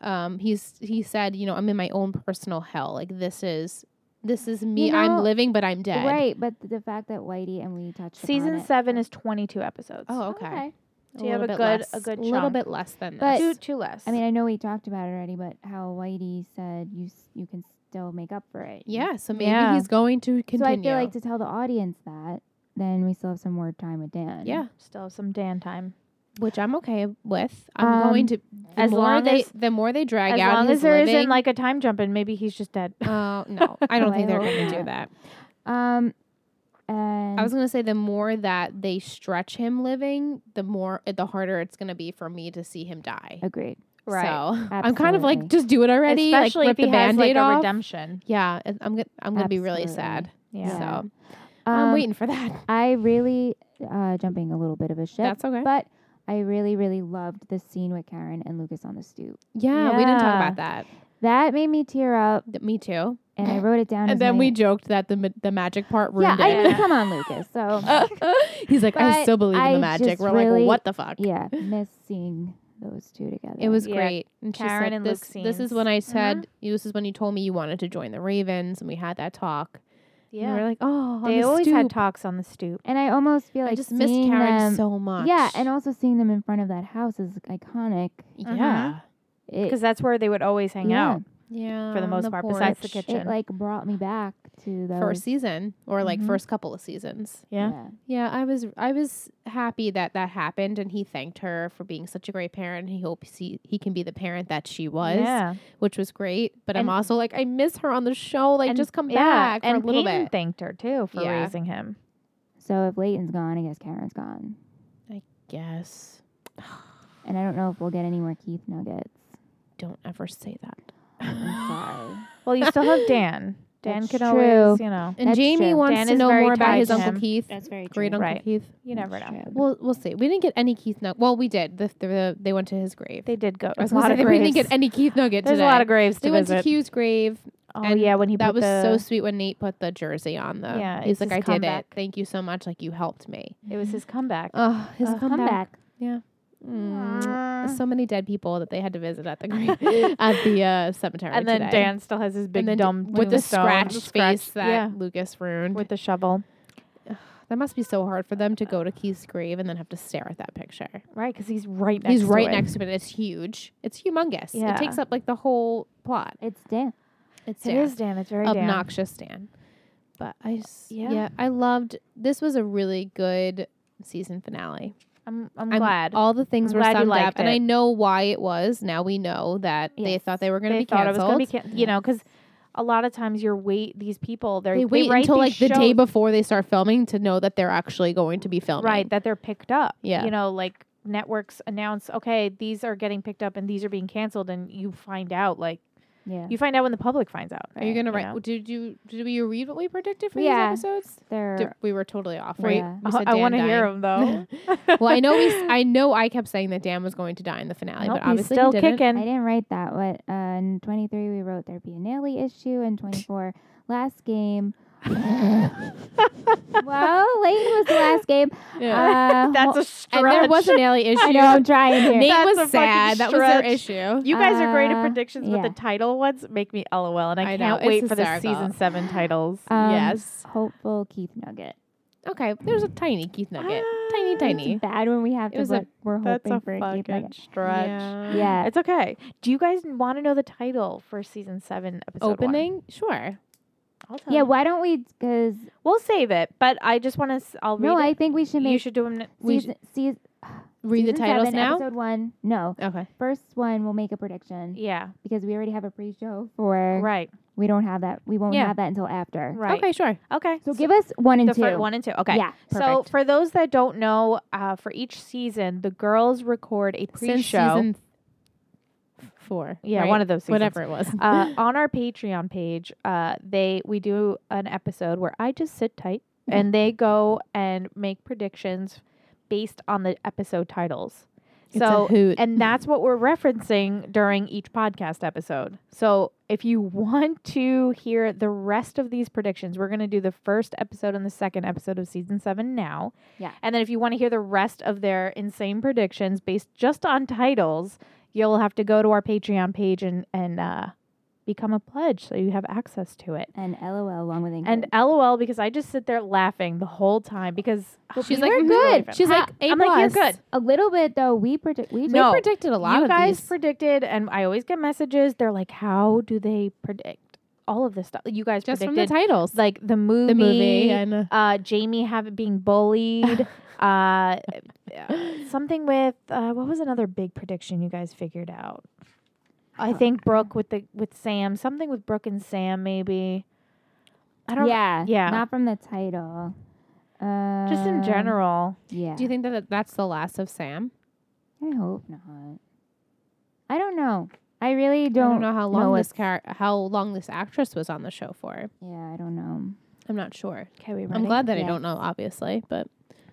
Speaker 1: Um, he's he said, you know, I'm in my own personal hell. Like this is this is me.
Speaker 3: know,
Speaker 1: I'm living, but I'm dead.
Speaker 3: Right, but th- the fact that Whitey and we touched upon
Speaker 2: Season
Speaker 3: it.
Speaker 2: seven is twenty two episodes.
Speaker 1: Oh, okay.
Speaker 2: So you have
Speaker 1: little
Speaker 2: a
Speaker 1: bit
Speaker 2: good-
Speaker 1: less,
Speaker 2: a good
Speaker 1: little
Speaker 2: chunk.
Speaker 1: bit less than
Speaker 3: But-
Speaker 1: this.
Speaker 2: two two less.
Speaker 3: I mean, I know we talked about it already, but how Whitey said you s- you can still make up for it. You
Speaker 1: yeah, so maybe
Speaker 2: Yeah.
Speaker 1: he's going to continue.
Speaker 3: So I feel like to tell the audience that, then we still have some more time with Dan.
Speaker 1: yeah,
Speaker 2: still have some Dan time.
Speaker 1: which I'm okay with. I'm
Speaker 3: Um,
Speaker 1: going to the
Speaker 2: as
Speaker 1: more
Speaker 2: long
Speaker 1: they
Speaker 2: as-
Speaker 1: the more they drag
Speaker 2: as
Speaker 1: out
Speaker 2: long
Speaker 1: his
Speaker 2: as there
Speaker 1: living,
Speaker 2: not like a time jump and maybe he's just dead.
Speaker 1: Oh no, I don't
Speaker 3: Oh,
Speaker 1: think
Speaker 3: I
Speaker 1: they're
Speaker 3: hope
Speaker 1: going to do
Speaker 3: not.
Speaker 1: that.
Speaker 3: Um, and
Speaker 1: I was gonna say the more that they stretch him living, the more eh, the harder it's gonna be for me to see him die.
Speaker 3: agreed.
Speaker 1: So
Speaker 2: So,
Speaker 1: I'm kind of like,
Speaker 3: Absolutely.
Speaker 1: just do it already. like,
Speaker 2: Especially
Speaker 1: rip
Speaker 2: if he
Speaker 1: the
Speaker 2: has like
Speaker 1: Band-Aid
Speaker 2: a
Speaker 1: off.
Speaker 2: redemption.
Speaker 1: Yeah, and I'm gonna I'm gonna be really
Speaker 3: Absolutely.
Speaker 1: sad.
Speaker 2: Yeah.
Speaker 1: So
Speaker 3: Yeah.
Speaker 1: I'm
Speaker 3: Um,
Speaker 1: waiting for that.
Speaker 3: I really uh, jumping a little bit of a ship,
Speaker 1: That's okay.
Speaker 3: but I really really loved the scene with Karen and Lucas on the stoop.
Speaker 1: yeah, we didn't talk
Speaker 2: Yeah.
Speaker 1: about that.
Speaker 3: That made me tear up,
Speaker 1: Th- me too.
Speaker 3: and I wrote it down. as
Speaker 1: And then
Speaker 3: my-
Speaker 1: we joked that the ma- the magic part
Speaker 3: yeah,
Speaker 1: ruined
Speaker 3: I
Speaker 1: it. Uh,
Speaker 3: mean, come on, Lucas. So
Speaker 1: He's like,
Speaker 3: But
Speaker 1: I still believe in
Speaker 3: I
Speaker 1: the magic.
Speaker 3: just
Speaker 1: We're
Speaker 3: really-
Speaker 1: like, what the fuck?
Speaker 3: yeah, miss seeing those two together.
Speaker 1: It was
Speaker 2: Yeah,
Speaker 1: great. And she
Speaker 2: Karen
Speaker 1: said,
Speaker 2: and Luke
Speaker 1: this, this
Speaker 2: scenes.
Speaker 1: is when I said, you- this is when you told me you wanted to join the Ravens, and we had that talk. Yeah. And we
Speaker 2: Yeah.
Speaker 1: were like, oh, on
Speaker 2: They
Speaker 1: the
Speaker 2: always had
Speaker 1: stoop."
Speaker 2: talks on the stoop.
Speaker 3: and I almost feel like
Speaker 1: I just missed
Speaker 3: seeing
Speaker 1: Karen
Speaker 3: them-
Speaker 1: so much.
Speaker 3: Yeah, and also seeing them in front of that house is iconic.
Speaker 1: yeah,
Speaker 3: It,
Speaker 2: Because that's where they would always hang
Speaker 3: yeah.
Speaker 2: out.
Speaker 1: yeah.
Speaker 2: For the
Speaker 1: on
Speaker 2: most part, besides the
Speaker 1: porch.
Speaker 2: kitchen.
Speaker 3: It like brought me back to those
Speaker 1: First season or like
Speaker 2: Mhm.
Speaker 1: first couple of seasons.
Speaker 2: Yeah.
Speaker 1: Yeah, I was I was happy that that happened, and he thanked her for being such a great parent. He hopes he he can be the parent that she was,
Speaker 2: Yeah.
Speaker 1: which was great. But I'm
Speaker 2: And-
Speaker 1: also like I miss her on the show. Like
Speaker 2: And-
Speaker 1: just come
Speaker 2: yeah.
Speaker 1: back for
Speaker 2: and
Speaker 1: a little
Speaker 2: Peyton
Speaker 1: bit.
Speaker 2: thanked her too for
Speaker 1: Yeah.
Speaker 2: raising him.
Speaker 3: So if Leighton's gone, I guess Karen's gone.
Speaker 1: Yes.
Speaker 3: And I don't know if we'll get any more Keith nuggets.
Speaker 1: Don't ever say that.
Speaker 3: I'm sorry.
Speaker 2: Well, you still have Dan. Dan
Speaker 3: That's
Speaker 2: can
Speaker 3: true.
Speaker 2: always, you know,
Speaker 1: And
Speaker 3: That's
Speaker 1: Jamie
Speaker 3: true.
Speaker 1: wants
Speaker 2: Dan
Speaker 1: to
Speaker 2: is
Speaker 1: know
Speaker 2: very
Speaker 1: more about
Speaker 2: tied
Speaker 1: his
Speaker 2: to
Speaker 1: uncle
Speaker 2: him.
Speaker 1: Keith.
Speaker 3: very
Speaker 1: Great Uncle
Speaker 2: Right.
Speaker 1: Keith.
Speaker 2: you never know.
Speaker 1: Well, we'll see. We didn't get any Keith Nugget. Well, we did. The, the, the- they went to his grave.
Speaker 2: They did go.
Speaker 1: I was
Speaker 2: There's a
Speaker 1: gonna
Speaker 2: lot
Speaker 1: say
Speaker 2: of
Speaker 1: that we didn't
Speaker 2: graves.
Speaker 1: get any Keith Nugget
Speaker 2: There's a
Speaker 1: today.
Speaker 2: lot of graves
Speaker 1: they
Speaker 2: to
Speaker 1: went
Speaker 2: visit.
Speaker 1: to Hugh's grave.
Speaker 2: oh
Speaker 1: and
Speaker 2: yeah, when he
Speaker 1: that
Speaker 2: put
Speaker 1: was
Speaker 2: the,
Speaker 1: so sweet when Nate put the jersey on the.
Speaker 2: Yeah,
Speaker 1: he's
Speaker 2: it's
Speaker 1: like, I
Speaker 2: his
Speaker 1: did
Speaker 2: comeback.
Speaker 1: it. Thank you so much. Like you helped me.
Speaker 2: It was his comeback.
Speaker 1: Oh, his
Speaker 2: Uh,
Speaker 1: comeback. Mm.
Speaker 2: Mm.
Speaker 1: So many dead people that they had to visit at the grave at the uh, cemetery.
Speaker 2: And then
Speaker 1: today.
Speaker 2: Dan still has his big
Speaker 1: and then
Speaker 2: dumb
Speaker 1: with the
Speaker 2: tombstone,
Speaker 1: scratched
Speaker 2: scratch-
Speaker 1: face that
Speaker 2: yeah,
Speaker 1: Lucas ruined.
Speaker 2: with the shovel.
Speaker 1: That must be so hard for them to go to Keith's grave and then have to stare at that picture.
Speaker 2: Right, because he's right next.
Speaker 1: He's
Speaker 2: to
Speaker 1: right
Speaker 2: it.
Speaker 1: next to it. It's huge. It's humongous.
Speaker 2: Yeah.
Speaker 1: It takes up like the whole plot.
Speaker 3: It's Dan.
Speaker 1: It's
Speaker 2: It is Dan. It's very Dan.
Speaker 1: obnoxious Dan. But I s-
Speaker 2: Yeah.
Speaker 1: yeah. I loved this was a really good season finale.
Speaker 2: I'm, I'm,
Speaker 1: I'm-
Speaker 2: glad.
Speaker 1: All the things
Speaker 2: I'm
Speaker 1: were
Speaker 2: glad you
Speaker 1: summed up
Speaker 2: liked
Speaker 1: and
Speaker 2: it.
Speaker 1: I know why it was. Now we know that they
Speaker 3: Yes.
Speaker 1: thought they were going to
Speaker 2: they
Speaker 1: be
Speaker 2: thought
Speaker 1: canceled.
Speaker 2: I was going to be, can- you know, because a lot of times you're wait these people they're
Speaker 1: they wait
Speaker 2: write
Speaker 1: until like
Speaker 2: these
Speaker 1: the day
Speaker 2: shows-
Speaker 1: before they start filming to know that they're actually going to be filming.
Speaker 2: right that they're picked up.
Speaker 1: Yeah.
Speaker 2: you know, like networks announce, okay, these are getting picked up and these are being canceled, and you find out like
Speaker 3: Yeah.
Speaker 2: you find out when the public finds out.
Speaker 1: Are you
Speaker 2: right,
Speaker 1: gonna write?
Speaker 2: know?
Speaker 1: Did you did we read what we predicted for
Speaker 3: Yeah.
Speaker 1: these episodes?
Speaker 3: They're
Speaker 1: Did- we were totally off,
Speaker 3: Yeah.
Speaker 1: right? We
Speaker 3: I-
Speaker 1: said
Speaker 2: Uh, Uh-huh, I
Speaker 1: Dan
Speaker 2: want to
Speaker 1: dying.
Speaker 2: hear him though.
Speaker 1: well, I know we. s- I know I kept saying that Dan was going to die in the finale,
Speaker 2: Nope,
Speaker 1: but obviously
Speaker 2: he's still
Speaker 1: he didn't.
Speaker 3: I
Speaker 2: kicking.
Speaker 3: didn't write that. What uh, in 23 we wrote there'd be a Nelly issue, and 24 last game. well, Leighton was the last game.
Speaker 1: Yeah.
Speaker 3: Uh,
Speaker 2: That's
Speaker 3: ho-
Speaker 2: a stretch.
Speaker 1: and there was an alley issue.
Speaker 3: I know I'm trying here.
Speaker 1: Nate
Speaker 2: That's a
Speaker 1: was
Speaker 2: fucking
Speaker 1: sad. That was their
Speaker 2: stretch.
Speaker 1: issue.
Speaker 2: You guys are great at
Speaker 3: Uh,
Speaker 2: predictions, but
Speaker 3: yeah.
Speaker 2: the title ones make me LOL, and I,
Speaker 1: I know,
Speaker 2: can't
Speaker 1: it's
Speaker 2: wait for the
Speaker 1: hysterical.
Speaker 2: season seven titles.
Speaker 3: Um,
Speaker 1: yes.
Speaker 3: Hopeful Keith Nugget.
Speaker 1: Okay. There's a tiny Keith Nugget.
Speaker 2: Ah,
Speaker 1: tiny, tiny.
Speaker 3: It's bad when we have
Speaker 1: It
Speaker 3: to.
Speaker 1: was a-
Speaker 3: But we're
Speaker 2: That's
Speaker 3: hoping
Speaker 2: a
Speaker 3: for a Keith
Speaker 2: fucking
Speaker 3: Nugget.
Speaker 2: stretch.
Speaker 1: Yeah.
Speaker 3: Yeah.
Speaker 2: It's okay. Do you guys want to know the title for season seven episode one?
Speaker 1: Opening. Sure.
Speaker 2: I'll tell
Speaker 3: Yeah.
Speaker 2: you.
Speaker 3: Why don't we? Because
Speaker 2: We'll save it, but I just want to. I'll read
Speaker 3: no,
Speaker 2: it.
Speaker 3: I think we should
Speaker 2: you
Speaker 3: make
Speaker 2: should do them.
Speaker 1: we
Speaker 3: season, season,
Speaker 1: Read the
Speaker 3: season
Speaker 1: titles
Speaker 3: seven,
Speaker 1: now.
Speaker 3: Episode one. No,
Speaker 1: Okay.
Speaker 3: first one we'll make a prediction
Speaker 2: Yeah.
Speaker 3: because we already have a pre-show for.
Speaker 2: Right.
Speaker 3: We don't have that. We won't
Speaker 2: Yeah.
Speaker 3: have that until after.
Speaker 2: Right.
Speaker 1: Okay. Sure.
Speaker 2: Okay.
Speaker 3: So, give us one and
Speaker 2: the
Speaker 3: two.
Speaker 2: fir- one and two. Okay.
Speaker 3: Yeah.
Speaker 2: So
Speaker 1: perfect.
Speaker 2: for those that don't know, uh, for each season, the girls record a pre-show.
Speaker 1: Since season four.
Speaker 2: yeah,
Speaker 1: right?
Speaker 2: one of those seasons.
Speaker 1: whatever it was.
Speaker 2: uh, on our Patreon page, uh, they we do an episode where I just sit tight and they go and make predictions based on the episode titles. So
Speaker 1: it's a hoot.
Speaker 2: and that's what we're referencing during each podcast episode. So if you want to hear the rest of these predictions, we're going to do the first episode and the second episode of season seven now.
Speaker 3: Yeah.
Speaker 2: And then if you want to hear the rest of their insane predictions based just on titles, you'll have to go to our Patreon page and and uh, become a pledge so you have access to it.
Speaker 3: And LOL along with Ingrid.
Speaker 2: And LOL because I just sit there laughing the whole time because
Speaker 1: She's
Speaker 3: we
Speaker 1: like,
Speaker 3: were
Speaker 1: "Mhm."
Speaker 3: good.
Speaker 1: She's like,
Speaker 2: i
Speaker 1: "A
Speaker 2: I'm like you're
Speaker 1: plus."
Speaker 2: good.
Speaker 3: a little bit though. We predict. We
Speaker 2: No.
Speaker 1: we predicted a lot
Speaker 2: you
Speaker 1: of
Speaker 2: guys
Speaker 1: these.
Speaker 2: predicted, and I always get messages. They're like, "How do they predict all of this stuff?" You guys
Speaker 1: just from the
Speaker 2: predicted
Speaker 1: titles,
Speaker 2: like the movie,
Speaker 1: the movie, and uh,
Speaker 2: uh, Jamie have being bullied, uh, something with uh, what was another big prediction you guys figured out? I think Brooke with the with Sam, something with Brooke and Sam, maybe. I don't.
Speaker 3: yeah,
Speaker 2: yeah.
Speaker 3: Not from the title. Uh,
Speaker 2: Just in general,
Speaker 3: Yeah.
Speaker 1: do you think that that- that's the last of Sam?
Speaker 3: I hope not. I don't know. I really don't,
Speaker 1: I don't know how long this
Speaker 3: what's-
Speaker 1: car- how long this actress was on the show for.
Speaker 3: Yeah, I don't know.
Speaker 1: I'm not sure.
Speaker 2: okay, we.
Speaker 1: I'm
Speaker 2: ready?
Speaker 1: glad that I
Speaker 3: Yes.
Speaker 1: don't know, obviously, but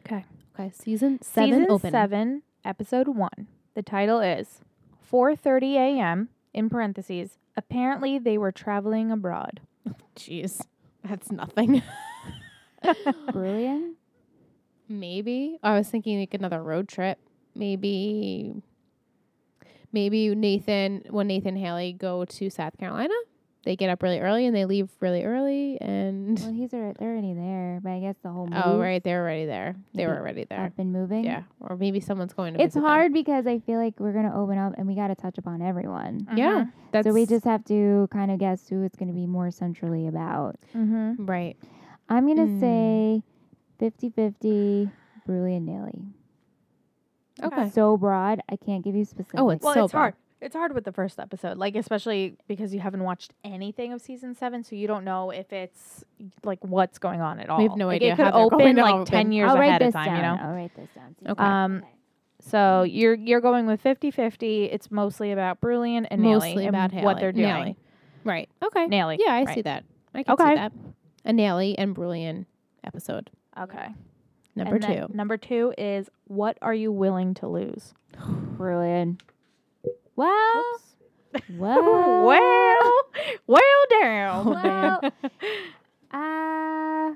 Speaker 2: 'Kay.
Speaker 1: Okay, season seven
Speaker 2: Season
Speaker 1: open.
Speaker 2: seven, episode one. The title is 4:30 a.m. in parentheses. Apparently, they were traveling abroad.
Speaker 1: Jeez, that's nothing.
Speaker 3: Brilliant.
Speaker 1: maybe I was thinking like another road trip. Maybe, maybe Nathan when Nathan Haley go to South Carolina, they get up really early and they leave really early. And
Speaker 3: Well, he's already, they're already there, but I guess the whole
Speaker 1: oh,
Speaker 3: move
Speaker 1: right, they're already there. They were
Speaker 3: Maybe
Speaker 1: already there.
Speaker 3: up and moving.
Speaker 1: Yeah, or maybe someone's going to.
Speaker 3: It's
Speaker 1: visit them.
Speaker 3: hard because I feel like we're gonna open up and we gotta touch upon everyone.
Speaker 2: Mm,
Speaker 1: Yeah, that's
Speaker 3: so we just have to kind of guess who it's gonna be more centrally about.
Speaker 2: Mm-hmm.
Speaker 1: right.
Speaker 3: I'm gonna
Speaker 1: Mm.
Speaker 3: say 50-50, Bruley and Nelly.
Speaker 1: Okay.
Speaker 3: So broad, I can't give you specifics.
Speaker 1: it's-
Speaker 2: Well,
Speaker 1: So
Speaker 2: Oh, it's
Speaker 1: bad.
Speaker 2: hard. It's hard with the first episode, like especially because you haven't watched anything of season seven, so you don't know if it's like what's going on at all.
Speaker 1: have no
Speaker 2: Like,
Speaker 1: idea
Speaker 2: It could
Speaker 1: how they're
Speaker 2: open
Speaker 1: going to
Speaker 2: like
Speaker 1: open.
Speaker 2: ten years
Speaker 3: I'll write
Speaker 2: ahead
Speaker 3: this
Speaker 2: of time,
Speaker 3: down.
Speaker 2: you know.
Speaker 3: I'll write this down. so you
Speaker 1: Okay.
Speaker 3: can-
Speaker 2: Um, So you're you're going with 50-50. It's mostly about Brilliant and
Speaker 1: mostly
Speaker 2: Nelly
Speaker 1: about
Speaker 2: and what they're doing.
Speaker 1: Nelly. Right. Okay.
Speaker 2: Nelly.
Speaker 1: Yeah, I
Speaker 2: right.
Speaker 1: see that. I can
Speaker 2: Okay.
Speaker 1: see that. A Nelly and Brilliant episode
Speaker 2: Okay.
Speaker 1: number
Speaker 2: And then
Speaker 1: two.
Speaker 2: Number two is what are you willing to lose?
Speaker 3: Brilliant. Well, well,
Speaker 2: well, well, down.
Speaker 3: well, uh,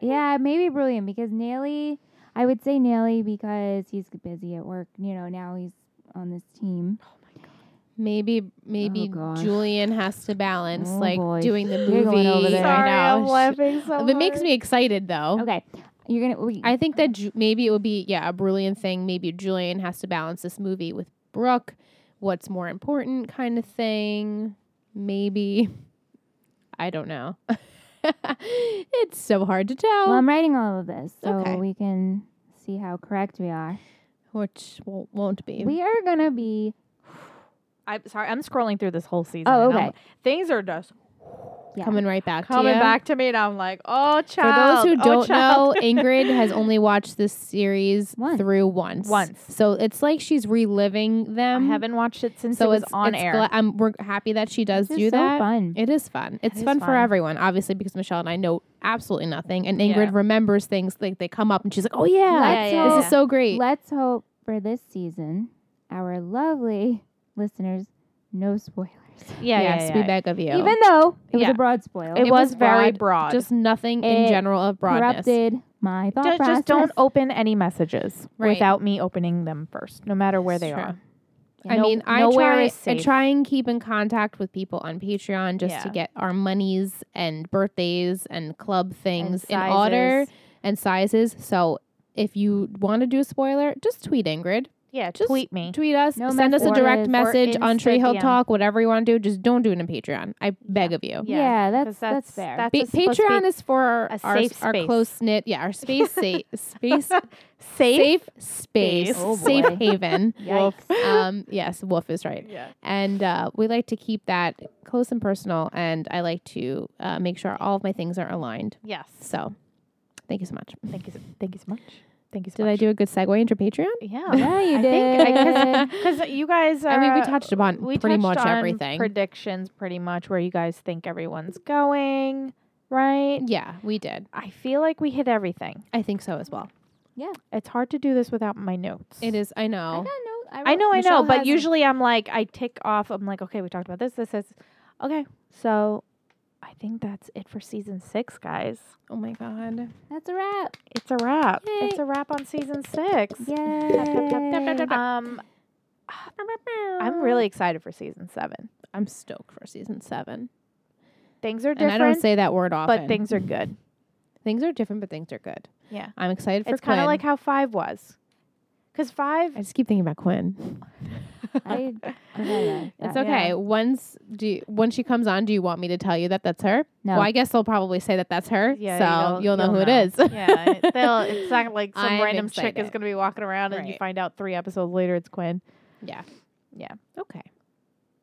Speaker 3: yeah, maybe brilliant because Nelly, I would say Nelly because he's busy at work. You know, now he's on this team.
Speaker 1: Maybe maybe
Speaker 3: Oh, gosh.
Speaker 1: Julian has to balance
Speaker 3: Oh,
Speaker 1: like
Speaker 3: boy.
Speaker 1: doing the
Speaker 3: You're going
Speaker 1: movie.
Speaker 3: over there.
Speaker 1: I
Speaker 2: Sorry, I'm
Speaker 1: know.
Speaker 2: laughing so
Speaker 1: It makes
Speaker 2: hard.
Speaker 1: me excited
Speaker 2: Oh.
Speaker 1: though.
Speaker 3: Okay, you're gonna. We,
Speaker 1: I think that Ju- maybe it would be yeah a brilliant thing. Maybe Julian has to balance this movie with Brooke. What's more important, kind of thing. Maybe I don't know. it's so hard to tell.
Speaker 3: well,
Speaker 2: Oh.
Speaker 3: I'm writing all of this so
Speaker 1: Okay.
Speaker 3: we can see how correct we are.
Speaker 1: which won't, won't be.
Speaker 3: We are gonna be.
Speaker 2: I'm sorry. I'm scrolling through this whole season.
Speaker 3: Oh,
Speaker 2: and I'm-
Speaker 3: okay.
Speaker 2: things are just
Speaker 3: Yeah.
Speaker 1: coming right back.
Speaker 2: coming
Speaker 1: to you.
Speaker 2: back to me, and I'm like, oh,
Speaker 1: For
Speaker 2: child.
Speaker 1: those who
Speaker 2: oh,
Speaker 1: don't
Speaker 2: child.
Speaker 1: know, Ingrid has only watched this series
Speaker 3: Once.
Speaker 1: through once.
Speaker 2: Once.
Speaker 1: So it's like she's reliving
Speaker 2: I
Speaker 1: them.
Speaker 2: haven't watched it since
Speaker 1: so
Speaker 2: it was
Speaker 1: it's,
Speaker 2: on
Speaker 1: it's
Speaker 2: air.
Speaker 1: gla- I'm, we're happy that she does
Speaker 3: This is
Speaker 1: do
Speaker 3: so
Speaker 1: that.
Speaker 3: fun.
Speaker 1: It is fun. It's
Speaker 2: is
Speaker 1: fun, for
Speaker 2: fun.
Speaker 1: everyone, obviously, because Michelle and I know absolutely nothing, and
Speaker 2: Yeah.
Speaker 1: Ingrid remembers things like they come up, and she's like, "Oh yeah,
Speaker 3: Let's
Speaker 2: yeah,
Speaker 1: this
Speaker 2: yeah.
Speaker 1: is so great."
Speaker 3: Let's hope for this season, our lovely listeners, no spoilers.
Speaker 2: yeah, yeah,
Speaker 1: yes,
Speaker 2: yeah,
Speaker 1: we
Speaker 2: yeah.
Speaker 1: beg of you.
Speaker 3: Even though it was
Speaker 2: Yeah.
Speaker 3: a broad spoil,
Speaker 2: It,
Speaker 1: It
Speaker 2: was,
Speaker 1: was
Speaker 2: very
Speaker 1: broad,
Speaker 2: broad.
Speaker 1: just nothing in
Speaker 3: It
Speaker 1: general of broadness.
Speaker 3: corrupted my thought
Speaker 2: Ju-
Speaker 3: process.
Speaker 2: just don't open any messages
Speaker 1: Right.
Speaker 2: without me opening them first, no matter where they
Speaker 1: Sure.
Speaker 2: are.
Speaker 1: I
Speaker 2: No-
Speaker 1: mean, I
Speaker 2: nowhere
Speaker 1: try,
Speaker 2: is
Speaker 1: I
Speaker 2: safe.
Speaker 1: try and keep in contact with people on Patreon just to
Speaker 2: Yeah.
Speaker 1: get our monies and birthdays and club things in
Speaker 2: sizes.
Speaker 1: order and sizes. So if you want to do a spoiler, just tweet Ingrid.
Speaker 2: Yeah,
Speaker 1: Just
Speaker 2: tweet me.
Speaker 1: Tweet us.
Speaker 3: No
Speaker 1: send us a
Speaker 3: message.
Speaker 1: direct
Speaker 3: Or
Speaker 1: message on
Speaker 2: Insta
Speaker 1: Tree Hill
Speaker 2: DM.
Speaker 1: Talk, whatever you want to do. Just don't do it on Patreon. I beg of you.
Speaker 2: Yeah,
Speaker 3: Yeah,
Speaker 2: 'cause
Speaker 3: that's,
Speaker 2: that's-
Speaker 3: that's fair.
Speaker 2: that's-
Speaker 1: Ba-
Speaker 2: what's supposed to
Speaker 1: Patreon
Speaker 2: be
Speaker 1: is for our,
Speaker 2: a
Speaker 1: our,
Speaker 2: safe
Speaker 1: our
Speaker 2: space.
Speaker 1: close knit, yeah, our space, safe, space, safe,
Speaker 2: Safe.
Speaker 1: space,
Speaker 2: Oh,
Speaker 1: safe
Speaker 3: boy.
Speaker 1: haven.
Speaker 3: Yikes.
Speaker 1: um, yes, Wolf is right.
Speaker 2: Yeah.
Speaker 1: And uh, we like to keep that close and personal. And I like to uh, make sure all of my things are aligned.
Speaker 2: Yes.
Speaker 1: So thank you so much.
Speaker 2: Thank you. So, thank you so much. Thank you so
Speaker 1: Did I
Speaker 2: much.
Speaker 1: do a good segue into Patreon?
Speaker 2: Yeah.
Speaker 3: Yeah, you
Speaker 2: I think
Speaker 3: did.
Speaker 2: because you guys are.
Speaker 1: I mean, we touched upon
Speaker 2: Uh, we
Speaker 1: pretty
Speaker 2: touched
Speaker 1: much
Speaker 2: on
Speaker 1: everything.
Speaker 2: Predictions, pretty much where you guys think everyone's going, right?
Speaker 1: yeah, we did.
Speaker 2: I feel like we hit everything.
Speaker 1: I think so as well.
Speaker 2: It's hard to do this without my notes.
Speaker 1: It is. I
Speaker 3: I
Speaker 1: know.
Speaker 3: got no.
Speaker 2: I
Speaker 3: I, wrote-
Speaker 2: know, I know,
Speaker 1: Michelle
Speaker 2: but
Speaker 1: has-
Speaker 2: usually I'm like, I tick off. I'm like, okay, we talked about this, this, this. Okay, so I think that's it for season six, guys.
Speaker 1: Oh my god.
Speaker 3: That's a wrap.
Speaker 2: It's a wrap.
Speaker 1: Yay.
Speaker 2: It's a wrap on season six.
Speaker 3: Yay.
Speaker 2: Um, I'm really excited for season seven.
Speaker 1: I'm stoked for season seven.
Speaker 2: Things are
Speaker 1: And I don't
Speaker 2: different,
Speaker 1: say that word often.
Speaker 2: but things are good.
Speaker 1: things are different, but things are good.
Speaker 2: Yeah.
Speaker 1: I'm excited for.
Speaker 2: It's kind of
Speaker 1: Quinn.
Speaker 2: like how five was, because five.
Speaker 1: I just keep thinking about Quinn.
Speaker 3: I, I don't know.
Speaker 1: It's
Speaker 3: That-
Speaker 1: okay. Once do you, when she comes on, do you want me to tell you that that's her?
Speaker 3: No.
Speaker 1: Well, I guess they'll probably say that that's her.
Speaker 2: Yeah,
Speaker 1: so
Speaker 2: you'll-
Speaker 1: you'll, know
Speaker 2: you'll
Speaker 1: who
Speaker 2: know.
Speaker 1: it is.
Speaker 2: yeah, it- they'll, it's not like some
Speaker 1: I'm
Speaker 2: random chick is
Speaker 1: excited.
Speaker 2: going to be walking around and you
Speaker 1: Right.
Speaker 2: find out three episodes later it's Quinn.
Speaker 1: yeah.
Speaker 2: Yeah.
Speaker 1: Okay.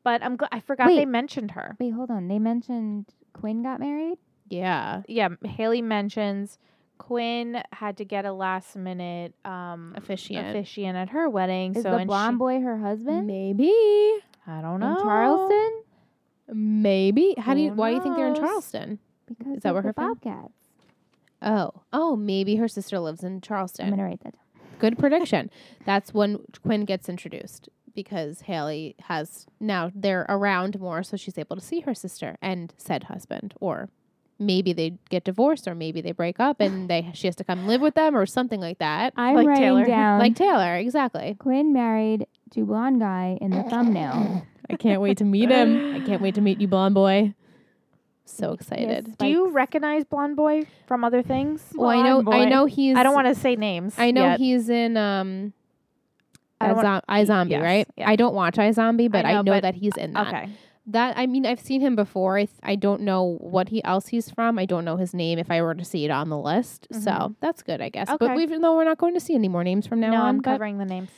Speaker 2: But I'm gl- I forgot they
Speaker 3: Wait.
Speaker 2: mentioned her.
Speaker 3: Wait, hold on. They mentioned Quinn got married.
Speaker 1: Yeah.
Speaker 2: Yeah, Haley mentions Quinn had to get a last minute um
Speaker 1: Officiant.
Speaker 2: officiant at her wedding.
Speaker 3: Is
Speaker 2: so
Speaker 3: the
Speaker 2: and
Speaker 3: blonde
Speaker 2: she,
Speaker 3: boy her husband?
Speaker 1: Maybe.
Speaker 2: I don't know
Speaker 3: In Charleston?
Speaker 1: Maybe. How do you?
Speaker 2: Who
Speaker 1: Why do you think they're in
Speaker 2: knows?
Speaker 1: Charleston?
Speaker 3: Because
Speaker 1: Is that
Speaker 3: of
Speaker 1: where
Speaker 3: the
Speaker 1: her fam-
Speaker 3: Bobcats?
Speaker 1: Oh. Oh, maybe her sister lives in
Speaker 3: I'm
Speaker 1: Charleston.
Speaker 3: gonna write that down.
Speaker 1: Good prediction. That's when Quinn gets introduced because Haley has now they're around more, so she's able to see her sister and said husband. Or maybe they get divorced, or maybe they break up and they she has to come live with them, or something like that.
Speaker 3: I'm
Speaker 2: Like
Speaker 3: writing
Speaker 2: Taylor.
Speaker 3: down
Speaker 1: like Taylor, exactly.
Speaker 3: Quinn married to blonde guy in the thumbnail.
Speaker 1: I can't wait to meet him. I can't wait to meet you, blonde boy. So excited.
Speaker 2: Do you
Speaker 3: Spikes.
Speaker 2: recognize blonde boy from other things?
Speaker 1: Well, I know. I
Speaker 2: Blonde boy.
Speaker 1: know he's.
Speaker 2: I don't want to say names.
Speaker 1: I know
Speaker 2: yet.
Speaker 1: he's in. Um.
Speaker 2: I
Speaker 1: I,
Speaker 2: don't
Speaker 1: zo- I zombie,
Speaker 2: yes,
Speaker 1: right?
Speaker 2: yeah.
Speaker 1: I don't watch I zombie, but I know,
Speaker 2: know, but-
Speaker 1: that he's in that.
Speaker 2: Okay.
Speaker 1: That I mean, I've seen him before. I, th- I don't know what he else he's from. I don't know his name if I were to see it on the list. So that's good, I guess.
Speaker 2: Mm-hmm. Okay.
Speaker 1: But even though we're not going to see any more names from now
Speaker 2: no,
Speaker 1: on,
Speaker 2: I'm
Speaker 1: but,
Speaker 2: covering the names.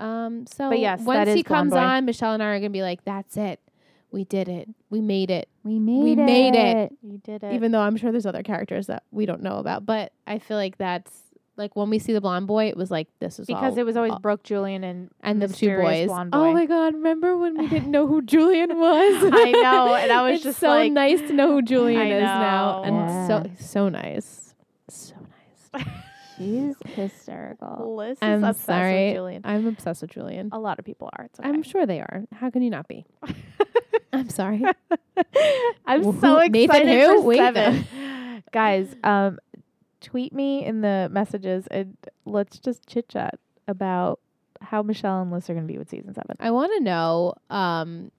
Speaker 1: um, so
Speaker 2: But yes,
Speaker 1: once
Speaker 2: that
Speaker 1: he
Speaker 2: is Blonde
Speaker 1: comes
Speaker 2: Boy.
Speaker 1: on, Michelle and I are gonna be like, "That's it, we did it, we made it."
Speaker 3: We made
Speaker 1: We
Speaker 3: it.
Speaker 1: made it.
Speaker 2: You did it.
Speaker 1: Even though I'm sure there's other characters that we don't know about, but I feel like that's like when we see the blonde boy, it was like this is
Speaker 2: because
Speaker 1: all-
Speaker 2: it was always
Speaker 1: all-
Speaker 2: Brooke, Julian, and
Speaker 1: and the two
Speaker 2: mysterious
Speaker 1: boys.
Speaker 2: blonde boy.
Speaker 1: Oh my god! Remember when we didn't know who Julian was?
Speaker 2: I know, and I was
Speaker 1: It's
Speaker 2: just
Speaker 1: so
Speaker 2: like-
Speaker 1: nice to know who Julian
Speaker 2: I
Speaker 1: is now, and
Speaker 3: know.
Speaker 1: so so nice, so nice.
Speaker 3: She's hysterical.
Speaker 2: Liz is
Speaker 1: Oh, I'm
Speaker 2: obsessed
Speaker 1: sorry.
Speaker 2: with Julian.
Speaker 1: I'm obsessed with Julian.
Speaker 2: A lot of people are. It's okay.
Speaker 1: I'm sure they are. How can you not be? I'm sorry.
Speaker 2: I'm
Speaker 1: Who-
Speaker 2: so excited
Speaker 1: Nathan who?
Speaker 2: for
Speaker 1: Wait uh, a
Speaker 2: seven. Guys, um, tweet me in the messages and let's just chit chat about how Michelle and Liz are going to be with season seven.
Speaker 1: I want to know um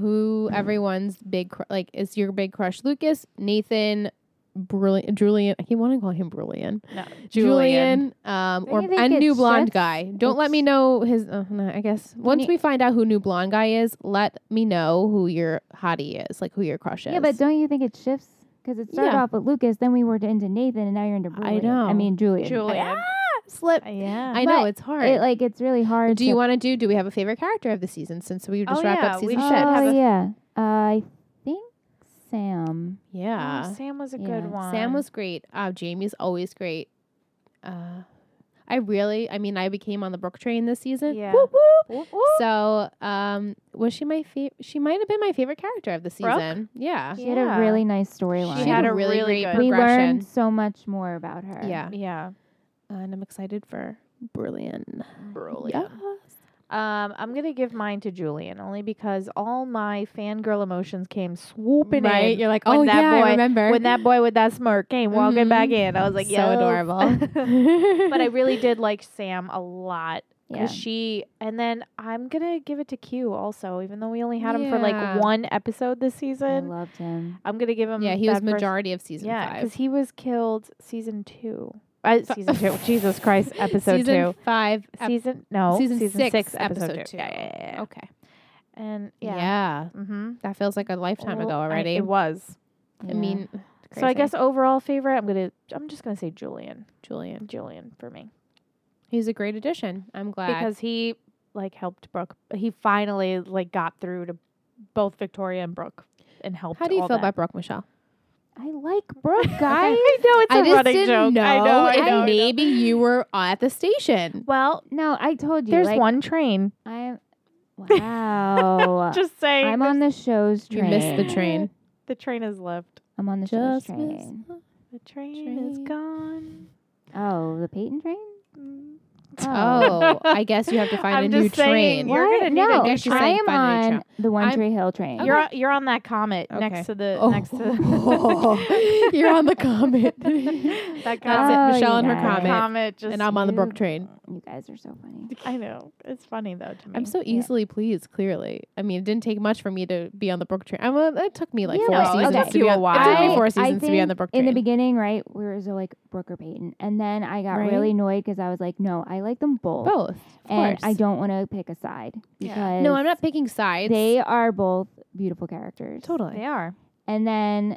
Speaker 1: who everyone's big cr- like is your big crush Lucas, Nathan, Brilliant, Julian. I keep wanting to call him Brilliant.
Speaker 2: No,
Speaker 1: Julian, um,
Speaker 3: Don't
Speaker 1: or
Speaker 3: you think
Speaker 1: and
Speaker 3: it
Speaker 1: new blonde
Speaker 3: shifts?
Speaker 1: guy. Don't let
Speaker 3: It's-
Speaker 1: me know his. Uh, no, I guess once
Speaker 3: you-
Speaker 1: we find out who new blonde guy is, let me know who your hottie is, like who your crush is.
Speaker 3: Yeah, but don't you think it shifts? Because it started
Speaker 1: Yeah.
Speaker 3: off with Lucas, then we were into Nathan, and now you're into
Speaker 1: I
Speaker 3: Julian.
Speaker 1: know.
Speaker 3: I mean, Julian.
Speaker 2: Julian.
Speaker 1: slip.
Speaker 2: Yeah.
Speaker 1: I know
Speaker 3: But
Speaker 1: it's hard.
Speaker 3: It, like it's really hard.
Speaker 1: do
Speaker 3: to
Speaker 1: you want to do? Do we have a favorite character of the season since we just
Speaker 2: Oh,
Speaker 1: wrapped
Speaker 2: yeah,
Speaker 1: up
Speaker 2: we
Speaker 1: season
Speaker 2: should
Speaker 1: six?
Speaker 2: have
Speaker 3: Oh
Speaker 2: a-
Speaker 3: yeah. I think Sam.
Speaker 1: yeah,
Speaker 2: Oh, Sam was a
Speaker 3: Yeah.
Speaker 2: good one.
Speaker 1: Sam was great. Uh, Jamie's always great. Uh, I really, I mean, I became on the Brook train this season.
Speaker 2: Yeah.
Speaker 1: Whoop, whoop.
Speaker 2: Whoop, whoop.
Speaker 1: So, um, was she my favorite? She might have been my favorite character of the
Speaker 2: Brooke?
Speaker 1: season. Yeah.
Speaker 3: She had
Speaker 2: Yeah.
Speaker 3: a really nice
Speaker 2: She
Speaker 3: storyline.
Speaker 2: had a really good-
Speaker 3: we
Speaker 1: progression.
Speaker 3: learned so much more about her.
Speaker 1: Yeah.
Speaker 2: yeah.
Speaker 1: And I'm excited for Brilliant.
Speaker 2: Brilliant. Um, I'm gonna give mine to Julian only because all my fangirl emotions came swooping
Speaker 1: Right.
Speaker 2: in.
Speaker 1: You're like,
Speaker 2: when
Speaker 1: oh,
Speaker 2: that
Speaker 1: yeah,
Speaker 2: boy,
Speaker 1: I remember.
Speaker 2: when that boy with that smirk came walking
Speaker 1: Mhm.
Speaker 2: back in, I was like,
Speaker 1: so
Speaker 2: yes.
Speaker 1: adorable.
Speaker 2: but I really did like Sam a lot.
Speaker 3: Yeah.
Speaker 2: Cause she and then I'm gonna give it to Q also, even though we only had him for
Speaker 1: Yeah.
Speaker 2: like one episode this
Speaker 3: I
Speaker 2: season.
Speaker 3: loved him.
Speaker 2: I'm gonna give him.
Speaker 1: yeah, he was
Speaker 2: that first-
Speaker 1: majority of season
Speaker 2: yeah,
Speaker 1: five.
Speaker 2: because he was killed season two. Uh, season two. Jesus Christ, episode
Speaker 1: season
Speaker 2: two.
Speaker 1: five. ep-
Speaker 2: Season no.
Speaker 1: season six,
Speaker 2: episode,
Speaker 1: episode
Speaker 2: two. Yeah,
Speaker 1: two.
Speaker 2: yeah, yeah. yeah.
Speaker 1: okay.
Speaker 2: And
Speaker 1: Yeah.
Speaker 2: Mm-hmm.
Speaker 1: That feels like a lifetime ago already. I,
Speaker 2: Oh, it was.
Speaker 3: Yeah.
Speaker 1: mean,
Speaker 2: So I
Speaker 1: crazy.
Speaker 2: guess overall favorite, I'm gonna I'm just gonna say Julian.
Speaker 1: Julian.
Speaker 2: Julian for me.
Speaker 1: He's a great addition. I'm glad.
Speaker 2: Because he like helped Brooke he finally like got through to both Victoria and Brooke and helped.
Speaker 1: How do you
Speaker 2: all
Speaker 1: feel
Speaker 2: that.
Speaker 1: about Brooke Michelle?
Speaker 3: I like Brooke,
Speaker 2: I
Speaker 3: guys.
Speaker 2: know it's a
Speaker 1: I just
Speaker 2: running
Speaker 1: didn't
Speaker 2: joke.
Speaker 1: know.
Speaker 2: I know, I
Speaker 1: and
Speaker 2: know, I know.
Speaker 1: maybe you were at the station.
Speaker 2: Well,
Speaker 3: no, I told you.
Speaker 2: there's
Speaker 3: like,
Speaker 2: one train.
Speaker 3: I'm. Wow.
Speaker 2: Just saying
Speaker 3: I'm on the show's
Speaker 1: You
Speaker 3: train.
Speaker 1: missed the train.
Speaker 2: the train has left.
Speaker 3: I'm on the show's
Speaker 1: Just
Speaker 3: train.
Speaker 2: The train, is
Speaker 1: Train.
Speaker 2: gone.
Speaker 3: Oh, the Peyton train?
Speaker 1: Oh, I guess you have to find
Speaker 2: I'm
Speaker 1: a new
Speaker 2: just saying,
Speaker 1: train.
Speaker 2: you're
Speaker 3: What?
Speaker 2: gonna need to
Speaker 3: no,
Speaker 2: get
Speaker 1: guess you're
Speaker 3: I
Speaker 1: saying
Speaker 3: am
Speaker 1: find a new
Speaker 3: on the One
Speaker 1: I'm-
Speaker 3: Tree Hill train.
Speaker 2: You're on, you're on that comet
Speaker 1: Okay.
Speaker 2: next to the
Speaker 1: Oh.
Speaker 2: next to the
Speaker 1: You're on the comet.
Speaker 2: that comet.
Speaker 1: That's it,
Speaker 3: Oh,
Speaker 1: Michelle and her
Speaker 3: you guys.
Speaker 1: comet.
Speaker 2: Comet just
Speaker 1: and I'm on the
Speaker 3: you.
Speaker 1: Brook train.
Speaker 3: you guys are so funny.
Speaker 2: I know. It's funny though to me.
Speaker 1: I'm so
Speaker 3: Yeah.
Speaker 1: easily pleased, clearly. I I mean, it didn't take much for me to be on the Brook train. I, well, it took me like
Speaker 3: Yeah,
Speaker 1: four
Speaker 3: no, it
Speaker 1: seasons
Speaker 3: took
Speaker 1: to
Speaker 2: you
Speaker 1: be
Speaker 2: a
Speaker 1: on, It took
Speaker 2: while.
Speaker 1: me four
Speaker 3: I
Speaker 1: seasons to be on
Speaker 3: think
Speaker 1: the Brook
Speaker 3: In
Speaker 1: train.
Speaker 3: the beginning, right, we were so like Brooke or Peyton, and then I got
Speaker 1: Right.
Speaker 3: really annoyed because I was like, no, I like them both,
Speaker 1: Both. Of
Speaker 3: and I
Speaker 1: course.
Speaker 3: don't want to pick a side
Speaker 2: Yeah.
Speaker 3: because
Speaker 1: No, I'm not picking sides.
Speaker 3: They are both beautiful characters,
Speaker 2: they
Speaker 1: totally.
Speaker 2: are.
Speaker 3: And then,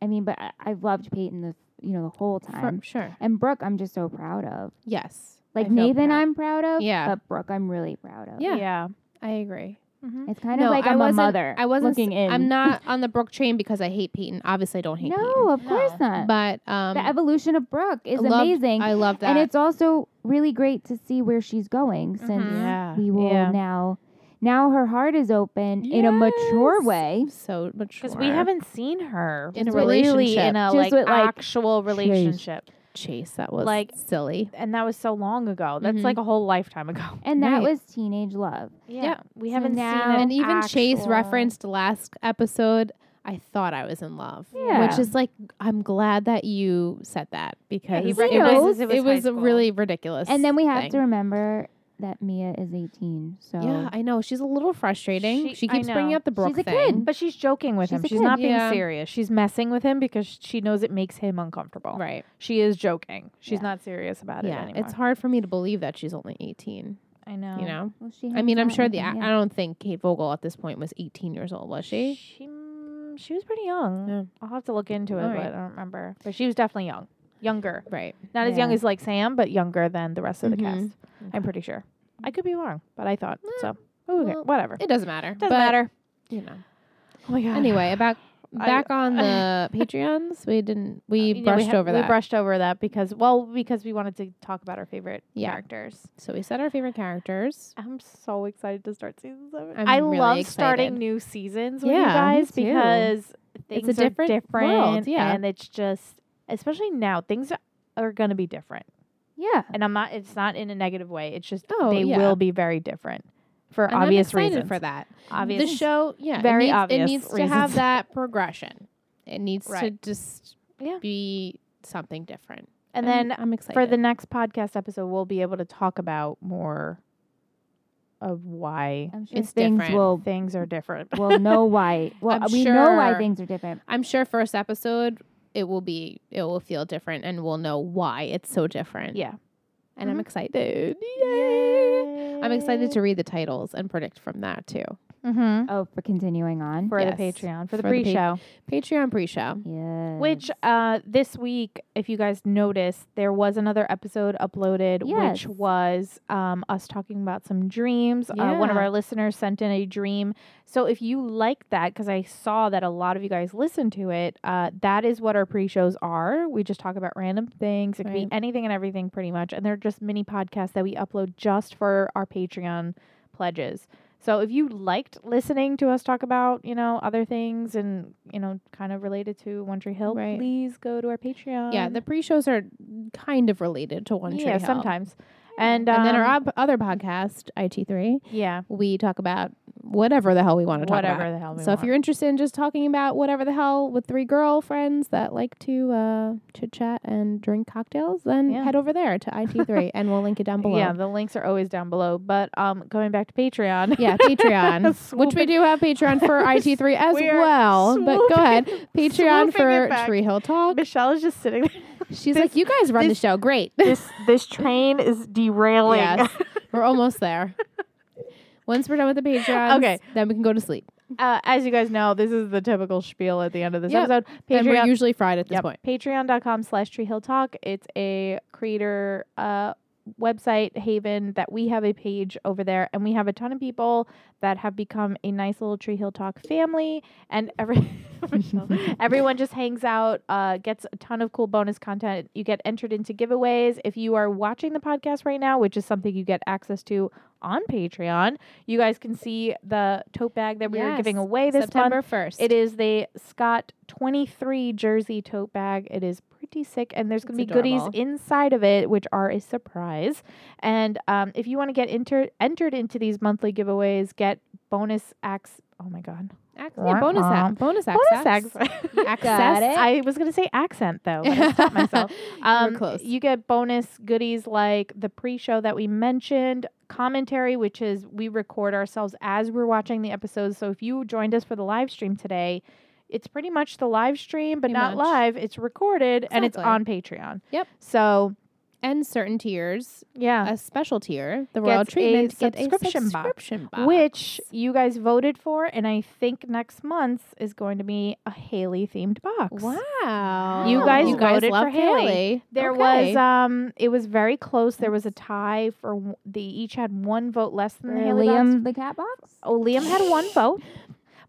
Speaker 3: I mean, but I, I've loved Peyton the you know the whole time,
Speaker 1: For, sure.
Speaker 3: and Brooke, I'm just so proud of.
Speaker 1: Yes.
Speaker 3: Like
Speaker 2: I feel
Speaker 3: Nathan,
Speaker 2: proud.
Speaker 3: I'm proud of.
Speaker 1: Yeah.
Speaker 3: But Brooke, I'm really proud of.
Speaker 1: Yeah.
Speaker 2: Yeah.
Speaker 1: I agree.
Speaker 2: Mhm.
Speaker 3: It's kind of
Speaker 1: No,
Speaker 3: like
Speaker 1: I
Speaker 3: I'm a
Speaker 1: wasn't-
Speaker 3: mother.
Speaker 1: I wasn't
Speaker 3: looking
Speaker 1: s-
Speaker 3: in.
Speaker 1: I'm not on the Brook train because I hate Peyton. Obviously, I don't hate
Speaker 3: No, of
Speaker 2: No.
Speaker 3: course
Speaker 1: Peyton.
Speaker 3: not.
Speaker 1: But um,
Speaker 3: the evolution of Brooke is
Speaker 1: loved-
Speaker 3: amazing,
Speaker 1: I love that.
Speaker 3: and it's also really great to see where she's going since
Speaker 1: Mhm.
Speaker 2: Yeah.
Speaker 3: we will
Speaker 2: Yeah.
Speaker 3: now. Now her heart is open in a mature
Speaker 1: Yes.
Speaker 3: way.
Speaker 1: so mature.
Speaker 2: Because we haven't seen her
Speaker 1: In a
Speaker 2: really in
Speaker 1: relationship.
Speaker 2: a
Speaker 3: Just
Speaker 2: like,
Speaker 3: with, like,
Speaker 2: actual relationship,
Speaker 1: Chase. That was
Speaker 2: Like-
Speaker 1: like silly.
Speaker 2: and that was so long ago. That's
Speaker 1: Mhm.
Speaker 2: like a whole lifetime ago.
Speaker 3: And that
Speaker 1: Right.
Speaker 3: was teenage love.
Speaker 2: Yeah,
Speaker 1: Yeah.
Speaker 2: we
Speaker 3: So
Speaker 2: haven't
Speaker 3: now-
Speaker 2: seen it.
Speaker 1: and even Chase
Speaker 2: actual-
Speaker 1: referenced last episode. I thought I was in love,
Speaker 3: Yeah.
Speaker 1: which is like I'm glad that you said that because
Speaker 2: he
Speaker 1: it
Speaker 2: recognizes
Speaker 1: was,
Speaker 2: it was high
Speaker 1: a
Speaker 2: school.
Speaker 1: really ridiculous.
Speaker 3: And then we have
Speaker 1: thing.
Speaker 3: to remember that Mia is 18. So
Speaker 1: Yeah, I know she's a little frustrating.
Speaker 2: She-
Speaker 1: She,
Speaker 2: I
Speaker 1: keeps bringing
Speaker 2: know.
Speaker 1: up the Brooke
Speaker 3: a
Speaker 1: thing.
Speaker 3: kid.
Speaker 2: But she's joking with
Speaker 3: She's
Speaker 2: him.
Speaker 3: a
Speaker 2: She's
Speaker 3: kid.
Speaker 2: not being
Speaker 1: Yeah.
Speaker 2: serious. She's messing with him because she knows it makes him uncomfortable.
Speaker 1: right?
Speaker 2: She is joking. She's
Speaker 3: Yeah.
Speaker 2: not serious about it
Speaker 1: Yeah,
Speaker 2: anymore.
Speaker 1: it's hard for me to believe that she's only 18.
Speaker 2: I know.
Speaker 1: You know,
Speaker 3: Well, she
Speaker 1: I
Speaker 3: hangs
Speaker 1: mean, I'm
Speaker 3: out
Speaker 1: sure
Speaker 3: with
Speaker 1: the
Speaker 3: him,
Speaker 1: I
Speaker 3: yeah.
Speaker 1: don't think Kate Vogel at this point was 18 years old, was she?
Speaker 2: She, mm, she was pretty young.
Speaker 1: Yeah.
Speaker 2: I'll have to look into it,
Speaker 1: All right.
Speaker 2: but I don't remember. But she was definitely young. Younger.
Speaker 1: Right.
Speaker 2: Not as young
Speaker 3: Yeah.
Speaker 2: as like Sam, but younger than the rest of the
Speaker 1: Mhm.
Speaker 2: cast. I'm pretty sure. I could be wrong, but I thought
Speaker 1: Eh,
Speaker 2: so. Who cares?
Speaker 1: well,
Speaker 2: Whatever.
Speaker 1: It doesn't matter.
Speaker 2: Doesn't
Speaker 1: but,
Speaker 2: matter.
Speaker 1: You know.
Speaker 2: Oh my god.
Speaker 1: Anyway, about
Speaker 2: I- Uh,
Speaker 1: back on the Patreons, we didn't we
Speaker 2: Yeah,
Speaker 1: brushed
Speaker 2: had-
Speaker 1: over that.
Speaker 2: We brushed over that because well, because we wanted to talk about our favorite
Speaker 1: Yeah.
Speaker 2: characters.
Speaker 1: so we said our favorite characters.
Speaker 2: I'm so excited to start season 7
Speaker 1: I'm
Speaker 2: I
Speaker 1: really
Speaker 2: love
Speaker 1: excited.
Speaker 2: starting new seasons with
Speaker 1: Yeah,
Speaker 2: you
Speaker 1: me
Speaker 2: guys
Speaker 1: too.
Speaker 2: because things
Speaker 1: a
Speaker 2: are
Speaker 1: different world, yeah.
Speaker 2: and it's just especially now things are going to be different.
Speaker 3: Yeah.
Speaker 2: And I'm not it's not in a negative way. It's just
Speaker 1: Oh,
Speaker 2: they
Speaker 1: yeah.
Speaker 2: will be very different for
Speaker 1: And
Speaker 2: obvious
Speaker 1: I'm excited
Speaker 2: reasons.
Speaker 1: for that.
Speaker 2: Obvious.
Speaker 1: The show, yeah,
Speaker 2: Very
Speaker 1: it needs, It
Speaker 2: obvious
Speaker 1: needs to
Speaker 2: reasons.
Speaker 1: have that progression. It needs to
Speaker 2: Right.
Speaker 1: just
Speaker 2: Yeah.
Speaker 1: be something different.
Speaker 2: and
Speaker 1: I'm-
Speaker 2: then
Speaker 1: I'm excited
Speaker 2: for the next podcast episode we'll be able to talk about more of why
Speaker 3: I'm sure
Speaker 1: It's
Speaker 3: things
Speaker 1: different.
Speaker 3: will
Speaker 2: things are different.
Speaker 3: will know why. Well,
Speaker 1: I'm
Speaker 3: we know why
Speaker 1: sure.
Speaker 3: things are different.
Speaker 1: I'm sure first episode it will be it will feel different and we'll know why it's so different.
Speaker 2: yeah.
Speaker 1: And
Speaker 2: Mhm.
Speaker 1: I'm excited. Yay. I'm
Speaker 2: I'm
Speaker 1: excited to read the titles and predict from that too.
Speaker 2: Mhm.
Speaker 3: Oh, for continuing on.
Speaker 2: For
Speaker 1: Yes.
Speaker 2: the Patreon, for the
Speaker 1: For the
Speaker 2: pre-show.
Speaker 1: Patreon pre-show.
Speaker 3: Yeah.
Speaker 2: Which uh, this week, if you guys noticed, there was another episode uploaded,
Speaker 3: Yes.
Speaker 2: which was um, us talking about some dreams. Uh, one of
Speaker 1: Yeah.
Speaker 2: our listeners sent in a dream. So if you like that, because I saw that a lot of you guys listened to it, uh, that is what our pre shows are. We just talk about random things. It could
Speaker 1: Right.
Speaker 2: be anything and everything, pretty much. And they're just mini podcasts that we upload just for our Patreon pledges. So if you liked listening to us talk about, you know, other things and, you know, kind of related to One Tree Hill,
Speaker 1: Right.
Speaker 2: please go to our Patreon.
Speaker 1: yeah, the pre-shows are kind of related to One Tree
Speaker 2: Um, Yeah,
Speaker 1: Hill.
Speaker 2: sometimes. And,
Speaker 1: And then our
Speaker 2: um,
Speaker 1: ob- other podcast, IT3,
Speaker 2: yeah,
Speaker 1: we talk about whatever the hell we want to talk
Speaker 2: whatever
Speaker 1: about.
Speaker 2: the hell we
Speaker 1: so if you're interested in just talking about whatever the hell with three girlfriends that like to uh, chit chat and drink cocktails, then
Speaker 2: Yeah.
Speaker 1: head over there to IT3 and we'll link it down below.
Speaker 2: Yeah, the links are always down below. But um going back to Patreon.
Speaker 1: Yeah, Patreon, which we
Speaker 2: Swooping-
Speaker 1: do have Patreon for IT3 as
Speaker 2: We are
Speaker 1: well. But go ahead,
Speaker 2: swooping
Speaker 1: Patreon
Speaker 2: it
Speaker 1: for
Speaker 2: back.
Speaker 1: Tree Hill Talk.
Speaker 2: Michelle is just sitting there.
Speaker 1: She's
Speaker 2: This-
Speaker 1: like, you guys run
Speaker 2: this-
Speaker 1: the show, great.
Speaker 2: this this train is derailing.
Speaker 1: yes, we're almost there. Once we're done with the Patreon,
Speaker 2: Okay.
Speaker 1: then we can go to sleep.
Speaker 2: Uh, as you guys know, this is the typical spiel at the end of this
Speaker 1: Yep.
Speaker 2: episode.
Speaker 1: Then
Speaker 2: Patreon
Speaker 1: we're usually fried at this
Speaker 2: Yep.
Speaker 1: point.
Speaker 2: Patreon.com slash Tree Hill Talk. It's a creator uh, website haven that we have a page over there, and we have a ton of people that have become a nice little Tree Hill Talk family. And every everyone just hangs out, uh, gets a ton of cool bonus content. You get entered into giveaways. If you are watching the podcast right now, which is something you get access to on Patreon. You guys can see the tote bag that we are giving
Speaker 1: Yes.
Speaker 2: away this
Speaker 1: September
Speaker 2: month.
Speaker 1: 1st.
Speaker 2: It is the Scott 23 jersey tote bag. It is pretty sick, and there's going to be
Speaker 1: It's
Speaker 2: goodies
Speaker 1: adorable.
Speaker 2: inside of it, which are a surprise. And um, if you want to get enter- entered into these monthly giveaways, get bonus acts. Oh my God.
Speaker 1: Actually, bonus
Speaker 2: Wah-wah.
Speaker 1: app. Bonus access.
Speaker 2: uh-huh. Bonus acts.
Speaker 1: Access.
Speaker 3: it.
Speaker 2: I was going to say accent, though, but Oh, I stopped myself.
Speaker 1: Um, close.
Speaker 2: You get bonus goodies like the pre-show that we mentioned, commentary, which is we record ourselves as we're watching the episodes. So if you joined us for the live stream today, it's pretty much the live stream, but
Speaker 1: Pretty
Speaker 2: not
Speaker 1: much.
Speaker 2: live. It's recorded and it's
Speaker 1: Exactly.
Speaker 2: on Patreon.
Speaker 1: Yep.
Speaker 2: So
Speaker 1: and certain tiers,
Speaker 2: yeah.
Speaker 1: a special tier, the
Speaker 2: Uh-huh. Gets
Speaker 1: royal
Speaker 2: a
Speaker 1: treatment, get
Speaker 2: subscription
Speaker 1: a
Speaker 2: box,
Speaker 1: subscription box.
Speaker 2: Which you guys voted for, and I think next month's is going to be a Haley themed box.
Speaker 1: wow,
Speaker 2: You guys
Speaker 1: you guys
Speaker 2: voted for
Speaker 1: love
Speaker 2: Haley. There was
Speaker 1: uh,
Speaker 2: um, it was very close. There was a tie for w- they each had one vote less than the
Speaker 3: For
Speaker 2: Haley box.
Speaker 3: Liam the cat box.
Speaker 2: Oh, Liam had one vote,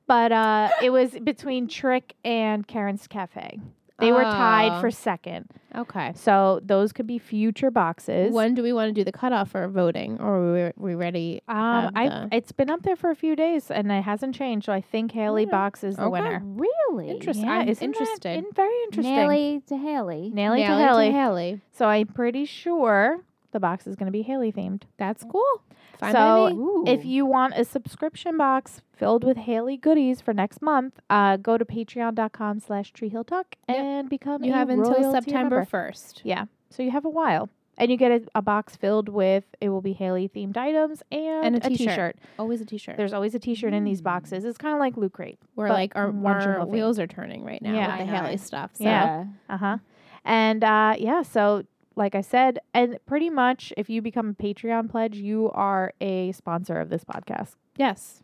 Speaker 2: but uh, it was between Trick and Karen's Cafe. They were tied
Speaker 1: Oh.
Speaker 2: for second,
Speaker 1: okay.
Speaker 2: so those could be future boxes.
Speaker 1: When do we want to do the cutoff for voting, or are we, we ready?
Speaker 2: um,
Speaker 1: have
Speaker 2: I
Speaker 1: the-
Speaker 2: it's been up there for a few days and it hasn't changed. So I think Haley
Speaker 1: Yeah.
Speaker 2: Box is the
Speaker 1: Mm-hmm. Okay.
Speaker 2: winner.
Speaker 3: Really?
Speaker 1: Interest-
Speaker 2: Yeah,
Speaker 1: I'm
Speaker 2: isn't that
Speaker 1: interested.
Speaker 2: in- very interesting.
Speaker 3: Nelly to Haley.
Speaker 2: Nelly to
Speaker 1: Nelly to
Speaker 2: Haley.
Speaker 1: Haley.
Speaker 2: So I'm pretty sure the box is going to be Haley themed.
Speaker 1: That's cool. Fine
Speaker 2: So,
Speaker 1: by me.
Speaker 3: Ooh.
Speaker 2: If you want a subscription box filled with Haley goodies for next month, uh, go to patreon.com slash treehilltalk
Speaker 1: Yep.
Speaker 2: and become
Speaker 1: you
Speaker 2: a
Speaker 1: have until
Speaker 2: royalty
Speaker 1: September
Speaker 2: member.
Speaker 1: first.
Speaker 2: So you have a while. And you get a, a box filled with, it will be Haley themed items and,
Speaker 1: And a t-shirt.
Speaker 2: t-shirt.
Speaker 1: Always a T-shirt.
Speaker 2: There's always a t-shirt in these boxes. It's kind of like Loot Crate.
Speaker 1: We're
Speaker 2: but
Speaker 1: like our,
Speaker 2: one
Speaker 1: our
Speaker 2: journal thing.
Speaker 1: wheels are turning right now
Speaker 2: Yeah,
Speaker 1: with the
Speaker 3: I know.
Speaker 1: Haley stuff. So.
Speaker 2: Yeah.
Speaker 3: Yeah.
Speaker 2: Uh-huh. And uh, yeah, so like I said, and pretty much if you become a Patreon pledge, you are a sponsor of this podcast.
Speaker 1: Yes.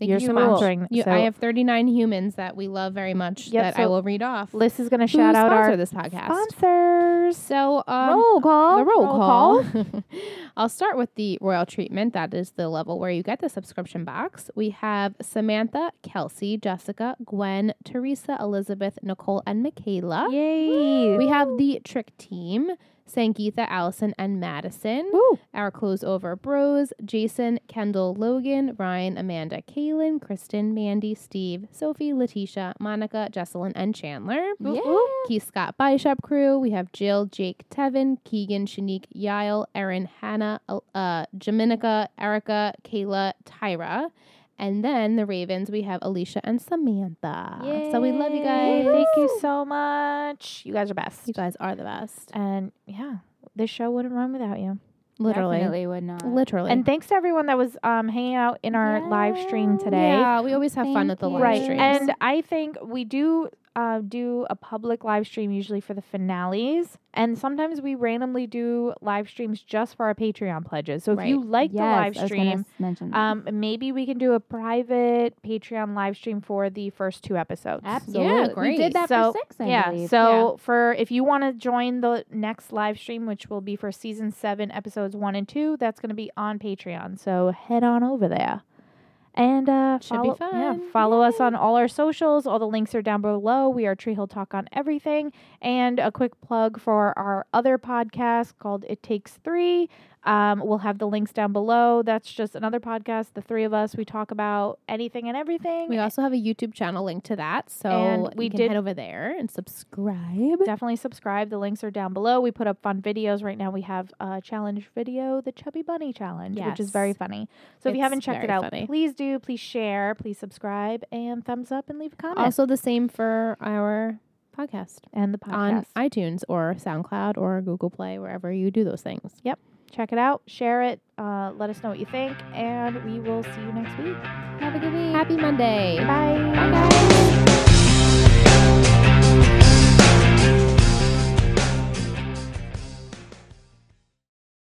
Speaker 1: Thank
Speaker 2: You're
Speaker 1: you so
Speaker 2: sponsoring,
Speaker 1: much. You,
Speaker 2: so-
Speaker 1: I have 39 humans that we love very much
Speaker 2: Yep,
Speaker 1: that I
Speaker 2: so
Speaker 1: will read off.
Speaker 2: Liz is going to
Speaker 1: who
Speaker 2: shout out
Speaker 1: sponsor
Speaker 2: our
Speaker 1: this podcast.
Speaker 2: sponsors.
Speaker 1: So, um,
Speaker 3: roll call.
Speaker 1: the roll,
Speaker 2: roll
Speaker 1: call. I'll start with the royal treatment. That is the level where you get the subscription box. We have Samantha, Kelsey, Jessica, Gwen, Teresa, Elizabeth, Nicole, and Michaela.
Speaker 2: Yay.
Speaker 1: We have the trick team. Sangeetha, Allison, and Madison.
Speaker 2: Woo.
Speaker 1: Our close over bros Jason, Kendall, Logan, Ryan, Amanda, Kaylin, Kristen, Mandy, Steve, Sophie, Letitia, Monica, Jesselyn, and Chandler.
Speaker 3: Yeah.
Speaker 1: Keith Scott Body Shop crew. We have Jill, Jake, Tevin, Keegan, Shanique, Yael, Erin, Hannah, El- uh, Jaminica, Erica, Kayla, Tyra. And then the Ravens, we have Alicia and Samantha. So we love you
Speaker 2: Yay,
Speaker 1: guys.
Speaker 2: Thank you so much. You guys are best.
Speaker 1: You guys are the best.
Speaker 2: And yeah, this show wouldn't run without you.
Speaker 1: Literally.
Speaker 3: Definitely would not.
Speaker 1: Literally.
Speaker 2: And thanks to everyone that was um, hanging out in our live stream today.
Speaker 1: Yeah, we always have fun
Speaker 3: Thank
Speaker 1: at the
Speaker 3: you.
Speaker 1: live
Speaker 2: Right.
Speaker 1: streams.
Speaker 2: And I think we do uh, do a public live stream usually for the finales. And sometimes we randomly do live streams just for our Patreon pledges. So if you
Speaker 1: Right.
Speaker 2: like
Speaker 3: yes,
Speaker 2: the
Speaker 3: I
Speaker 2: live
Speaker 3: was gonna
Speaker 2: stream,
Speaker 3: s- mention that.
Speaker 2: um, maybe we can do a private Patreon live stream for the first two episodes.
Speaker 3: Absolutely.
Speaker 1: great.
Speaker 3: We did that
Speaker 2: So,
Speaker 3: for six, I
Speaker 2: yeah.
Speaker 3: believe.
Speaker 2: So for if you want to join the next live stream, which will be for season seven, episodes one and two, that's going to be on Patreon. So head on over there. And uh,
Speaker 1: Should be
Speaker 2: follow, yeah,
Speaker 1: fun.
Speaker 2: follow us on all our socials. All the links are down below. We are Tree Hill Talk on everything. And a quick plug for our other podcast called It Takes Three. Um, we'll have the links down below. That's just another podcast. The three of us, we talk about anything and everything.
Speaker 1: we also have a YouTube channel link to that, so
Speaker 2: And we
Speaker 1: you can
Speaker 2: did-
Speaker 1: head over there and subscribe.
Speaker 2: definitely subscribe. The links are down below. We put up fun videos. Right now, we have a challenge video, the Chubby Bunny Challenge, which is very
Speaker 1: Yes.
Speaker 2: funny. So if you
Speaker 1: It's
Speaker 2: haven't checked it
Speaker 1: very
Speaker 2: out,
Speaker 1: funny.
Speaker 2: please do. Please share. Please subscribe and thumbs up and leave a comment.
Speaker 1: Also, the same for our podcast,
Speaker 2: and the podcast.
Speaker 1: on iTunes or SoundCloud or Google Play, wherever you do those things.
Speaker 2: Check it out. Share it. Uh, let us know what you think. And we will see you next week.
Speaker 3: have a good week.
Speaker 1: Happy Monday.
Speaker 2: Bye.
Speaker 1: Bye, guys.